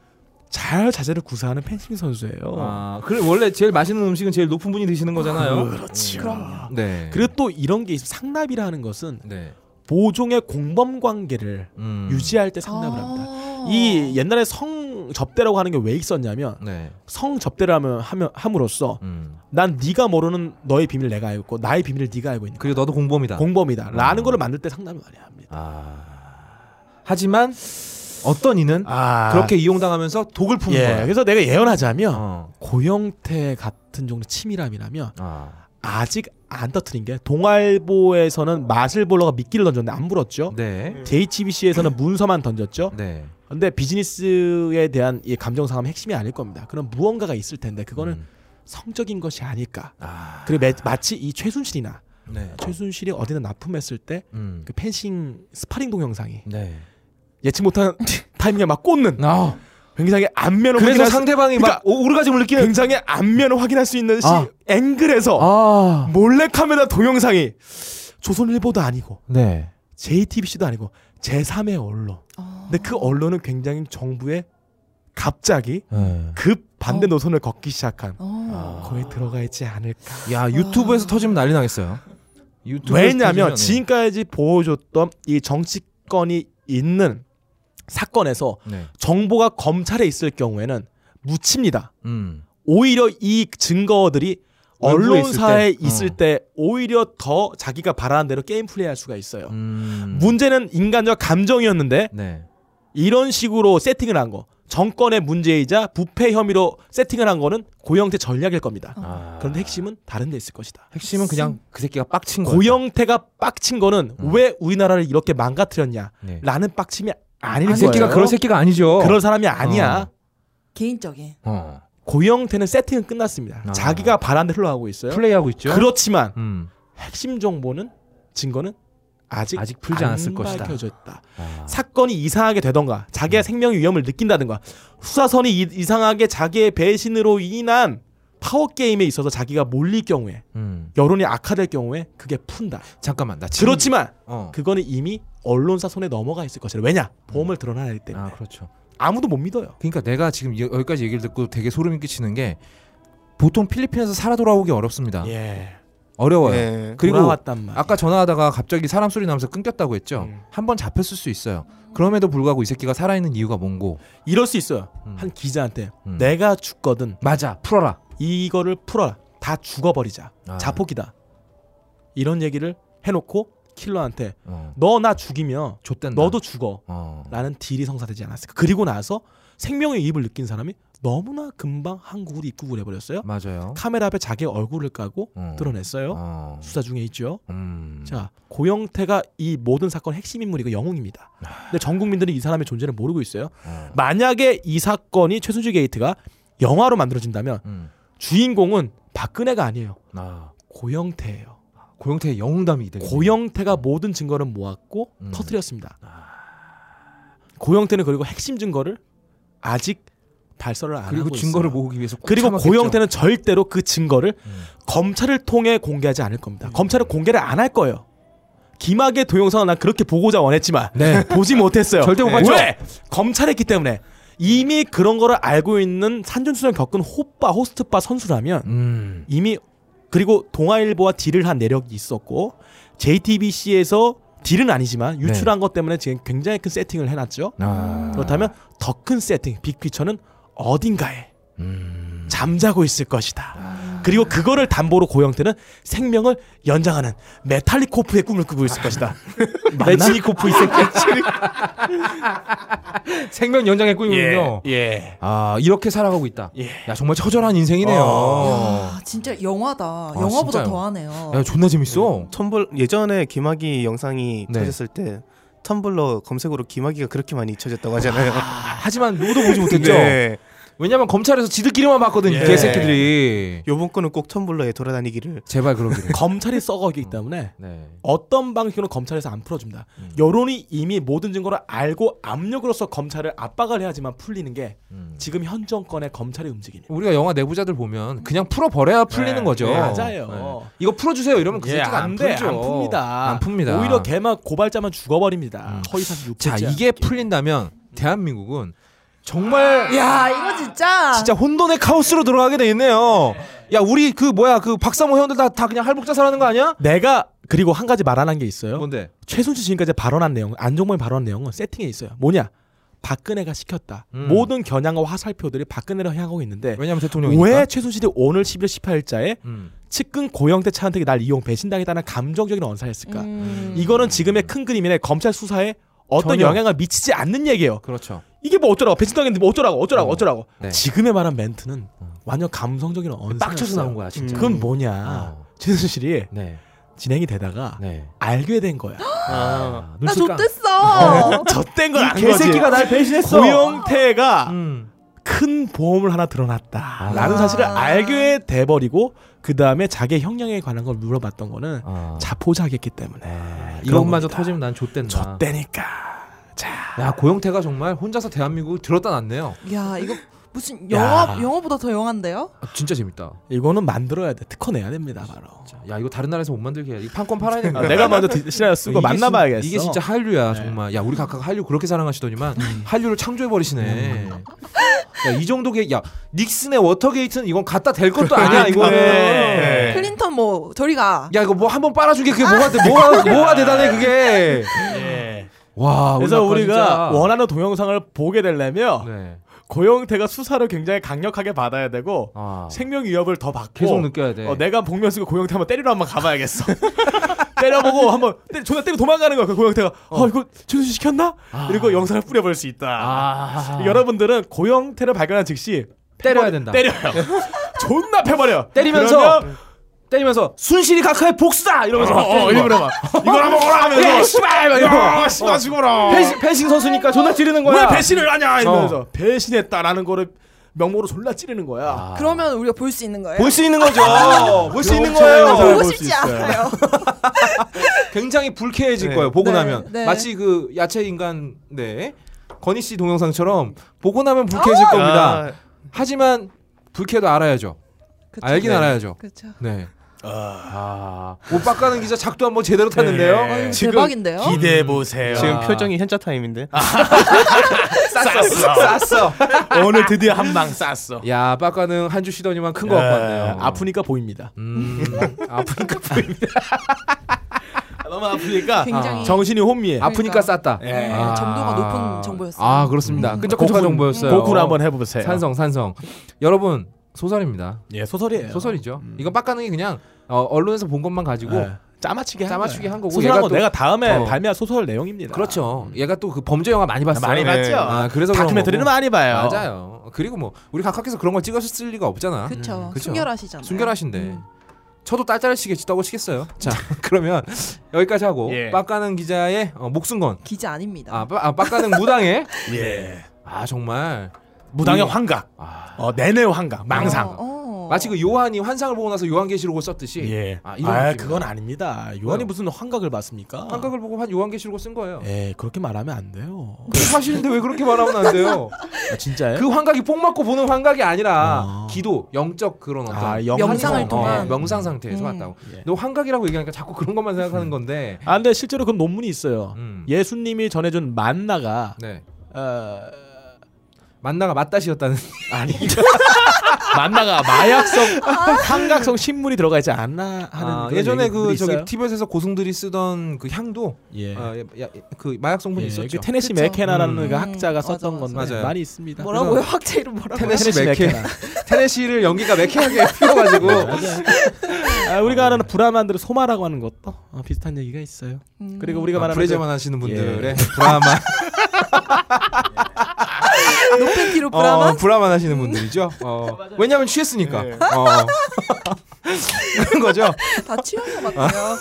Speaker 2: 잘 자세를 구사하는 펜싱 선수예요.
Speaker 1: 아, 그래 원래 제일 맛있는 음식은 제일 높은 분이 드시는 거잖아요.
Speaker 2: 그렇지.
Speaker 1: 그럼요. 그렇죠. 네.
Speaker 2: 그리고 또 이런 게 있어요. 상납이라는 것은
Speaker 1: 네. 음.
Speaker 2: 보종의 공범 관계를 유지할 때
Speaker 3: 아.
Speaker 2: 상납을 합니다. 이 옛날에 성 접대라고 하는 게 왜 있었냐면
Speaker 1: 네. 음.
Speaker 2: 성 접대를 하면, 하면 함으로써 난 네가 모르는 너의 비밀을 내가 알고 있고 나의 비밀을 네가 알고 있는.
Speaker 1: 그리고 너도 공범이다.
Speaker 2: 공범이다라는 어. 아. 거를 만들 때 상담을 많이 합니다.
Speaker 1: 하지만 어떤 이는 그렇게 이용당하면서 독을 푸는
Speaker 2: 예, 어.
Speaker 1: 거야. 어.
Speaker 2: 그래서 내가 예언하자면 고영태 같은 종류 의 치밀함이라면 아. 직안 터트린 게 동아일보에서는 맛을 보러가 미끼를 던졌는데 안 불었죠.
Speaker 1: 네.
Speaker 2: JTBC에서는 문서만 던졌죠.
Speaker 1: 네.
Speaker 2: 근데 비즈니스에 대한 이 감정 상함 핵심이 아닐 겁니다. 그런 무언가가 있을 텐데 그거는 성적인 것이 음. 아닐까. 그리고 매- 마치 이 최순실이나
Speaker 1: 네.
Speaker 2: 최순실이 어디나 납품했을 때 그
Speaker 1: 음.
Speaker 2: 펜싱 스파링 동영상이
Speaker 1: 네.
Speaker 2: 예측 못한 타이밍에 막 꽂는 굉장히 안면을
Speaker 1: 그래서
Speaker 2: 확인할 수- 그러니까
Speaker 1: 상대방이 막 오르가즘을 느끼는
Speaker 2: 굉장히 안면을 확인할 수 있는 시,
Speaker 1: 아.
Speaker 2: 앵글에서
Speaker 1: 어.
Speaker 2: 몰래 카메라 동영상이 조선일보도 아니고
Speaker 1: 네.
Speaker 2: JTBC도 아니고 제3의 언론. 근데 그 언론은 굉장히 정부의 갑자기 급 반대 노선을 걷기 시작한 거에 들어가 있지 않을까.
Speaker 1: 야 유튜브에서 터지면 난리 나겠어요. 유튜브에서
Speaker 2: 왜냐하면
Speaker 1: 터지면은.
Speaker 2: 지금까지 보여줬던 이 정치권이 있는 사건에서
Speaker 1: 네.
Speaker 2: 정보가 검찰에 있을 경우에는 묻힙니다.
Speaker 1: 음.
Speaker 2: 오히려 이 증거들이
Speaker 1: 얼굴에 있을
Speaker 2: 언론사에
Speaker 1: 때. 어.
Speaker 2: 있을 때 오히려 더 자기가 바라는 대로 게임 플레이할 수가 있어요.
Speaker 1: 음.
Speaker 2: 문제는 인간적 감정이었는데
Speaker 1: 네.
Speaker 2: 이런 식으로 세팅을 한 거. 정권의 문제이자 부패 혐의로 세팅을 한 거는 고영태 전략일 겁니다. 아. 그런데 핵심은 다른 데 있을 것이다.
Speaker 1: 아. 핵심은 그냥 그 새끼가 빡친 거야.
Speaker 2: 고영태가 빡친 거는
Speaker 1: 음.
Speaker 2: 왜 우리나라를 이렇게 망가뜨렸냐라는
Speaker 1: 네.
Speaker 2: 빡침이 아닐
Speaker 1: 그
Speaker 2: 거예요.
Speaker 1: 새끼가 그런 새끼가 아니죠.
Speaker 2: 그런 사람이 아니야.
Speaker 3: 개인적인.
Speaker 1: 어.
Speaker 2: 고영태는 세팅은 끝났습니다. 자기가 바란 대로 하고 있어요.
Speaker 1: 아. 플레이하고 있죠.
Speaker 2: 그렇지만
Speaker 1: 음.
Speaker 2: 핵심 정보는 증거는 아직
Speaker 1: 아직 풀지
Speaker 2: 안
Speaker 1: 않았을 것이다. 음.
Speaker 2: 밝혀져 있다. 사건이 이상하게 되던가 자기의 생명 위험을 느낀다든가 수사선이 이- 이상하게 자기의 배신으로 인한 파워 게임에 있어서 자기가 몰릴 경우에
Speaker 1: 음.
Speaker 2: 여론이 악화될 경우에 그게 푼다.
Speaker 1: 잠깐만 나 지금-
Speaker 2: 그렇지만
Speaker 1: 음. 어.
Speaker 2: 그거는 이미 언론사 손에 넘어가 있을 것이다. 왜냐
Speaker 1: 음.
Speaker 2: 보험을 드러나야 하기
Speaker 1: 아,
Speaker 2: 때문에. 아무도 못 믿어요.
Speaker 1: 그렇죠. 그러니까 내가 지금 여- 여기까지 얘기를 듣고 되게 소름이 끼치는 게 보통 필리핀에서 살아 돌아오기 어렵습니다.
Speaker 4: 네.
Speaker 1: 어려워요.
Speaker 2: 예,
Speaker 1: 그리고
Speaker 2: 돌아왔단 말이에요.
Speaker 1: 아까 전화하다가 갑자기 사람 소리 나면서 끊겼다고 했죠.
Speaker 2: 음.
Speaker 1: 한 번 잡혔을 수 있어요. 그럼에도 불구하고 이 새끼가 살아있는 이유가 뭔고?
Speaker 2: 이럴 수 있어요.
Speaker 1: 음.
Speaker 2: 한 기자한테 내가 죽거든
Speaker 1: 맞아 풀어라
Speaker 2: 이거를 풀어라 다 죽어버리자 자폭이다 이런 얘기를 해놓고 킬러한테 너 나 죽이면 너도 죽어 라는 딜이 성사되지 않았을까 그리고 나서 생명의 이입을 느낀 사람이 너무나 금방 한국으로 입국을 해버렸어요
Speaker 1: 맞아요
Speaker 2: 카메라 앞에 자기 얼굴을 까고 드러냈어요 음. 수사 중에 있죠
Speaker 1: 음,
Speaker 2: 자 고영태가 이 모든 사건 핵심 인물이고 영웅입니다 근데 전 국민들이 이 사람의 존재를 모르고 아. 있어요 만약에 이 사건이 최순실 게이트가 영화로 만들어진다면
Speaker 1: 음.
Speaker 2: 주인공은 박근혜가 아니에요. 고영태예요.
Speaker 1: 고영태의 영웅담이 되겠네. 음.
Speaker 2: 고영태가 모든 증거를 모았고 터뜨렸습니다.
Speaker 1: 아.
Speaker 2: 고영태는 그리고 핵심 증거를 아직 발설을 안
Speaker 1: 그리고
Speaker 2: 하고
Speaker 1: 증거를
Speaker 2: 있어요.
Speaker 1: 모으기 위해서 꾹
Speaker 2: 그리고
Speaker 1: 참았겠죠. 음.
Speaker 2: 고영태는 절대로 그 증거를 검찰을 통해 공개하지 않을 겁니다. 검찰은 공개를 안 할 거예요. 김학의 동영상은 난 그렇게 보고자 원했지만 보지 못했어요.
Speaker 1: 네. 절대 못 봤죠.
Speaker 2: 왜? 검찰에 있기 때문에 이미 그런 거를 알고 있는 산전수전 겪은 호빠 호스트바 선수라면
Speaker 1: 음.
Speaker 2: 이미 그리고 동아일보와 딜을 한 내력이 있었고 JTBC에서 딜은 아니지만
Speaker 1: 네.
Speaker 2: 유출한 것 때문에 지금 굉장히 큰 세팅을 해놨죠.
Speaker 1: 아.
Speaker 2: 그렇다면 더 큰 세팅, 빅피처는 어딘가에 잠자고 있을 것이다. 그리고 그거를 담보로 고영태는 생명을 연장하는 메탈리코프의 꿈을 꾸고 있을 것이다. 메치니코프 이 새끼.
Speaker 1: 생명 연장의 꿈이군요.
Speaker 2: 예, 예.
Speaker 1: 아 이렇게 살아가고 있다. 야 정말 처절한 인생이네요.
Speaker 2: 어.
Speaker 3: 아 진짜 영화다. 영화보다 더하네요.
Speaker 1: 존나
Speaker 2: 음.
Speaker 1: 재밌어.
Speaker 4: 텀블 예전에 김학이 영상이
Speaker 1: 네.
Speaker 4: 터졌을 때 텀블러 검색으로 김학이가 그렇게 많이 잊혀졌다고 하잖아요.
Speaker 1: 하지만 누구도 보지 못했죠.
Speaker 4: 네.
Speaker 1: 왜냐면 검찰에서 지들끼리만
Speaker 2: 예.
Speaker 1: 봤거든요. 개새끼들이.
Speaker 4: 요번 거는 꼭 텀블러에 돌아다니기를
Speaker 1: 제발 네. 그러기를.
Speaker 2: 검찰이 썩어기 때문에 어떤 방식으로 검찰에서 안 풀어준다. 여론이 이미 모든 증거를 알고 압력으로서 검찰을 압박을 해야지만 풀리는 게 지금 현 정권의 검찰의 움직임.
Speaker 1: 우리가 영화 내부자들 보면 그냥 풀어 버려야 풀리는
Speaker 2: 네,
Speaker 1: 거죠.
Speaker 2: 네, 맞아요.
Speaker 1: 네. 이거 풀어주세요. 이러면 그
Speaker 2: 예,
Speaker 1: 새끼가 안,
Speaker 2: 안 돼,
Speaker 1: 풀죠.
Speaker 2: 안 풉니다.
Speaker 1: 안 풉니다. 음.
Speaker 2: 오히려 걔만 고발자만 죽어버립니다. 허위사실
Speaker 1: 자
Speaker 2: 육부죄.
Speaker 1: 이게 풀린다면
Speaker 2: 음.
Speaker 1: 대한민국은 정말
Speaker 3: 야 이거 진짜.
Speaker 1: 진짜 혼돈의 카오스로 들어가게 돼 있네요. 야 우리 그 뭐야 그 박사모 회원들 다, 다 그냥 할복자 사라는 거 아니야?
Speaker 2: 내가 그리고 한 가지 말 안 한 게 있어요.
Speaker 1: 뭔데?
Speaker 2: 최순실 지금까지 발언한 내용, 안종범이 발언한 내용은 세팅에 있어요. 뭐냐? 박근혜가 시켰다.
Speaker 1: 음.
Speaker 2: 모든 겨냥과 화살표들이 박근혜를 향하고 있는데
Speaker 1: 왜냐면 대통령이니까.
Speaker 2: 왜 최순실이 오늘 11월 18일자에
Speaker 1: 음.
Speaker 2: 측근 고영태 차은택이 날 이용 배신당했다는 감정적인 언사였을까? 이거는 지금의 큰 그림이네. 검찰 수사에 어떤
Speaker 1: 음. 전혀.
Speaker 2: 영향을 미치지 않는 얘기예요.
Speaker 1: 그렇죠.
Speaker 2: 이게 뭐 어쩌라고 배신당했는데 뭐 어쩌라고 어쩌라고 어쩌라고
Speaker 1: 네. 그
Speaker 2: 지금의 말한 멘트는 완전 감성적인 언사
Speaker 1: 빡쳐서 나온 거야, 어. 진짜. 네,
Speaker 2: 그건 뭐냐 최순실이 진행이 되다가 알게 된 거야
Speaker 1: 아,
Speaker 3: 나 좆됐어.
Speaker 2: 젖된 건안 거지
Speaker 1: 개새끼가 날 배신했어.
Speaker 2: 고영태가
Speaker 1: 음.
Speaker 2: 큰 보험을 하나 드러났다
Speaker 1: 아.
Speaker 2: 라는 사실을 알게 돼버리고 그 다음에 자기의 형량에 관한 걸 물어봤던 거는 자포자기했기 때문에
Speaker 1: 아, 네. 이것마저 터지면 난 아, 좆된다.
Speaker 2: 좆대니까.
Speaker 1: 야 고영태가 정말 혼자서 대한민국 들었다 놨네요.
Speaker 3: 야 이거 무슨
Speaker 1: 야.
Speaker 3: 영화 영화보다 더 영화인데요?
Speaker 1: 아, 진짜 재밌다.
Speaker 2: 이거는 만들어야 돼 특허 내야 됩니다 바로
Speaker 1: 야 이거 다른 나라에서 못 만들게 해야지. 판권 팔아야 되니까.
Speaker 2: 아, 내가 먼저 디- 시나리오 쓰고
Speaker 1: 이게
Speaker 2: 만나봐야겠어.
Speaker 1: 진- 이게 진짜 음. 한류야 정말. 야 우리 각각 한류 그렇게 사랑하시더니만 한류를 창조해 버리시네. 야, 이 정도 게, 야, 닉슨의 워터게이트는 이건 갖다 댈 것도 아니야, 이거는.
Speaker 3: 네. 클린턴 뭐 저리가
Speaker 1: 야, 이거 뭐 한번 빨아준 게 그게 뭐가, 대- 뭐가, 뭐가 대단해, 그게. 와,
Speaker 2: 예. 그래서
Speaker 1: 오늘 아까
Speaker 2: 우리가
Speaker 1: 진짜-
Speaker 2: 원하는 동영상을 보게 되려면
Speaker 1: 네.
Speaker 2: 고영태가 수사를 굉장히 강력하게 받아야 되고 생명 위협을 더 받고
Speaker 1: 계속 네. 느껴야 돼.
Speaker 2: 어, 내가 복면 쓰고 고영태 한번 때리러 한번 가봐야겠어. 때려보고 한번 때, 존나 때리고 도망가는 거야. 그 고영태가 어, 이거 최순실 시켰나?
Speaker 1: 아.
Speaker 2: 이러고 영상을 뿌려볼 수 있다. 여러분들은 고영태를 발견한 즉시
Speaker 1: 때려야 된다.
Speaker 2: 때려요. 존나 패버려.
Speaker 1: 때리면서 음.
Speaker 2: 그러면-
Speaker 1: 때리면서 순실이 각하의 복수다 이러면서 막
Speaker 2: 어,
Speaker 1: 때리는
Speaker 2: 어, 일부러
Speaker 1: 거야.
Speaker 2: 막 이걸 한번 오라 하면서
Speaker 1: 예, 씨발 막
Speaker 2: 야,
Speaker 1: 이러고
Speaker 2: 씨발
Speaker 1: 어.
Speaker 2: 죽어라.
Speaker 1: 패싱, 패싱 선수니까 존나 찌르는 거야
Speaker 2: 왜 배신을 하냐 이러면서
Speaker 1: 어.
Speaker 2: 배신했다라는 거를 명목으로 졸라 찌르는 거야.
Speaker 3: 그러면 우리가 볼 수 있는 거예요?
Speaker 1: 볼 수 있는 거죠. 볼 수 있는
Speaker 3: 나
Speaker 1: 거예요.
Speaker 3: 보고 싶지 않아요.
Speaker 1: 굉장히 불쾌해질
Speaker 2: 네.
Speaker 1: 거예요. 보고
Speaker 2: 네,
Speaker 1: 나면
Speaker 3: 네.
Speaker 1: 마치 그 야채 인간 네 건희 씨 동영상처럼
Speaker 3: 네,
Speaker 1: 보고 나면 불쾌해질
Speaker 2: 아!
Speaker 1: 겁니다. 하지만 불쾌도 알아야죠. 알긴
Speaker 2: 네.
Speaker 1: 알아야죠.
Speaker 2: 그쵸.
Speaker 1: 네. 아, 오빠 까는 기자 작도 한번 제대로 탔는데요.
Speaker 2: 네. 아유, 대박인데요? 기대해 보세요.
Speaker 4: 지금
Speaker 1: 음.
Speaker 2: 아.
Speaker 4: 표정이 현자 타임인데.
Speaker 1: 쌌어.
Speaker 2: 오늘 드디어 한 방 쌌어.
Speaker 1: 야, 빠까는 한 주 쉬더니만 큰 거
Speaker 2: 예,
Speaker 1: 갖고 왔네요.
Speaker 2: 아프니까 보입니다.
Speaker 1: 음, 아프니까 보입니다.
Speaker 2: 너무 아프니까
Speaker 1: 굉장히-
Speaker 2: 정신이 혼미해.
Speaker 1: 어. 아프니까 쌌다.
Speaker 2: 예.
Speaker 1: 아.
Speaker 3: 네, 정도가 높은 정보였어요.
Speaker 1: 아 그렇습니다. 끈적끈적한
Speaker 2: 고군.
Speaker 1: 정보였어요. 네.
Speaker 2: 고군 한번 해보세요.
Speaker 1: 산성 산성. 여러분 소설입니다.
Speaker 2: 예, 소설이에요.
Speaker 1: 소설이죠. 이건 빡가는 게 그냥 어, 언론에서 본 것만 가지고
Speaker 2: 예. 짜맞추게 한
Speaker 1: 짜맞추게 한 거고.
Speaker 2: 소설한
Speaker 1: 얘가
Speaker 2: 거
Speaker 1: 또-
Speaker 2: 내가 다음에
Speaker 1: 어.
Speaker 2: 발매할 소설 내용입니다.
Speaker 1: 그렇죠. 얘가 또 그 범죄 영화 많이 봤어요.
Speaker 2: 많이 봤죠.
Speaker 1: 아, 그래서 그런
Speaker 2: 다큐멘터리는
Speaker 1: 거고.
Speaker 2: 많이 봐요.
Speaker 1: 맞아요. 그리고 뭐 우리 각하께서 그런 걸 찍었을 리가 없잖아.
Speaker 3: 그쵸.
Speaker 1: 음,
Speaker 3: 순결하시잖아요.
Speaker 1: 순결하신데.
Speaker 3: 음.
Speaker 1: 저도 딸딸이시겠지 다고 시겠어요. 자 그러면 여기까지 하고
Speaker 3: 예.
Speaker 1: 어, 빡가는 기자의 어, 목숨 건
Speaker 3: 기자 아닙니다.
Speaker 1: 아, 빠- 아 빡가는 무당의
Speaker 2: 예.
Speaker 1: 아 정말
Speaker 2: 무당의
Speaker 1: 음.
Speaker 2: 환각. 어, 내내
Speaker 1: 아,
Speaker 2: 환각, 망상.
Speaker 3: 어,
Speaker 1: 마치 그 요한이 환상을 보고 나서 요한계시록을 썼듯이 아, 이런
Speaker 2: 아,
Speaker 1: 느낌이에요.
Speaker 2: 그건 아닙니다. 요한이 무슨 환각을 봤습니까?
Speaker 1: 환각을 보고 한 요한계시록을 쓴 거예요.
Speaker 2: 예, 그렇게 말하면 안 돼요.
Speaker 1: 사실인데 왜 그렇게 말하면 안 돼요?
Speaker 2: 아, 진짜요?
Speaker 1: 그 환각이 뽕 맞고 보는 환각이 아니라 기도, 영적 그런 어떤
Speaker 2: 아, 영- 명상을
Speaker 1: 어,
Speaker 2: 통한.
Speaker 1: 명상 상태에서
Speaker 2: 음.
Speaker 1: 왔다고. 너 환각이라고 얘기하니까 자꾸 그런 것만 생각하는 건데.
Speaker 2: 아, 근데 실제로 그 논문이 있어요.
Speaker 1: 음.
Speaker 2: 예수님이 전해준 만나가
Speaker 1: 네.
Speaker 2: 어...
Speaker 1: 만나가 맞다시였다는
Speaker 2: 아니 만나가 마약성 한각성 신물이 들어가 있지 않나 하는
Speaker 1: 아,
Speaker 2: 아. 그런
Speaker 1: 예전에
Speaker 2: 얘기들이
Speaker 1: 그 저기
Speaker 2: 있어요?
Speaker 1: 티벳에서 고승들이 쓰던 그 향도
Speaker 2: 예.
Speaker 1: 어, 야- 야- 그 마약 성분이
Speaker 2: 예,
Speaker 1: 있었죠.
Speaker 2: 그 테네시 맥케나라는
Speaker 1: 음.
Speaker 2: 그 학자가 썼던 건데
Speaker 1: 맞아요.
Speaker 2: 많이 있습니다.
Speaker 3: 뭐라고요?
Speaker 2: 그래서 어.
Speaker 3: 학자 이름 뭐라고?
Speaker 1: 테네시
Speaker 2: 테네시
Speaker 1: 맥케나. 테네시를 연기가 맥케하게 피워가지고
Speaker 2: 아, 우리가 아는 브라만들의 소마라고 하는 것도 어, 비슷한 얘기가 있어요. 그리고 예. 우리가
Speaker 1: 아,
Speaker 2: 말하는
Speaker 1: 브레제만 하시는 분들의 브라만.
Speaker 3: 높은 키로
Speaker 1: 어, 브라만 하시는 분들이죠. 어, 왜냐하면 취했으니까.
Speaker 2: 예.
Speaker 1: 어. 그런 거죠.
Speaker 3: 다 취한 것 같아요.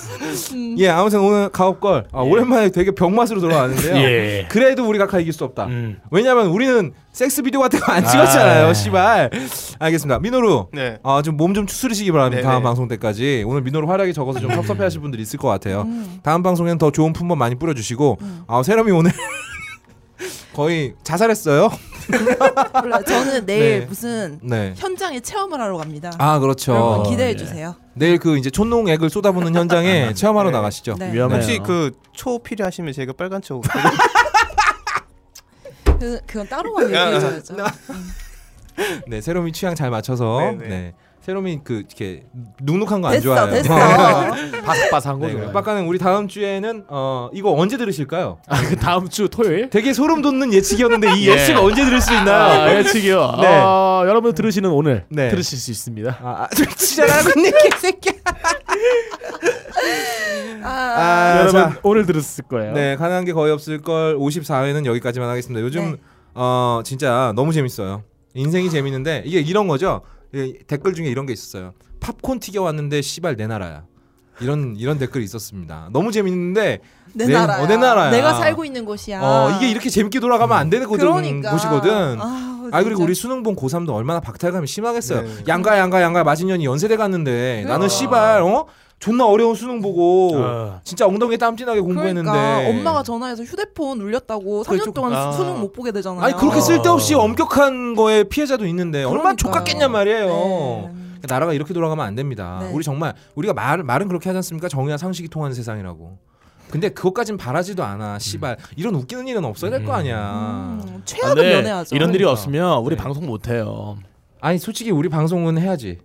Speaker 3: 음.
Speaker 1: 예, 아무튼 오늘 가업걸 아, 오랜만에 되게 병맛으로 돌아왔는데요.
Speaker 2: 예.
Speaker 1: 그래도 우리가 가 이길 수 없다. 왜냐하면 우리는 섹스 비디오 같은 거 안 음. 찍었잖아요.
Speaker 2: 아.
Speaker 1: 씨발. 알겠습니다. 민호루.
Speaker 4: 네.
Speaker 1: 아, 좀 몸 좀 추스리시기 바랍니다.
Speaker 4: 네,
Speaker 1: 다음
Speaker 4: 네.
Speaker 1: 방송 때까지. 오늘 민호루 활약이 적어서 좀 섭섭해하실 분들이 있을 것 같아요. 다음 방송에는 더 좋은 품번 많이 뿌려주시고.
Speaker 3: 음.
Speaker 1: 아, 세럼이 오늘 거의 자살했어요.
Speaker 3: 몰라 저는 내일
Speaker 1: 네.
Speaker 3: 무슨
Speaker 1: 네.
Speaker 3: 현장에 체험을 하러 갑니다.
Speaker 1: 아 그렇죠.
Speaker 3: 여러분 기대해 주세요.
Speaker 1: 내일 그 이제 촌농액을 쏟아붓는 현장에 체험하러 나가시죠.
Speaker 3: 네.
Speaker 4: 혹시 그 초 필요하시면 제가 빨간 초.
Speaker 3: 그, 그건 따로 가면
Speaker 1: 아,
Speaker 3: 얘기해 줘야죠.
Speaker 1: 네 세롬이 취향 잘 맞춰서 네.
Speaker 4: 네, 네.
Speaker 1: 세롬이 그 이렇게 눅눅한 거 안
Speaker 3: 됐어,
Speaker 1: 좋아해요.
Speaker 3: 됐어.
Speaker 2: 바삭바삭한 거
Speaker 1: 네,
Speaker 2: 좋아해요.
Speaker 1: 빡가는 우리 다음 주에는 어 이거 언제 들으실까요?
Speaker 2: 아, 그 다음 주 토요일?
Speaker 1: 되게 소름 돋는 예측이었는데 이
Speaker 2: 예.
Speaker 1: 예측 언제 들을 수 있나요?
Speaker 2: 아, 예측이요.
Speaker 1: 네.
Speaker 2: 어, 여러분 들으시는 오늘
Speaker 1: 네.
Speaker 2: 들으실 수 있습니다.
Speaker 1: 아, 지랄하고 있네 개새끼야. 아,
Speaker 2: 여러분
Speaker 1: 자.
Speaker 2: 오늘 들었을 거예요.
Speaker 1: 네, 가능한 게 거의 없을 걸 54회는 여기까지만 하겠습니다. 요즘
Speaker 3: 네.
Speaker 1: 어 진짜 너무 재밌어요.
Speaker 3: 아.
Speaker 1: 인생이 재밌는데 이게 이런 거죠. 예, 댓글 중에 이런 게 있었어요. 팝콘 튀겨 왔는데 씨발 내 나라야. 이런 이런 댓글이 있었습니다. 너무 재밌는데
Speaker 3: 네. 내 나라야.
Speaker 1: 어, 내 나라야.
Speaker 3: 내가 살고 있는 곳이야.
Speaker 1: 어, 이게 이렇게 재밌게 돌아가면 안 되는 거든
Speaker 3: 아. 그러니까.
Speaker 1: 곳이거든.
Speaker 3: 아우,
Speaker 1: 아 그리고
Speaker 3: 진짜. 네.
Speaker 1: 우리 수능본 고3도 얼마나 박탈감이 심하겠어요. 양가 양가 양가 마진년이 연세대 갔는데
Speaker 3: 그러니까.
Speaker 1: 나는 씨발 어 존나 어려운 수능 보고
Speaker 2: 아.
Speaker 1: 진짜 엉덩이 땀진하게 공부했는데
Speaker 3: 그러니까 엄마가 전화해서 휴대폰 울렸다고 3년 동안
Speaker 1: 아.
Speaker 3: 수- 수능 못 보게 되잖아요.
Speaker 1: 아니 그렇게 쓸데없이 엄격한 거에 피해자도 있는데 얼마나
Speaker 3: 그러니까요.
Speaker 1: 족같겠냐 말이에요. 아.
Speaker 3: 음,
Speaker 1: 그러니까 나라가 이렇게 돌아가면 안 됩니다.
Speaker 3: 네.
Speaker 1: 우리 정말 우리가 말 말은 그렇게 하지 않습니까? 정의와 상식이 통하는 세상이라고. 근데 그것까진 바라지도 않아. 씨발 이런 웃기는 일은 없어야 될 거 아니야.
Speaker 3: 최악은
Speaker 2: 근데
Speaker 3: 면해야죠.
Speaker 2: 네. 이런
Speaker 1: 그러니까.
Speaker 2: 일이 없으면
Speaker 1: 네.
Speaker 2: 우리 방송 못 해요.
Speaker 1: 아니 솔직히 우리 방송은 해야지.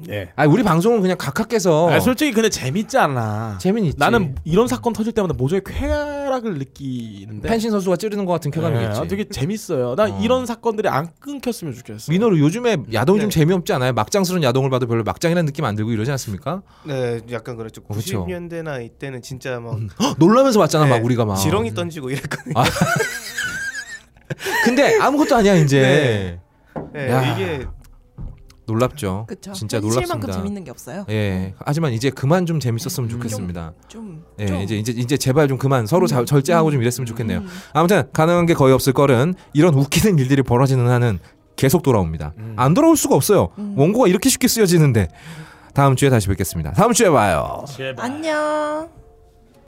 Speaker 2: 네.
Speaker 1: 아니 우리 방송은 그냥 각하께서
Speaker 2: 아 솔직히 근데 재밌잖아.
Speaker 1: 재미는 있지.
Speaker 2: 나는 이런 사건 터질 때마다 모조의 쾌락을 느끼는데.
Speaker 1: 네.
Speaker 2: 네,
Speaker 1: 펜신 선수가 찌르는 것 같은 쾌감이겠지.
Speaker 2: 되게 예, 재밌어요. 나 이런 사건들이 안 끊겼으면 좋겠어.
Speaker 1: 민호로 요즘에 야동이
Speaker 2: 네.
Speaker 1: 좀 재미없지 않아요? 막장스러운 야동을 봐도 별로 막장이라는 느낌 안 들고 이러지 않습니까?
Speaker 4: 네, 약간 그렇죠.
Speaker 1: 그렇죠.
Speaker 4: 90년대나 이때는 진짜 막
Speaker 1: 헉, 놀라면서 봤잖아
Speaker 4: 네,
Speaker 1: 막 우리가 막. 음.
Speaker 4: 지렁이 던지고 이랬거든요.
Speaker 1: 아. 근데 아무것도 아니야 이제.
Speaker 4: 네,
Speaker 1: 야.
Speaker 4: 이게
Speaker 1: 놀랍죠.
Speaker 3: 그쵸.
Speaker 1: 진짜
Speaker 3: 현실만큼
Speaker 1: 놀랍습니다.
Speaker 3: 재밌는 음. 게 없어요.
Speaker 1: 예. 하지만 이제 그만 좀 재밌었으면 좋겠습니다.
Speaker 3: 좀,
Speaker 1: 예, 이제 이제 이제 제발 좀 그만 서로 자- 절제하고 좀 이랬으면 좋겠네요. 아무튼 가능한 게 거의 없을 거는 이런 웃기는 일들이 벌어지는 한은 계속 돌아옵니다. 안 돌아올 수가 없어요. 원고가 이렇게 쉽게 쓰여지는데 다음 주에 다시 뵙겠습니다. 다음 주에 봐요.
Speaker 3: 안녕.